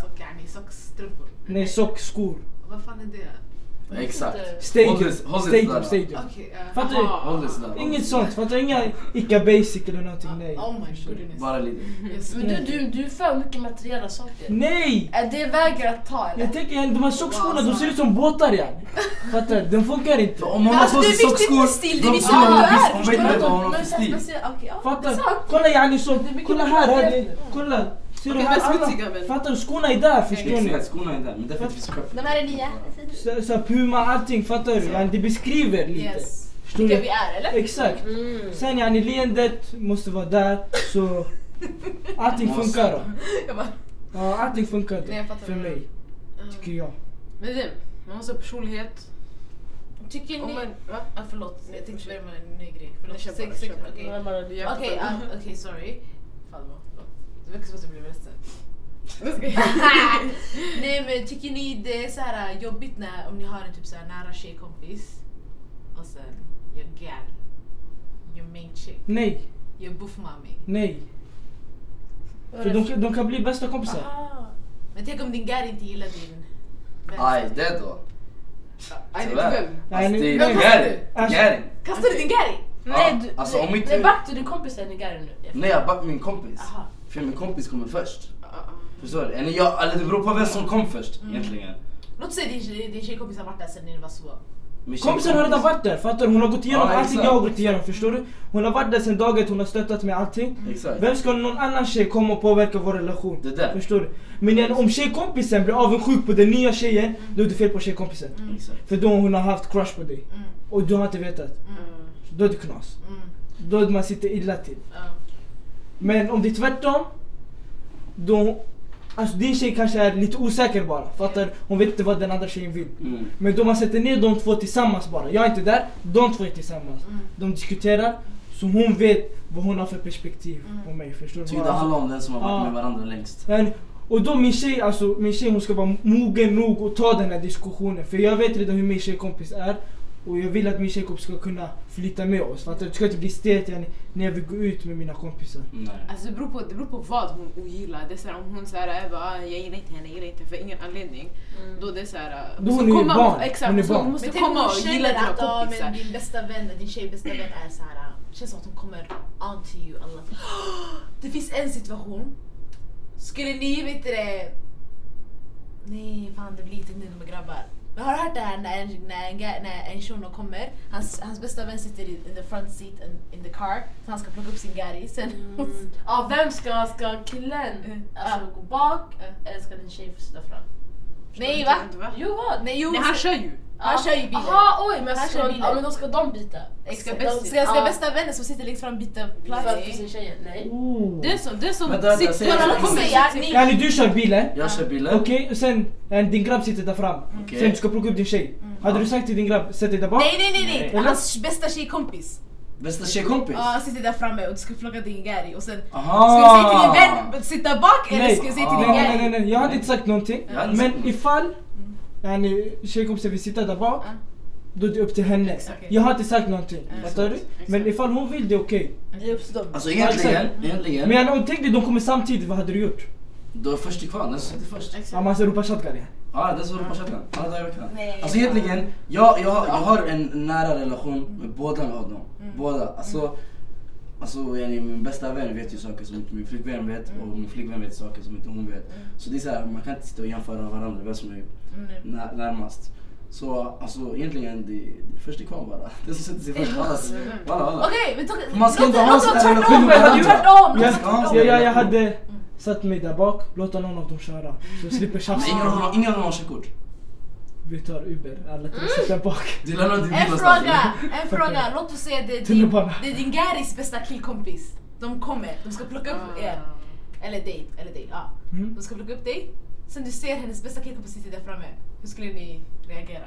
Sock yani, sockstrumpor.
Nej, sockskor.
Vad fan är det?
Exakt. Håll
Stadium,
det- håll det
stadium,
sådär.
stadium.
Okej. eh,
Fattar
aha.
du?
Håll det sådär.
Inget sånt, fattar du? Inga Ica Basic eller någonting, nej.
Oh my goodness.
Bara Lidl.
Yes.
Men du, du, du är för mycket materiella saker.
Nej!
Eh, Det vägrar att ta eller?
Jag tänker, yani, de här sockskorna de ser ut som båtar yani. Fattar du? Den funkar inte.
För om man har
alltså,
på
det
sig
är viktigt
sockskor,
med stil, det är
de
viktigt
ser man
vad det
inte visst,
är,
man
förstår
vet
du?
inte vad man har
Men
för
sen ska
stil.
man säga, okej, ja,
Fattar
det är
du?
sant.
Kolla yani så, kolla här, här är- kolla. Ser du
Okej,
här?
men smutsiga
Alla,
väl?
fattar du? Skorna är där, förstår ni?
Exakt, skorna är där, men därför att vi ska
De här är nya.
Så, så här Puma, allting, fattar du? Yani, det beskriver lite.
Yes.
Förstår
Vilka
du?
vi är eller?
Exakt.
Mm.
Sen yani leendet måste vara där, så allting
Måste.
funkar. då.
Jag bara,
Ja, allting funkar
Nej, jag
då,
fattar
för
vad du
mig. Tycker jag.
Men det, man måste ha personlighet.
Tycker
Om
ni...
man, va?
Ah, förlåt, jag tänkte börja med en ny grej.
Nej,
Förlåt,
kör bara,
sex, sex,
kör bara.
okej.
Man bara, du gör-
Okej, ah, okej, sorry. Fan det var- förlåt. Det verkar som att jag blev ledsen. Nej men tycker ni det är så här äh, jobbigt när, om ni har en typ så här nära tjejkompis och sen your gal, your main chick,
Nej,
your buff mommy.
nej. För de, de kan bli bästa kompisar.
Men tänk om din gal inte gillar din
Aj, det då.
Aj, det är
Tyvärr.
vem?
Alltså det
nej.
är gäring.
Alltså-
Gäring.
Kastar du din gal i?
Nej,
Ja,
du,
alltså, om
nej,
inte-
nej, vart är din kompis är Gary nu?
Nej, jag backar min kompis.
Aha.
För min kompis kommer först. Förstår du? Eller, jag, eller det beror på vem som kom först egentligen.
Låt säga din, din tjejkompis har varit där sen ni var små.
Min
Kompisen har redan
tjejkompis.
varit där, fattar du? Hon har gått igenom
Ja,
allting
exakt.
jag har gått igenom, förstår du? Hon har varit där sedan dag ett, hon har stöttat mig i allting.
Exakt.
Vem ska någon annan tjej komma och påverka vår relation?
Det där.
Förstår du? Men igen, om tjejkompisen blir avundsjuk på den nya tjejen, då är det fel på tjejkompisen.
Exakt.
För då hon har haft crush på dig. Och du har inte vetat. Då är det knas. Då är man sitter illa till. Men om det är tvärtom, då... Alltså din tjej kanske är lite osäker bara. Fattar du? Hon vet inte vad den andra tjejen vill.
Mm.
Men då man sätter ner de två tillsammans bara. Jag är inte där, de två är tillsammans. De diskuterar, så hon vet vad hon har för perspektiv på mig. Förstår du?
Ty det
vad-
handlar om den som har varit
Ja.
med varandra längst.
Men- Och då min tjej, alltså min tjej hon ska vara mogen nog att ta den här diskussionen. För jag vet redan hur min tjejkompis är. Och jag vill att min tjejkompis ska kunna flytta med oss. Fattar du? Det ska inte bli stelt yani, när jag vill gå ut med mina kompisar.
Nej.
Alltså det beror, på, det beror på vad hon ogillar. Det är så här, om hon så här, är bara, "Ah, jag gillar inte henne, jag gillar inte henne", för ingen anledning. Då det är så här,
Då
ska
hon är ju
komma-
barn.
Exakt,
Hon är
så
barn.
hon måste
Mm. Men tänk om
komma
hon
och gilla
känner
dina
att ah,
kompisar.
men din bästa vän, din tjejs bästa vän är så här, äh, känns som att hon kommer onto you. Alla. Det finns en situation, skulle ni vet du det, nej fan det blir inte nu med grabbar. Men har du hört det här när en, när en, guy- när en shuno kommer, hans, hans bästa vän sitter i in the front seat in, in the car, så han ska plocka upp sin gari sen.
Mm. Ja, vem ska, ska killen
Mm.
alltså, gå bak eller ska din tjej få sitta fram?
nej va?
Inte, va?
Jo vad?
Nej jo,
Nej han kör ju.
han
Ja.
kör ju bilen.
Jaha oj, men,
Han
ska,
kör bilen.
ja, men då ska de byta?
E Ska,
Ska bäst-
de, ska, ska
ja.
bästa vänner som sitter längst fram byta plats?
För för sin tjejen? Nej.
Oh.
Det är som, det är som
Vänta, vänta,
sitter-
säg-
Kolla,
säg-
kommer-
säg- säg-
sitter-
Yani du kör bilen,
Jag kör bilen.
okej? Och sen yani, din grabb sitter där fram.
Okej.
Sen du ska plocka upp din tjej. Hade du sagt till din grabb, sätt dig där bak?
Nej nej nej, nej.
Eller?
hans bästa tjejkompis.
Bästa tjejkompis?
Ja, han sitter där framme och du ska plocka din gäri och sen
Aha.
Ska du säga till din vän att sitta bak eller
Ah. Nej.
ska du säga till
Nej,
din
nej, nej,
gäri?
nej, jag hade inte sagt någonting.
Jag hade inte
Men
sagt någonting.
ifall yani, tjejkompisen vill sitta där bak, då är det upp till henne.
Exakt.
Jag har inte sagt någonting. Fattar du? Men ifall hon vill, det är okej.
Det är upp till dem.
Alltså egentligen,
Exakt.
egentligen.
Men yani, om tänk dig, de kommer samtidigt, vad hade du gjort?
Då är först till kvarn, den som sitter först.
Ja, man ska ropa shotgun ja.
Ja, den som ropar chatten. Alla dagar i veckan. Alltså egentligen, jag, jag, har- jag har en nära relation med båda av dem.
Mm.
Båda. Alltså, alltså yani, min bästa vän vet ju saker som inte min flickvän vet och
Mm.
min flickvän vet saker som inte hon vet. Så det är så här, man kan inte sitta och jämföra varandra, vem som är
Mm,
när, närmast. Så alltså egentligen, det, det är först till kvarn bara. Den som sätter sig först, allas. Walla walla.
Okej, men
För Man ska inte ha
låt
sån
dem
här relation med
tvärtom,
tvärtom.
Jag,
Man ska ha en Mm. sån
jag,
här
jag, jag
relation.
hade satt mig där bak, låta någon av dem köra. Så slipper
Men
tjafsa.
ingen av dem har- ingen av dem har körkort.
Vi tar Uber, alla tre sitter bak.
Du lämnar din bil
En
någonstans.
fråga, en fråga. Låt oss säga det är din,
Tunnelbana.
det är din gäris bästa killkompis. De kommer, de ska plocka upp er. Eller dig, eller dig, ja.
Mm.
De ska plocka upp dig. Sen du ser hennes bästa killkompis sitta där framme. Hur skulle ni reagera?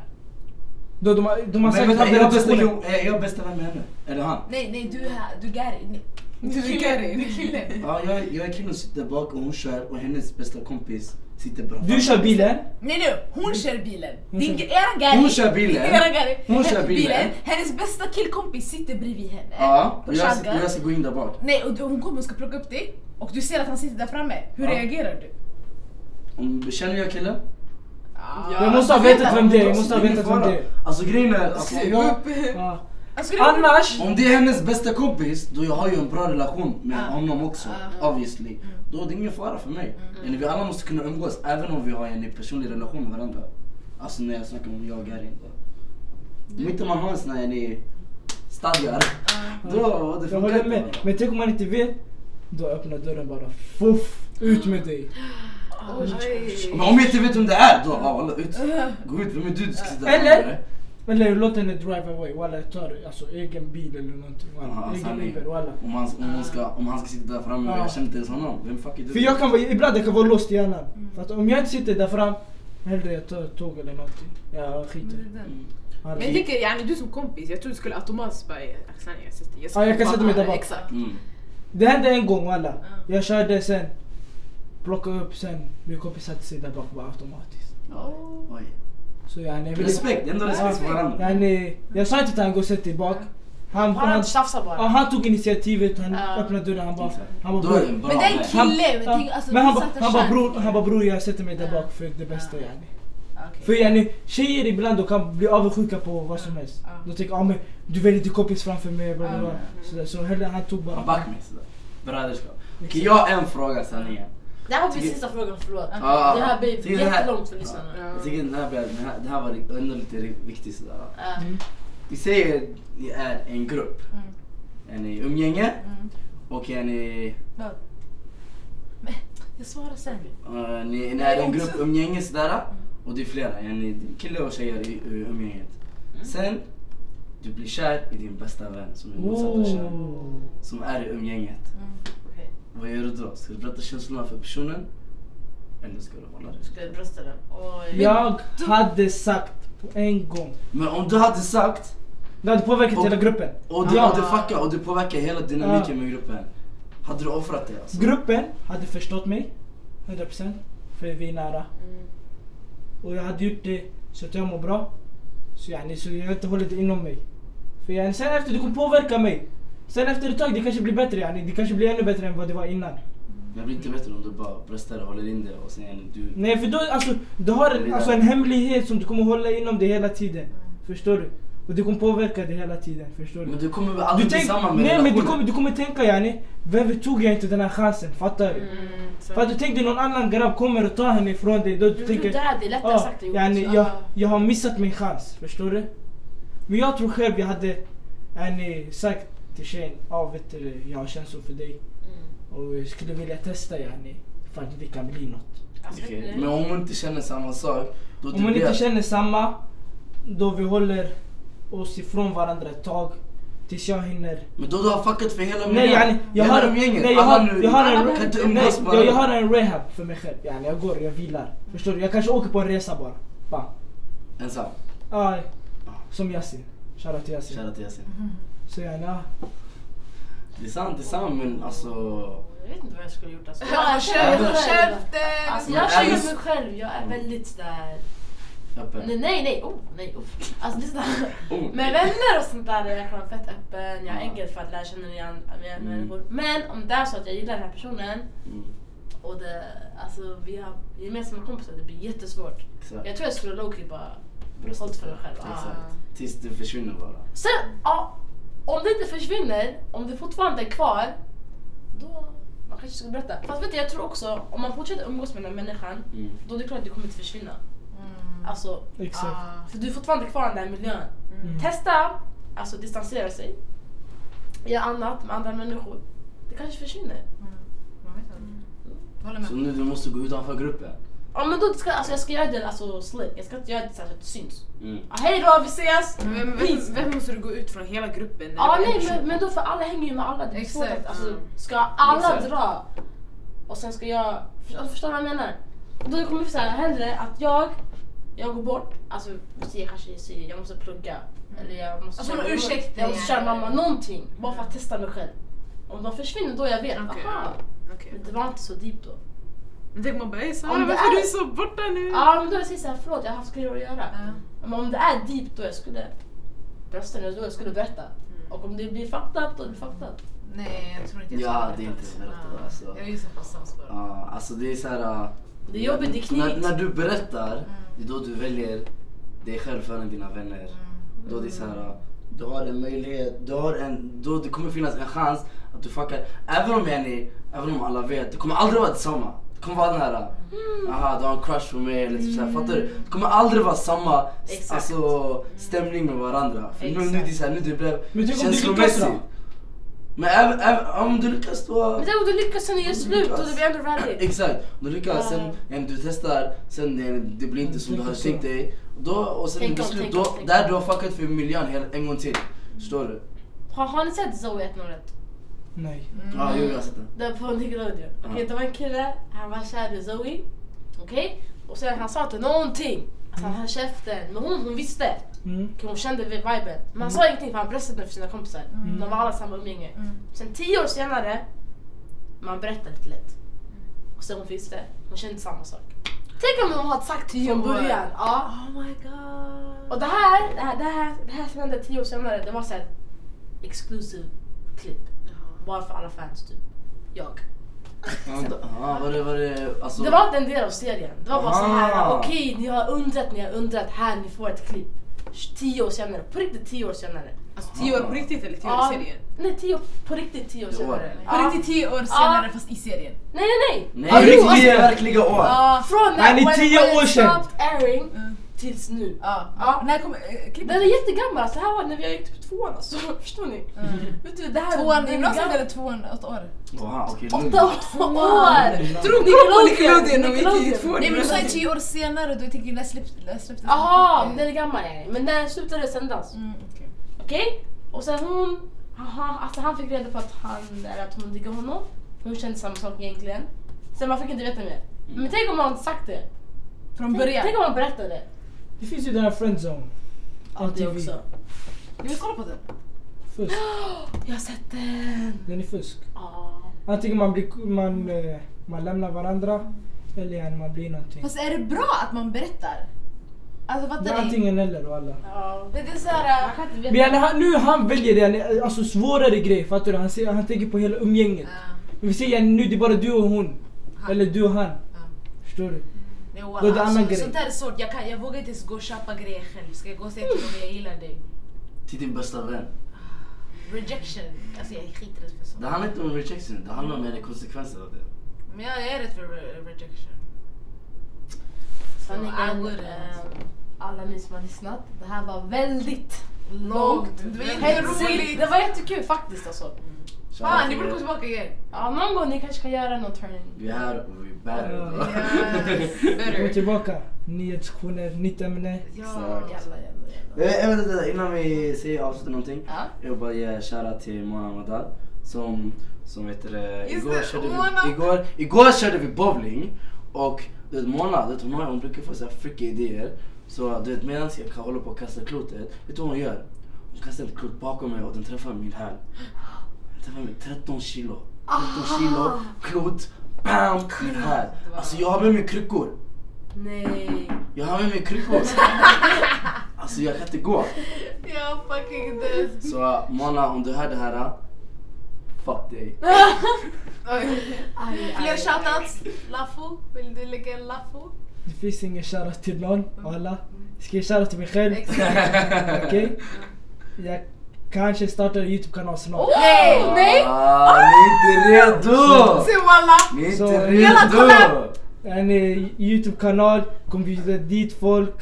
Då de, har- de
Men
har säkert
vänta,
haft
är
den
jag bästa,
diskussionen.
är jag bästa vän med henne? Eller han?
Nej, nej, du är du är gäri. Nej.
Du Karin.
Du är kille.
Ja, jag, jag är killen som sitter bak och hon kör och hennes bästa kompis sitter bra.
Du kör bilen.
Nej nej, hon kör bilen.
Hon
Din,
kör-
era gari.
Hon kör bilen.
Era gari.
Hon kör bilen.
Hennes bästa killkompis sitter bredvid henne.
Ah.
Ja,
på
och jag,
shotgun.
och jag ska gå in där bak.
Nej, och du- hon kommer och ska plocka upp dig och du ser att han sitter där framme. Hur
Ah.
Ja.
reagerar du?
Om, känner jag killen?
Jag måste ha vetat vem det är, jag måste ha
Det är ingen
vetat vem
fara.
det är.
Alltså grejen är, alltså, om jag,
Ja.
Jag Alltså, skulle-
Annars,
om det är hennes bästa kompis, då jag har ju en bra relation med honom också. Obviously.
Mm.
Då är det ingen fara för mig. Eller Vi alla måste kunna umgås även om vi har en personlig relation med varandra. Alltså när jag snackar om jag och Gary. Om inte man har en sån här ni, stadgar, då det
jag
funkar
håller
inte.
med. Men tänk om man inte vet, då öppnar dörren bara. Fuff, ut med dig.
Men om jag inte vet vem det är, då ja, alla, ut. Gå ut, vem är du? Du ska sitta där
Eller?
framme.
Eller låt henne drive away, walla jag tar alltså, egen bil eller någonting.
Ja,
Walla. Egen
sanning.
Uber, walla.
Om han, om, hon ska, om han ska sitta där framme och
Ja.
jag känner inte ens honom, vem fuck är du?
För jag kan vara, ibland jag kan vara låst i hjärnan.
Mm.
För att om jag inte sitter där fram, hellre jag tar ett tåg eller någonting. Jag skiter i det.
Mm.
Mm.
Men jag
Herregud.
tänker, yani, du som kompis, jag tror du skulle automatiskt bara "Eh, Aksan, jag sätter
Ja, jag kan
fan
sätta mig där
här."
bak.
Exakt.
Mm.
Det hände en gång walla. Jag körde sen, plockade upp sen, min kompis satte sig där bak bara automatiskt.
Oj.
Så yani, jag ville-
Respekt, ändå respekt för varandra.
Yani, jag sa inte till han gå och sätt dig bak. Han,
Bara
han,
inte tjafsa
ja,
bara.
han tog initiativet, han
Ja.
öppnade dörren, han bara... Han bara
Då är det en bra
bror,
Men det är en
vän.
kille, men
Ja,
tänk alltså
men han,
du
ba,
satte
han, bara,
chans.
bror, han bara bror jag sätter mig där bak för det bästa yani. För yani, tjejer ibland de kan bli avundsjuka på vad som helst. De tänker ah, men du väljer din kompis framför mig. Bla, bla, bla. Så, så hellre han tog bara...
Han back mig sådär. Bröderskap. Okej, jag har en fråga sanningen.
Det här var min
Tycker-
sista frågan, förlåt.
Ah,
Det här blev
tycker den här-
jättelångt för lyssnarna.
Ja, Jag tycker den här, blev- den här, det här var ri- ändå lite ri- viktigt sådär.
Ja.
Mm. Vi säger ni är en grupp. En i umgänge och en i...
Jag svarar sen.
eh, ni, ni är en grupp umgänge sådär. Och det är flera. En i kille och tjejer i, i umgänget. Sen, du blir kär i din bästa vän som är motsatta kön.
Oh.
Som är i umgänget.
Okej.
Vad gör du då? Ska du berätta känslorna för personen? Eller ska du hålla det?
Ska jag brösta den? Oj.
Jag hade sagt på en gång.
Men om du hade sagt
Det hade påverkat
Och-
hela gruppen.
Och du,
Ja.
och du fuckar och du påverkar hela dynamiken med gruppen. Hade du offrat det alltså?
Gruppen hade förstått mig, 100% för vi är nära. Och jag hade gjort det så att jag mår bra. Så, yani, så jag har inte hållit det inom mig. För yani, sen efter, det kommer påverka mig. Sen efter ett tag, det kanske blir bättre. Yani. Det kanske blir ännu bättre än vad det var innan.
Men det blir inte bättre om du bara bröstar och håller in det och sen är du...
Nej, för då, alltså, du har en, alltså, en hemlighet som du kommer hålla inom dig hela tiden. Förstår du? Och det kommer påverka dig hela tiden. Förstår du?
Men du kommer väl
Du,
aldrig bli
tänk,
samma med
nej, men du,
relationen?
kommer, du kommer tänka yani, varför tog jag inte den här chansen? Fattar du?
Mm.
För att du tänkte någon annan grabb kommer och tar henne ifrån dig. Då du
Du tror
tänker,
det här, det är lättare
ah,
sagt än gjort.
yani, jag,
Ah.
jag har missat min chans. Förstår du? Men jag tror själv jag hade yani, sagt till tjejen, ah, vet du, jag har känslor för dig. Och jag skulle vilja testa yani, ifall det kan bli något.
Okej, Men om hon inte känner samma sak, då typ
Om man
blir-
inte känner samma, då vi håller oss ifrån varandra ett tag. Tills jag hinner
Men då du har fuckat för hela
Nej yani, jag
hela
har,
umgänget.
nej, jag
Alla
har,
nu
jag har, en,
kan inte
nej,
umgås
jag, jag har en rehab för mig själv. Yani, jag går, jag vilar. Förstår du? Jag kanske åker på en resa bara. Bam.
Ensam.
Ah, som Yasin. Shoutout till Yasin.
Shoutout till Yasin.
Så yani, ah.
Det är sant, det är sant men alltså...
Jag vet inte vad jag skulle gjort alltså.
Ja,
Även-
käften!
Alltså jag
Men
känner
Alice-
mig själv, jag är väldigt sådär...
Öppen.
Nej, nej, nej, oh, nej, oh. Alltså det är sådär...
Oh.
Med vänner och sånt där är jag kan vara fett öppen, jag är enkel för att lära känna nya nya
Mm.
människor. Men om det är så att jag gillar den här personen
Mm,
och det, alltså, vi har gemensamma kompisar, det blir jättesvårt.
exakt.
Jag tror jag skulle lowkey bara...
Bröstet.
hållt för mig själv. Ah.
Exakt. Tills du försvinner bara.
Sen, ja, om det inte försvinner, om det fortfarande är kvar, då man kanske ska berätta. Fast vet du, jag tror också om man fortsätter umgås med den här människan,
Mm.
då är det klart att du kommer inte försvinna. Alltså,
Exakt.
Ah,
för du är fortfarande kvar i den här miljön.
Mm.
Testa, alltså distansera sig. Göra annat med andra människor. Det kanske försvinner.
Mm. Så nu du måste gå utanför gruppen.
Ja men då ska alltså, jag ska göra det alltså slick. Jag ska inte göra det så att det syns.
Mm.
Ja, hej då, vi ses!
Vem, vem, vem måste du gå ut från hela gruppen? när
Ja
det är en
nej
person?
men, men då för alla hänger ju med alla. Det är svårt
Exakt,
att, alltså,
mm.
ska alla
Exakt.
dra och sen ska jag, för, alltså, förstår du vad jag menar? Då kommer det så här, hellre att jag, jag går bort, alltså säger kanske säger jag måste plugga eller jag måste
Alltså,
köra
någon
mamma-
ursäkt,
jag måste
ja,
köra
ja, ja.
mamma någonting bara för att testa mig själv. Om de försvinner då jag vet,
Okej,
aha.
Okej.
Men det var inte så deep då.
Men tänk man bara ey
Om
Sara
det
varför
är-
är du så borta nu?
Ja men då jag säger såhär, förlåt jag har haft grejer att göra.
Ah.
Men om det är deep då jag skulle brösta nu, då jag skulle berätta. Och om det blir fattat, då är det fattat.
Nej, jag tror inte jag
Ja, det är
berätta
inte berättat
Ja.
alltså.
Jag är ju så fast samspår.
Ah.
Ja, alltså det är så här...
Det är jobbigt, det är
när,
knivigt. Mm.
när du berättar, det är då du väljer dig själv före dina vänner.
Mm.
Mm.
Då det är så här, du har en möjlighet, du har en, då det kommer finnas en chans att du fuckar. Även om yani, även om alla vet, det kommer aldrig vara detsamma. Det kommer vara den här,
Mm.
aha du har en crush på mig eller typ så här, fattar du? Det kommer aldrig vara samma s-
Exakt.
alltså, stämning med varandra. För nu, nu är det så här, nu det
Men
blev
tänk om du lyckas
känslomässigt.
då?
Men även, även om du lyckas då...
Men tänk om du lyckas sen och gör slut och det blir ändå rallyt.
Exakt, du lyckas, sen en, du testar, sen en, det blir inte som du har tänkt dig. Då, och sen
Tänk
till
om,
slut,
tänk
då,
om, tänk
där
om. Mm.
du har fuckat för miljön hel- en gång till. Förstår du?
Har, har ni sett Zoe 101?
Nej.
Ja, jo jag har sett den.
Där på Nickelodeon. Okej,
Ja.
det var en kille, han var kär i Zoe. Okej? Och sen han sa inte någonting. Alltså han höll käften. Men hon, hon visste.
Mm.
Okej, Hon kände vi- viben. Men han sa ingenting för han bröstade den för sina kompisar. De var alla samma umgänge. Sen tio år senare, man berättar lite lätt. Och sen hon visste, hon kände samma sak. Tänk om hon hade sagt tio från
år.
början. Ja.
Oh my god.
Och det här, det här, det här, det här som hände tio år senare, det var så här ett exclusive klipp. Bara för alla fans typ. Jag.
Ja, d- Ja, var det, var det, alltså,
Det var inte en del av serien. Det var bara så här,
Ah.
okej ni har undrat, ni har undrat, här ni får ett klipp. Tio år senare, på riktigt tio år senare.
Alltså 10
Ah.
år på riktigt eller 10 år i serien?
Nej, tio, på riktigt tio år
Det var
senare.
det.
Ja.
Ah.
På riktigt 10 år senare fast i serien.
Nej, nej, nej.
Nej,
Ah,
det
riktigt?
är verkliga år!
Ja, Från
Nej, det är
when-
tio
when
år
it
sedan.
stopped airing
Mm.
tills nu.
Ah.
Ja.
Ja.
När kom eh, klippet?
Den är jättegammal, så här var det när jag gick typ tvåan alltså. Förstår ni? Vet du, det här
Mm. Tvåan
det
i
är
gymnasiet
gammalt.
eller tvåan, åtta år?
Wow, okej, lugn.
Mm.
Åtta år!
Tror
Nickelodeon,
Nickelodeon och vi gick i
Nickelodeon.
tvåan.
Nej men du sa ju tio år senare, då tänker jag när släpp- när släpptes
Jaha, men den är gammal är Men den slutade sändas.
Mm, okej.
Okej? Och sen hon, aha, alltså han fick reda på att, han, eller att hon diggar honom. Hon kände samma sak egentligen. Sen man fick inte veta mer. Men tänk om man inte sagt det.
Från
Tänk,
början.
tänk om man berättade.
Det finns ju den här friendzone.
Ja, det
MTV.
också.
Jag vill kolla på den.
Fusk.
Jag har sett den.
Den är fusk.
Ja.
Antingen man, blir, man, eh, man lämnar varandra eller yani man blir någonting.
Fast är det bra att man berättar? Alltså
Det
fattar
är
ni?
antingen eller walla.
Men det är äh, såhär...
kan inte
Men yani han, nu han väljer yani, alltså svårare grej fattar du? Han, ser, han tänker på hela umgänget. Men vi ser yani, nu det är bara du och hon. Eller du och han. Förstår du?
Nej,
Då är det
wallah,
annan
alltså,
grej.
sånt där är svårt. Jag, kan, jag vågar inte ens gå och köpa grejer själv. Ska jag gå och säga till dem jag gillar dig?
Till din bästa vän.
Rejection. Alltså jag är skiträdd för sånt.
Det handlar inte om rejection, det handlar om yani, konsekvenser av det.
Men jag jag är rädd för re- rejection.
Sanningen,
Sanningen,
ehm, alla ni som har lyssnat. Det här var väldigt
Långt. Det var
hetsigt.
jätteroligt.
Det var jättekul faktiskt alltså.
Fan, ni borde komma tillbaka igen.
Ja, någon gång ni kanske kan göra någon turning.
Vi är här och vi är better.
Ja.
då.
Yes,
Gå
better.
tillbaka. Nya sessioner, nytt ämne.
Ja, jävla jävla jävla.
Eh, Jag vet inte, innan vi säger avsluta någonting.
Ja.
Jag vill bara ge kära till Mona Amadal som, som vet det,
Just
igår,
det,
körde vi,
Mona.
igår, igår körde vi bowling och du vet Mona, du vet, hon, har- hon brukar få så här freaky idéer. Så du vet medan jag kan hålla på och kasta klotet, vet du vad hon gör? Hon kastar ett klot bakom mig och den träffar min häl. Den träffar mig 13 kilo. 13 kilo, klot, bam, min häl. Alltså jag har med mig kryckor.
Nej.
Jag har med mig kryckor. Alltså jag kan inte gå.
Jag fucking död.
Så uh, Mona, om du hör det här, uh, fuck dig.
Fler shoutouts? Laffo? Vill du lägga en Laffo?
Det finns ingen shoutout till någon. Alla. Jag ska ge shoutout till mig
Mm.
själv. Okej? Jag kanske startar en YouTube-kanal snart.
Oh! Nej! Nej!
Ah, ni är inte redo!
Se walla!
Ni är
Så-
inte
Jalla,
redo!
En eh, YouTube-kanal, kommer bjuda dit folk.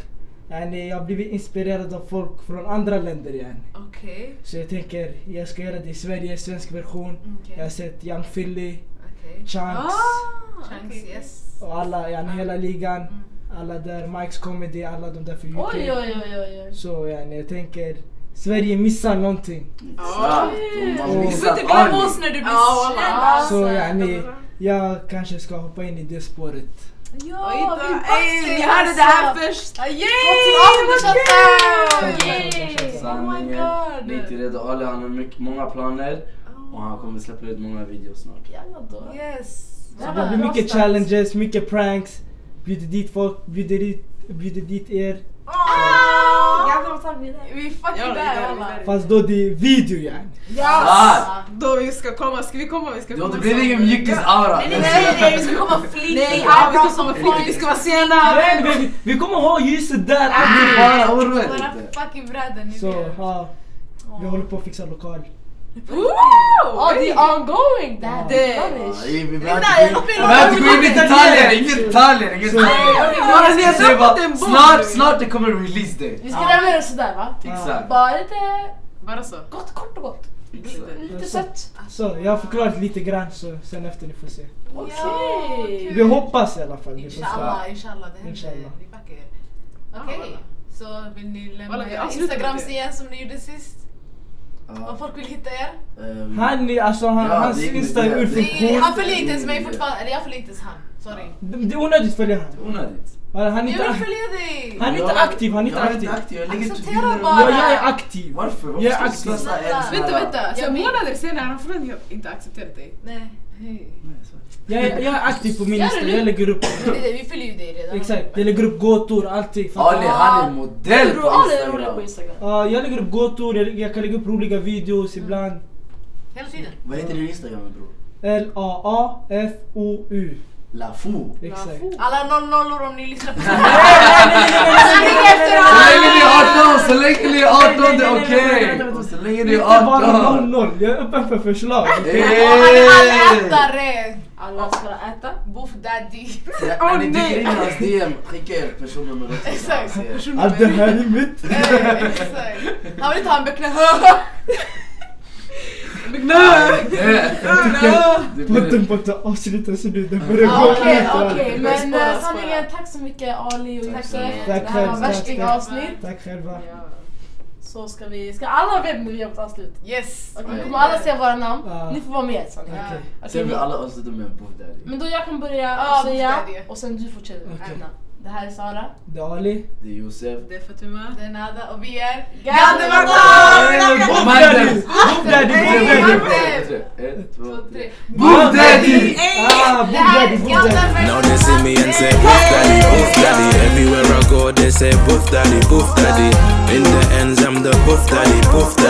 En, eh, jag har blivit inspirerad av folk från andra länder. En.
Okej,
Så jag tänker, jag ska göra det i Sverige, svensk version.
Okej.
Jag har sett Young Philly,
okej. Ah,
Chunks
Chunks, yes.
och alla, en, hela ligan. Alla där, Mike's Comedy, alla de där för YouTube.
Oj, oj, oj, oj. oj.
Så en, jag tänker, Sverige missar någonting.
Exakt, de har
Åh.
missat
Så inte glöm
Ali.
oss när du blir
Ja,
känd.
walla.
Så yani, jag kanske ska hoppa in i det spåret.
Ja, vi
Ey, ni
backar
hörde det här
alltså.
först.
Yay!
Yay!
Sanningen, ni är inte redo. Ali han har mycket, många planer. Och han kommer släppa ut många videos snart.
Jalla då.
Yes.
Så det blir mycket challenges, mycket pranks. Bjuder dit folk, bjuder dit, bjuder dit er.
Jag kommer ta vidare.
Vi är fucking
Ja,
där
vi är
alla.
där.
Fast då det är video yani.
Ah!
Då vi ska komma, ska vi komma? Vi ska
Då
komma
det blir
så-
ingen mjukis-aura.
Nej, nej, nej, vi ska komma
Nej,
flickig.
ja, vi ska komma flickor, vi ska vara sena!
Men vi, vi kommer ha ljuset
Nej,
där!
Bara oroa er
Våra
inte.
fucking bröder, ni
Så,
vet.
ja. Vi håller på att fixa lokal.
Oh, det är ongoing!
Ja.
Dad.
Ja,
Rubbish.
Vi vi behöver inte gå in- vi behöver inte gå in i detaljer, inga detaljer, inga detaljer.
Bara ni
Det
har
är
tappat
bara,
en bomb!
snart, snart det kommer release day.
Vi ska lämna det sådär va?
Exakt.
Bara lite
Bara så.
gott, kort och gott.
exakt.
Lite sött.
Så, jag har förklarat lite grann så sen efter ni får se.
Okej.
Vi hoppas i alla fall. Vi får se.
Inshallah, inshallah, det händer.
Inshallah.
Vi backar er. Okej,
walla.
så vill ni
Walla,
lämna
vi
era
avslutar med
instagrams
det.
igen som ni gjorde sist? Om
Ja,
folk vill hitta er?
ehm,
Han, är- alltså han,
Ja,
hans
det är-
insta är
det
ur
är-
Nej,
funktion.
Han följer inte ens mig fortfarande, eller jag följer inte ens han. Sorry.
Det det är onödigt att följa han.
Onödigt.
Han han är
Jag
inte
vill
aktiv.
följa dig!
Han är inte
Jag-
aktiv, han är inte
jag
aktiv.
Jag lägger inte
Acceptera
bilder-
bara.
Jag, jag är aktiv.
Varför? Varför
Jag är
ska du
aktiv.
slösa en sån här-
Vänta, vänta. Så
Jag vet.
månader senare har han fortfarande inte accepterat dig.
Nej, hej.
Nej, sorry.
Jag, är- jag är aktiv på min insta, jag lägger upp.
Vi följer ju dig redan.
Exakt, jag lägger upp gåtor, allting. fattar du?
Ali, han är modell på
Alla är roliga på
Instagram.
Instagram.
Ja, jag lägger upp gåtor, jag, jag kan lägga upp roliga videos ibland.
Hela tiden.
Vad heter din Instagram bror?
L-A-A-F-O-U.
Lafou.
Exakt.
Alla nollnollor om ni lyssnar på
Så länge ni är 18, så länge ni är 18 det är okej! Och Så länge ni Eh.
Inte
är
bara
18!
00, jag är öppen för förslag.
Hey!
Ätare!
Alla ska äta.
Boof daddy.
När ni dyker in i hans DM, skicka er personnummer också. så han ser.
Allt det här är mitt.
Eh, exakt. Han vill inte ha en böckna.
Det blir-
Podden bara avslutas nu, den börjar gå
Okej,
ut.
okej. Men
Spara,
eh,
spara.
sanningen, tack så mycket Ali och Josef. Det
Tack
här
själv,
var
tack,
värstinga
tack.
avsnitt.
Tack själva.
Så ska vi, ska alla veta när vi har fått avslut?
Yes.
Okej,
Ja.
vi kommer alla säga våra
Ja.
namn. Ni får vara med sanningen.
Okej.
Okej,
Sen vi
men-
alla avslutar med en puff daddy.
Men då jag kan börja
Ja,
säga
det är det.
och sen du fortsätter.
Okej.
Anna. Det här är Sara.
Det är Ali.
Det är Josef.
Det är Fatima.
er Det är nada och vi er är...
Bob Daddy! Bob Daddy! Bob Daddy!
Ett, två, tre.
Bob Daddy! Ah,
er
Bob Daddy! Bob Daddy!
Now they see me and say, Poof Daddy, Poof Daddy. Everywhere I go, they say, Poof Daddy, Poof Daddy. In the ends, I'm the Poof Daddy, Poof Daddy.